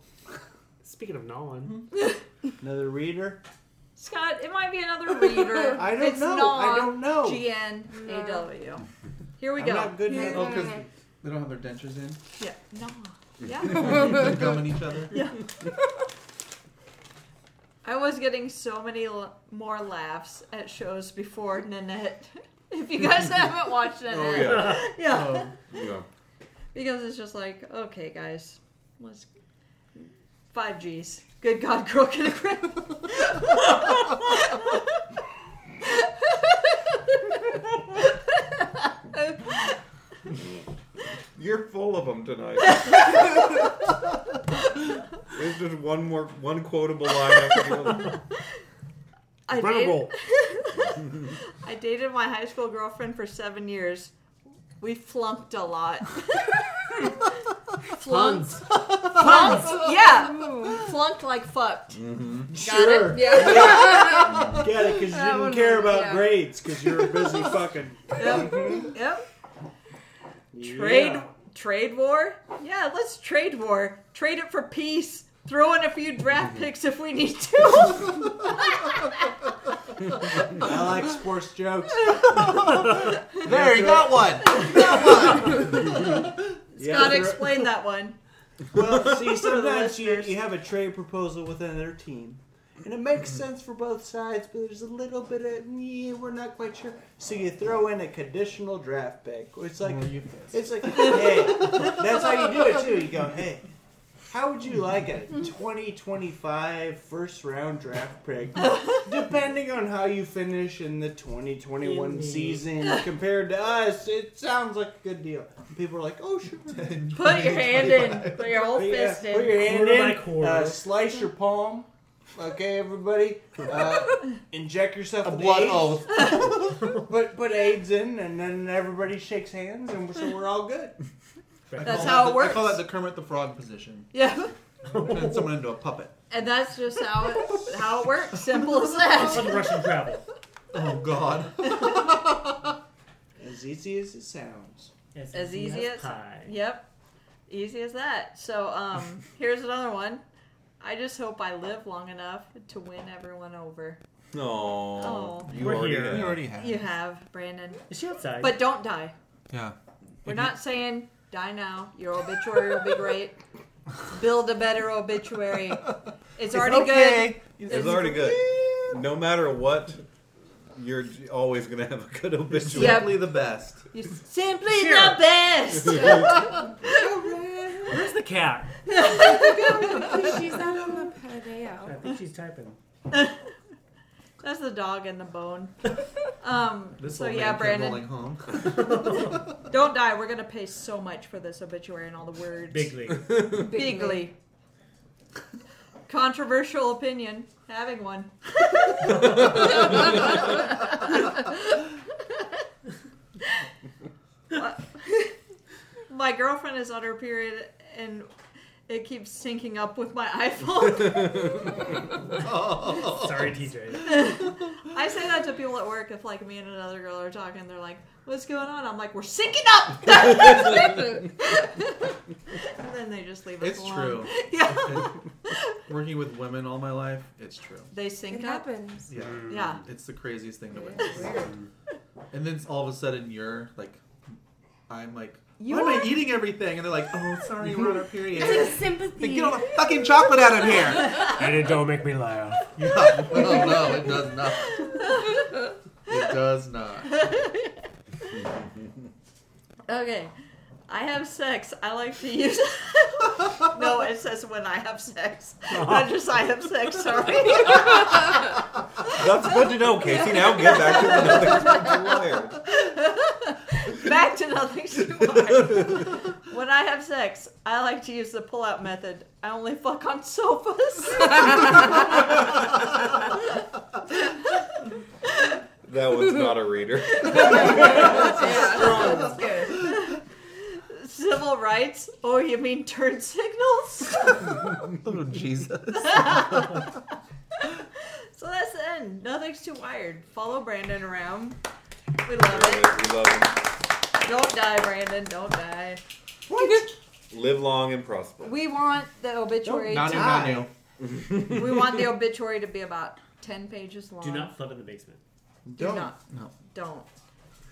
Speaker 9: Speaking of
Speaker 2: Mm-hmm.
Speaker 9: gnawing,
Speaker 1: Another reader.
Speaker 2: Scott, it might be another reader.
Speaker 1: I don't
Speaker 2: it's
Speaker 1: know.
Speaker 2: Gnaw,
Speaker 1: I don't know.
Speaker 2: G N A W. Here we
Speaker 1: I'm
Speaker 2: go.
Speaker 1: not good at
Speaker 3: oh, because they don't have their dentures in,
Speaker 2: Yeah. Gnaw. Yeah.
Speaker 3: they're gumming each other.
Speaker 2: I was getting so many l- more laughs at shows before Nanette. If you guys haven't watched
Speaker 5: Oh
Speaker 2: Nanette,
Speaker 5: yeah.
Speaker 2: yeah.
Speaker 3: Oh,
Speaker 5: yeah.
Speaker 2: Because it's just like, okay, guys, let's five G's. Good God, girl, get a grip.
Speaker 5: You're full of them tonight. There's just one more, one quotable line after the other.
Speaker 2: I
Speaker 9: Incredible.
Speaker 2: I dated my high school girlfriend for seven years. We flunked a lot. flunked.
Speaker 9: Puns.
Speaker 2: Flunked. Yeah. Flunked like fucked.
Speaker 1: Sure.
Speaker 2: Got it? Yeah.
Speaker 1: Get it because you
Speaker 6: That
Speaker 1: didn't
Speaker 6: one
Speaker 1: care
Speaker 6: was-
Speaker 1: about
Speaker 6: yeah.
Speaker 1: grades because you were busy fucking.
Speaker 2: yep. Yep. Trade
Speaker 1: Yeah.
Speaker 2: trade war? Yeah, let's trade war. Trade it for peace. Throw in a few draft picks if we need to.
Speaker 1: I like sports jokes.
Speaker 3: There, you got one.
Speaker 1: Yeah,
Speaker 2: Gotta
Speaker 1: throw-
Speaker 2: explain that one.
Speaker 1: Well, see, sometimes you,
Speaker 2: listeners.
Speaker 1: you have a trade proposal with another team, and it makes sense for both sides, but there's a little bit of yeah, we're not quite sure. So you throw in a conditional draft pick. It's like
Speaker 3: Well, you pissed.
Speaker 1: it's like hey, that's how you do it too. You go hey. How would you like a 2025 first round draft pick, depending on how you finish in the 2021
Speaker 9: Indeed.
Speaker 1: season compared to us? It sounds like a good deal. People are like, "Oh, sure."
Speaker 2: Put your hand in. Put your whole
Speaker 1: Put your-
Speaker 2: fist in.
Speaker 1: Put your hand
Speaker 9: Quarter by
Speaker 1: in.
Speaker 9: quarter.
Speaker 1: Uh, slice your palm. Okay, everybody. Uh, inject yourself
Speaker 3: A
Speaker 1: with
Speaker 3: blood
Speaker 1: AIDS.
Speaker 3: oath.
Speaker 1: Put put AIDS in, and then everybody shakes hands, and so we're all good.
Speaker 2: That's
Speaker 3: I call
Speaker 2: how
Speaker 3: that
Speaker 2: it
Speaker 3: the- I call
Speaker 2: works.
Speaker 3: that the Kermit the Frog position.
Speaker 2: Yeah.
Speaker 3: Turn someone into a puppet.
Speaker 2: And that's just how it, how it works. Simple as that.
Speaker 9: Fun Russian travel.
Speaker 3: Oh God.
Speaker 1: As easy as it sounds.
Speaker 2: As easy as
Speaker 9: pie.
Speaker 2: Yep. Easy as that. So um here's another one. I just hope I live long enough to win everyone over.
Speaker 5: No.
Speaker 2: Oh.
Speaker 5: You
Speaker 9: We're
Speaker 5: already
Speaker 9: here.
Speaker 5: have.
Speaker 3: You already have.
Speaker 2: You have, Brandon.
Speaker 9: Is she outside?
Speaker 2: But don't die.
Speaker 3: Yeah.
Speaker 2: We're
Speaker 3: If
Speaker 2: not saying die now. Your obituary will be great. Build a better obituary. It's already good.
Speaker 3: okay.
Speaker 5: It's already good. No matter what, you're always gonna have a good obituary.
Speaker 2: Yeah.
Speaker 3: Simply the best.
Speaker 2: You're simply
Speaker 9: Sure.
Speaker 2: the best.
Speaker 9: Where's the cat?
Speaker 6: She's out on the patio.
Speaker 9: I think she's typing.
Speaker 2: That's the dog and the bone. Um,
Speaker 3: This
Speaker 2: so
Speaker 3: old
Speaker 2: yeah,
Speaker 3: man came
Speaker 2: Brandon,
Speaker 3: rolling home.
Speaker 2: don't die. We're gonna pay so much for this obituary and all the words.
Speaker 9: Big league.
Speaker 2: Bigly. Controversial opinion. Having one. my girlfriend is on her period and it keeps syncing up with my iPhone.
Speaker 9: Sorry, TJ.
Speaker 2: I I say that to people at work if like me and another girl are talking, they're like, "What's going on?" I'm like, "We're syncing up." and then they just leave us
Speaker 3: It's
Speaker 2: alone.
Speaker 3: true.
Speaker 2: Yeah.
Speaker 3: Working with women all my life, it's true.
Speaker 2: They sync
Speaker 6: It
Speaker 2: up.
Speaker 6: happens.
Speaker 3: Yeah.
Speaker 2: Yeah.
Speaker 3: It's the craziest thing to witness.
Speaker 6: Weird.
Speaker 3: And then all of a sudden you're like, I'm like,
Speaker 2: You
Speaker 3: why am
Speaker 2: are-
Speaker 3: I eating everything? And they're like, oh, sorry, we're on our period.
Speaker 6: It's like sympathy.
Speaker 3: Then get all the fucking chocolate out of here.
Speaker 5: and it don't make me laugh.
Speaker 3: Yeah. Well, no, it does not. It does not.
Speaker 2: Okay. I have sex. I like to use. no, it says when I have sex. Not just I have sex. Sorry.
Speaker 8: That's good to know, Casey. Now get back to the
Speaker 2: Back to nothing smart. when I have sex, I like to use the pull-out method. I only fuck on sofas.
Speaker 8: That one's not a reader.
Speaker 6: That's good.
Speaker 2: Civil rights? Oh, you mean turn signals?
Speaker 3: Oh, Jesus.
Speaker 2: so that's the end. Nothing's too wired. Follow Brandon around. We love it.
Speaker 8: We love him.
Speaker 2: Don't die, Brandon. Don't die.
Speaker 8: Live long and prosper.
Speaker 2: We want the obituary.
Speaker 3: Not new,
Speaker 2: To,
Speaker 3: not new.
Speaker 2: we want the obituary to be about ten pages long.
Speaker 9: Do not flood in the basement.
Speaker 2: Do not.
Speaker 3: No.
Speaker 2: Don't.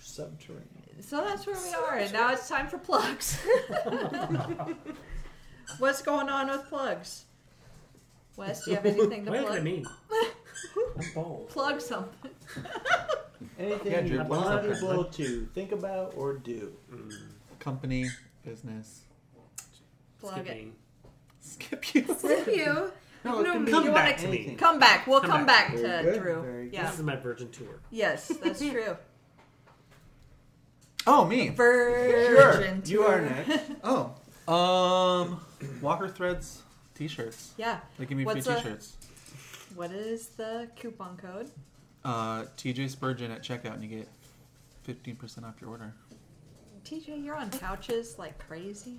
Speaker 1: Subterranean.
Speaker 2: So that's where we are, and now it's time for plugs. What's going on with plugs? Wes, do you have anything to
Speaker 9: Why look at
Speaker 2: plug?
Speaker 9: me? I'm bald.
Speaker 2: Plug something.
Speaker 1: Anything
Speaker 3: Yeah,
Speaker 1: you're
Speaker 3: Drew, what's up,
Speaker 1: able to think about or do.
Speaker 3: Company, business.
Speaker 2: Plug it.
Speaker 9: Skipping.
Speaker 3: Skip you.
Speaker 6: Thank you.
Speaker 3: No,
Speaker 6: No,
Speaker 3: it
Speaker 6: you
Speaker 9: wanna
Speaker 3: can come back to
Speaker 9: explain.
Speaker 3: me.
Speaker 2: Come back. We'll come,
Speaker 9: Come
Speaker 2: back,
Speaker 9: back.
Speaker 1: Very
Speaker 2: to
Speaker 1: good,
Speaker 2: Drew.
Speaker 1: very
Speaker 2: Yeah.
Speaker 9: This is my virgin tour.
Speaker 2: Yes, that's true.
Speaker 3: Oh, me.
Speaker 2: Virgin.
Speaker 1: You are next.
Speaker 3: Oh. Um, Walker Threads t-shirts.
Speaker 2: Yeah.
Speaker 3: They give me
Speaker 2: What's
Speaker 3: free
Speaker 2: a-
Speaker 3: t-shirts.
Speaker 2: What is the coupon code?
Speaker 3: Uh, TJ Spurgeon at checkout, and you get 15% off your order.
Speaker 2: TJ, you're on couches like crazy.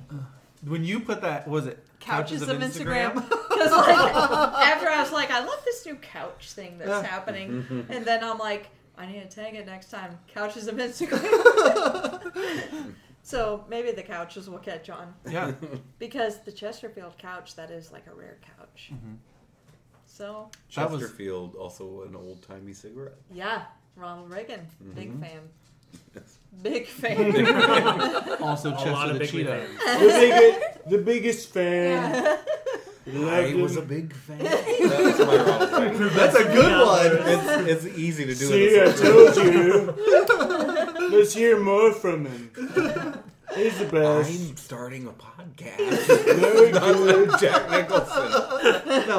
Speaker 3: When you put that, was it
Speaker 2: Because like after I was like, I love this new couch thing that's
Speaker 3: Yeah.
Speaker 2: happening, and then I'm like, I need to tag it next time. Couches of Instagram. so maybe the couches will catch on
Speaker 3: yeah.
Speaker 2: because the Chesterfield couch that is like a rare couch. So
Speaker 3: That was-
Speaker 8: Chesterfield, also an old timey cigarette.
Speaker 2: yeah, Ronald Reagan, big fan, big fan.
Speaker 9: A
Speaker 3: Also,
Speaker 9: lot
Speaker 3: Chester
Speaker 9: of
Speaker 3: the
Speaker 9: big
Speaker 3: Cheetah. Um,
Speaker 9: fans.
Speaker 1: The, biggest, the biggest fan.
Speaker 5: I was a big fan.
Speaker 8: That's my wrong thing.
Speaker 3: That's a good one.
Speaker 8: It's, it's easy to do.
Speaker 1: See,
Speaker 8: in
Speaker 1: I
Speaker 8: a cigarette.
Speaker 1: told you. Let's hear more from him. He's the best.
Speaker 8: I'm starting a podcast.
Speaker 1: Very good.
Speaker 8: Not Jack Nicholson.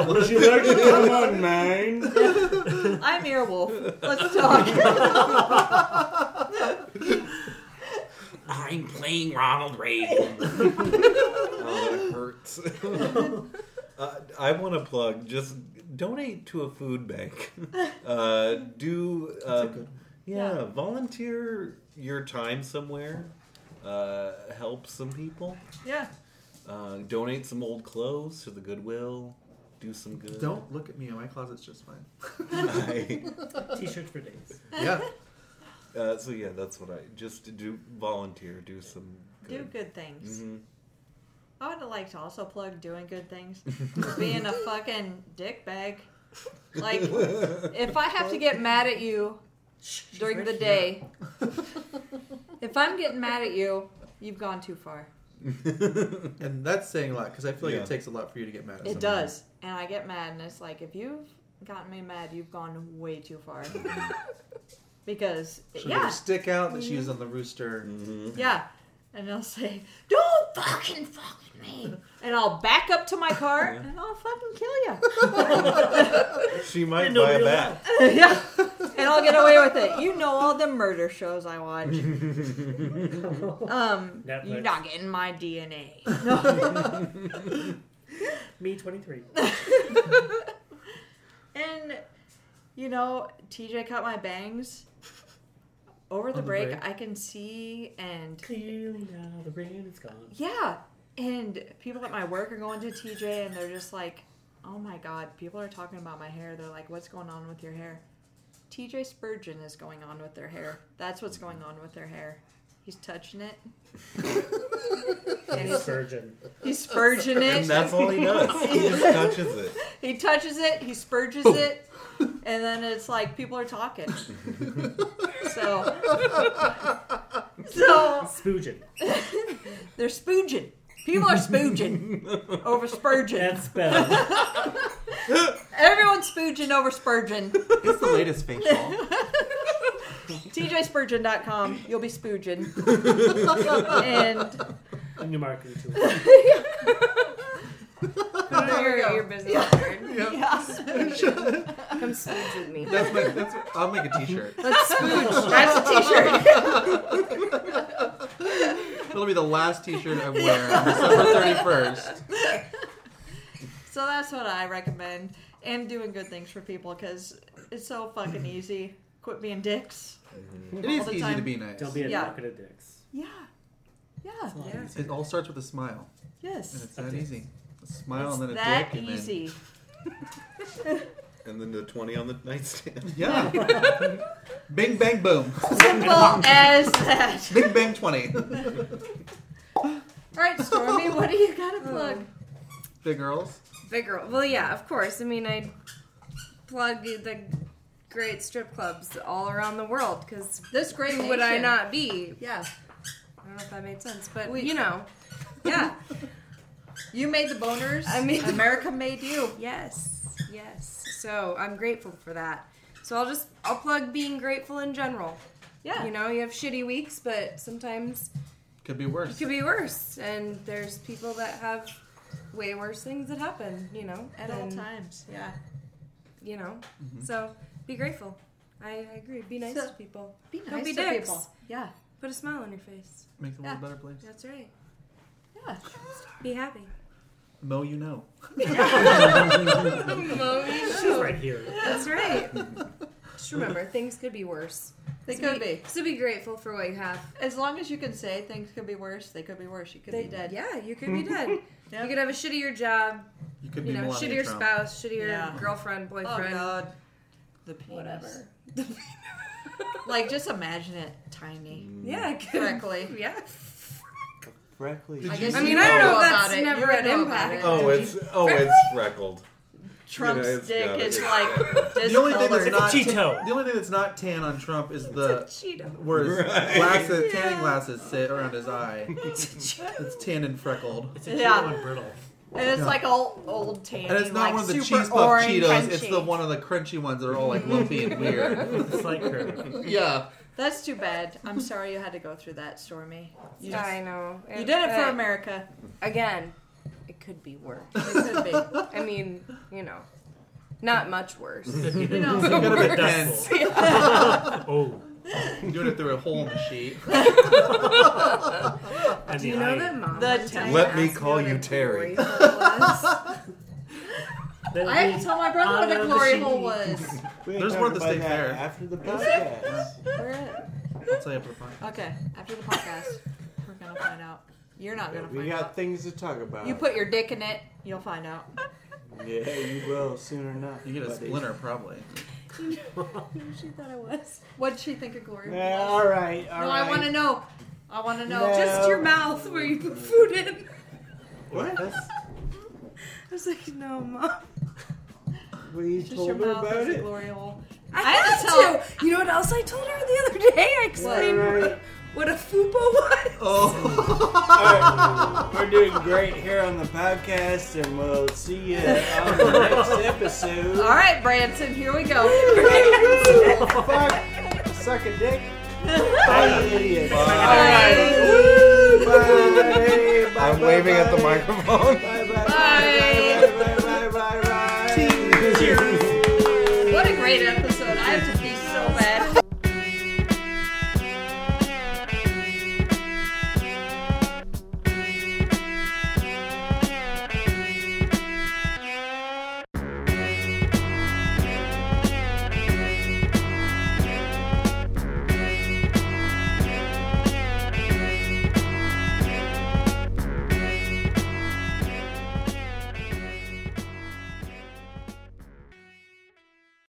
Speaker 1: Would you like to come on mine?
Speaker 2: I'm Earwolf. Let's talk.
Speaker 7: I'm playing Ronald Reagan.
Speaker 8: Oh, that hurts. uh, I want to plug. Just donate to a food bank. Uh, do uh, yeah, volunteer your time somewhere. Uh, help some people.
Speaker 2: yeah,
Speaker 8: Uh, donate some old clothes to the Goodwill. Do some good.
Speaker 3: Don't look at me. My closet's just fine.
Speaker 8: I,
Speaker 9: T-shirts for days.
Speaker 3: Yeah.
Speaker 8: uh, so yeah, that's what I just do. Volunteer. Do some.
Speaker 2: do
Speaker 8: Good.
Speaker 2: good things.
Speaker 8: Mhm.
Speaker 2: I would like to also plug doing good things, being a fucking dickbag. Like, if I have to get mad at you during the day, if I'm getting mad at you, you've gone too far.
Speaker 3: And that's saying a lot because I feel like
Speaker 8: Yeah.
Speaker 3: it takes a lot for you to get mad at
Speaker 2: It
Speaker 3: someone.
Speaker 2: does, and I get mad, and it's like if you've gotten me mad, you've gone way too far. Because
Speaker 3: She'll get her
Speaker 2: yeah, Mm-hmm.
Speaker 3: stick out that she was on the rooster.
Speaker 2: yeah, and I'll say, "Don't fucking fuck with me," and I'll back up to my car, and I'll fucking kill you.
Speaker 8: She might
Speaker 9: no,
Speaker 8: buy a
Speaker 9: you're
Speaker 8: bat.
Speaker 2: yeah. And I'll get away with it. You know all the murder shows I watch. um,
Speaker 9: Netflix.
Speaker 2: you're not getting my DNA.
Speaker 9: Me 23.
Speaker 2: And you know, TJ cut my bangs. Over the,
Speaker 3: the
Speaker 2: break,
Speaker 3: break.
Speaker 2: I can see and
Speaker 9: Clearly now the rain is gone.
Speaker 2: yeah, and people at my work are going to TJ and they're just like, "Oh my god, people are talking about my hair." They're like, "What's going on with your hair?" TJ Spurgeon is going on with their hair. That's what's going on with their hair. He's touching it.
Speaker 5: He's Spurgeon.
Speaker 2: He's Spurgeon it.
Speaker 8: And that's all he does. He just touches it.
Speaker 2: He touches it, he spurges it, and then it's like people are talking. So So
Speaker 9: Spurgeon.
Speaker 2: they're spooging. People are spooging over Spurgeon.
Speaker 9: That's better.
Speaker 2: Everyone's spooging over Spurgeon.
Speaker 3: It's the latest facial.
Speaker 2: TJSpurgeon.com. You'll be spooging. and
Speaker 9: A new marketing tool.
Speaker 2: there we
Speaker 6: Your, your
Speaker 2: go.
Speaker 6: business card.
Speaker 2: Yeah.
Speaker 6: Come smooth with me.
Speaker 3: That's my. That's. I'll make a T-shirt.
Speaker 2: Let's spooge. That's a t-shirt.
Speaker 3: It'll be the last T-shirt I wear on December thirty first.
Speaker 2: So that's what I recommend. And doing good things for people because it's so fucking easy. Quit being dicks.
Speaker 3: It
Speaker 2: All
Speaker 3: is
Speaker 2: the
Speaker 3: easy to
Speaker 2: time.
Speaker 3: be nice.
Speaker 9: Don't be a
Speaker 2: Yeah.
Speaker 9: market of dicks.
Speaker 2: Yeah. Yeah.
Speaker 6: Yeah.
Speaker 3: It all starts with a smile, and
Speaker 2: Yes.
Speaker 3: it's that easy. A smile
Speaker 2: It's
Speaker 3: and then a
Speaker 2: that
Speaker 3: dick,
Speaker 2: easy.
Speaker 8: And then the 20 on the nightstand.
Speaker 3: and then yeah. Bing bang boom.
Speaker 2: Simple as that.
Speaker 3: Big bang twenty.
Speaker 2: All right, Stormy, what do you got
Speaker 6: Oh.
Speaker 2: to plug?
Speaker 3: Big girls.
Speaker 6: Big girl. Well, yeah, of course. I mean, I plug the great strip clubs all around the world because
Speaker 2: This great
Speaker 6: who would I
Speaker 2: nation.
Speaker 6: not be?
Speaker 2: Yeah.
Speaker 6: I don't know if that made sense, but
Speaker 2: We-
Speaker 6: you know, yeah.
Speaker 2: You made the boners.
Speaker 6: I made the-
Speaker 2: America made you.
Speaker 6: Yes, yes. So I'm grateful for that. So I'll just I'll plug being grateful in general.
Speaker 2: Yeah.
Speaker 6: You know, you have shitty weeks, but sometimes
Speaker 3: Could be
Speaker 6: it
Speaker 3: worse.
Speaker 6: could be worse, and there's people that have way worse things that happen. You know,
Speaker 2: At all
Speaker 6: and,
Speaker 2: times. Yeah.
Speaker 6: You know,
Speaker 9: Mm-hmm.
Speaker 6: so be grateful. I, I agree. Be nice
Speaker 2: So-
Speaker 6: to people.
Speaker 2: Be
Speaker 6: Don't
Speaker 2: nice
Speaker 6: be
Speaker 2: to
Speaker 6: dicks.
Speaker 2: people. Yeah.
Speaker 6: Put a smile on your face.
Speaker 3: Make the world
Speaker 2: Yeah.
Speaker 3: a better place.
Speaker 6: That's right.
Speaker 2: Yeah.
Speaker 6: Be happy.
Speaker 3: Mo, you know.
Speaker 9: She's right here.
Speaker 6: That's right. Just remember, things could be worse.
Speaker 2: They
Speaker 6: So
Speaker 2: could be.
Speaker 6: So be grateful for what you have.
Speaker 2: As long as you can say things could be worse, they could be worse. You could
Speaker 6: They-
Speaker 2: be dead.
Speaker 6: Yeah, you could be dead.
Speaker 2: Yeah.
Speaker 6: You could have a shittier job,
Speaker 3: You could
Speaker 6: you
Speaker 3: be
Speaker 6: know,
Speaker 3: Melania
Speaker 6: shittier
Speaker 3: Trump.
Speaker 6: spouse, shittier
Speaker 2: Yeah.
Speaker 6: girlfriend,
Speaker 2: Oh
Speaker 6: boyfriend,
Speaker 2: God. The penis.
Speaker 6: whatever.
Speaker 2: Like, just imagine it tiny.
Speaker 6: yeah, it could-
Speaker 2: Correctly.
Speaker 6: Yeah.
Speaker 1: Correctly.
Speaker 3: Did
Speaker 2: guess
Speaker 3: you
Speaker 2: you
Speaker 6: mean, I don't
Speaker 2: know
Speaker 6: know if
Speaker 2: about
Speaker 6: that's
Speaker 2: it. You
Speaker 6: never
Speaker 2: would
Speaker 6: an
Speaker 2: know
Speaker 6: impact.
Speaker 2: about it.
Speaker 8: Oh, it's oh, it's freckled.
Speaker 2: Trump's
Speaker 8: Yeah, it's
Speaker 2: dick
Speaker 8: got it.
Speaker 2: is
Speaker 8: It's
Speaker 2: like
Speaker 8: got
Speaker 3: The only thing that's
Speaker 2: discolored.
Speaker 3: not
Speaker 9: Cheeto.
Speaker 3: the only thing that's not tan on Trump is the
Speaker 6: It's a Cheeto.
Speaker 3: where his
Speaker 8: Right.
Speaker 3: glasses, tanning glasses sit around his eye. It's tan and freckled.
Speaker 9: It's a
Speaker 2: Yeah.
Speaker 9: yeah. and brittle.
Speaker 2: And it's like all old tan.
Speaker 3: And it's not
Speaker 2: like
Speaker 3: one of the
Speaker 2: super
Speaker 3: cheese puff
Speaker 2: orange
Speaker 3: Cheetos.
Speaker 2: and
Speaker 3: It's the
Speaker 2: cheap.
Speaker 3: one of the crunchy ones that are all like lumpy and weird.
Speaker 9: Slight curve.
Speaker 3: yeah.
Speaker 2: That's too bad. I'm sorry you had to go through that, Stormy. You, just-
Speaker 6: I know.
Speaker 2: you did it for
Speaker 6: but
Speaker 2: America.
Speaker 6: Again, it could be worse.
Speaker 2: It could be.
Speaker 6: I mean, you know, not much worse.
Speaker 2: You know.
Speaker 3: You gotta be
Speaker 9: That's
Speaker 3: tense.
Speaker 9: cool. Oh,
Speaker 3: Doing it through a hole in the sheet.
Speaker 9: and
Speaker 6: Do you
Speaker 9: the
Speaker 6: know
Speaker 9: eye.
Speaker 6: that mom?
Speaker 2: The
Speaker 6: one time
Speaker 8: Let me
Speaker 6: asked
Speaker 8: call
Speaker 6: what
Speaker 8: you
Speaker 6: a
Speaker 8: Terry.
Speaker 6: glory hole was?
Speaker 9: That
Speaker 2: I had to tell my brother what
Speaker 9: Honor
Speaker 2: a
Speaker 9: the
Speaker 2: glory
Speaker 9: sheep.
Speaker 2: hole was.
Speaker 3: There's worth a steak there.
Speaker 1: After the podcast.
Speaker 2: We're at-
Speaker 3: I'll tell you after the podcast.
Speaker 2: Okay, after the podcast, we're gonna find out. You're not gonna
Speaker 1: we
Speaker 2: find
Speaker 1: got
Speaker 2: out.
Speaker 1: things to talk about.
Speaker 2: You put your dick in it, you'll find out.
Speaker 1: yeah, you will soon enough.
Speaker 3: You get a
Speaker 1: buddy.
Speaker 3: splinter probably.
Speaker 6: she thought I was.
Speaker 2: What did she think of glory hole
Speaker 1: Yeah,
Speaker 2: was?
Speaker 1: all right, all
Speaker 2: no,
Speaker 1: right.
Speaker 2: I want to know. I want to know.
Speaker 1: No.
Speaker 6: Just your mouth where you put food in.
Speaker 1: What? That's,
Speaker 6: I was like, no, mom.
Speaker 1: we
Speaker 2: Just
Speaker 1: told
Speaker 2: your
Speaker 1: her
Speaker 2: mouth
Speaker 1: about
Speaker 2: is a
Speaker 1: it.
Speaker 2: glory hole.
Speaker 6: I,
Speaker 2: I had
Speaker 6: had
Speaker 2: to
Speaker 6: to.
Speaker 2: tell-
Speaker 6: You know what else I told her the other day? I explained
Speaker 1: All right.
Speaker 6: what a fupa was.
Speaker 3: Oh.
Speaker 1: All right. We're doing great here on the podcast, and we'll see you on the next episode.
Speaker 2: All right, Branson, here we go.
Speaker 1: Fuck. Suck a dick. Bye, idiot. Bye. Bye,
Speaker 8: I'm waving
Speaker 1: bye,
Speaker 8: at the
Speaker 1: bye.
Speaker 8: microphone.
Speaker 1: Bye, bye, bye, bye, bye, bye, bye, bye.
Speaker 2: what a great episode. I have to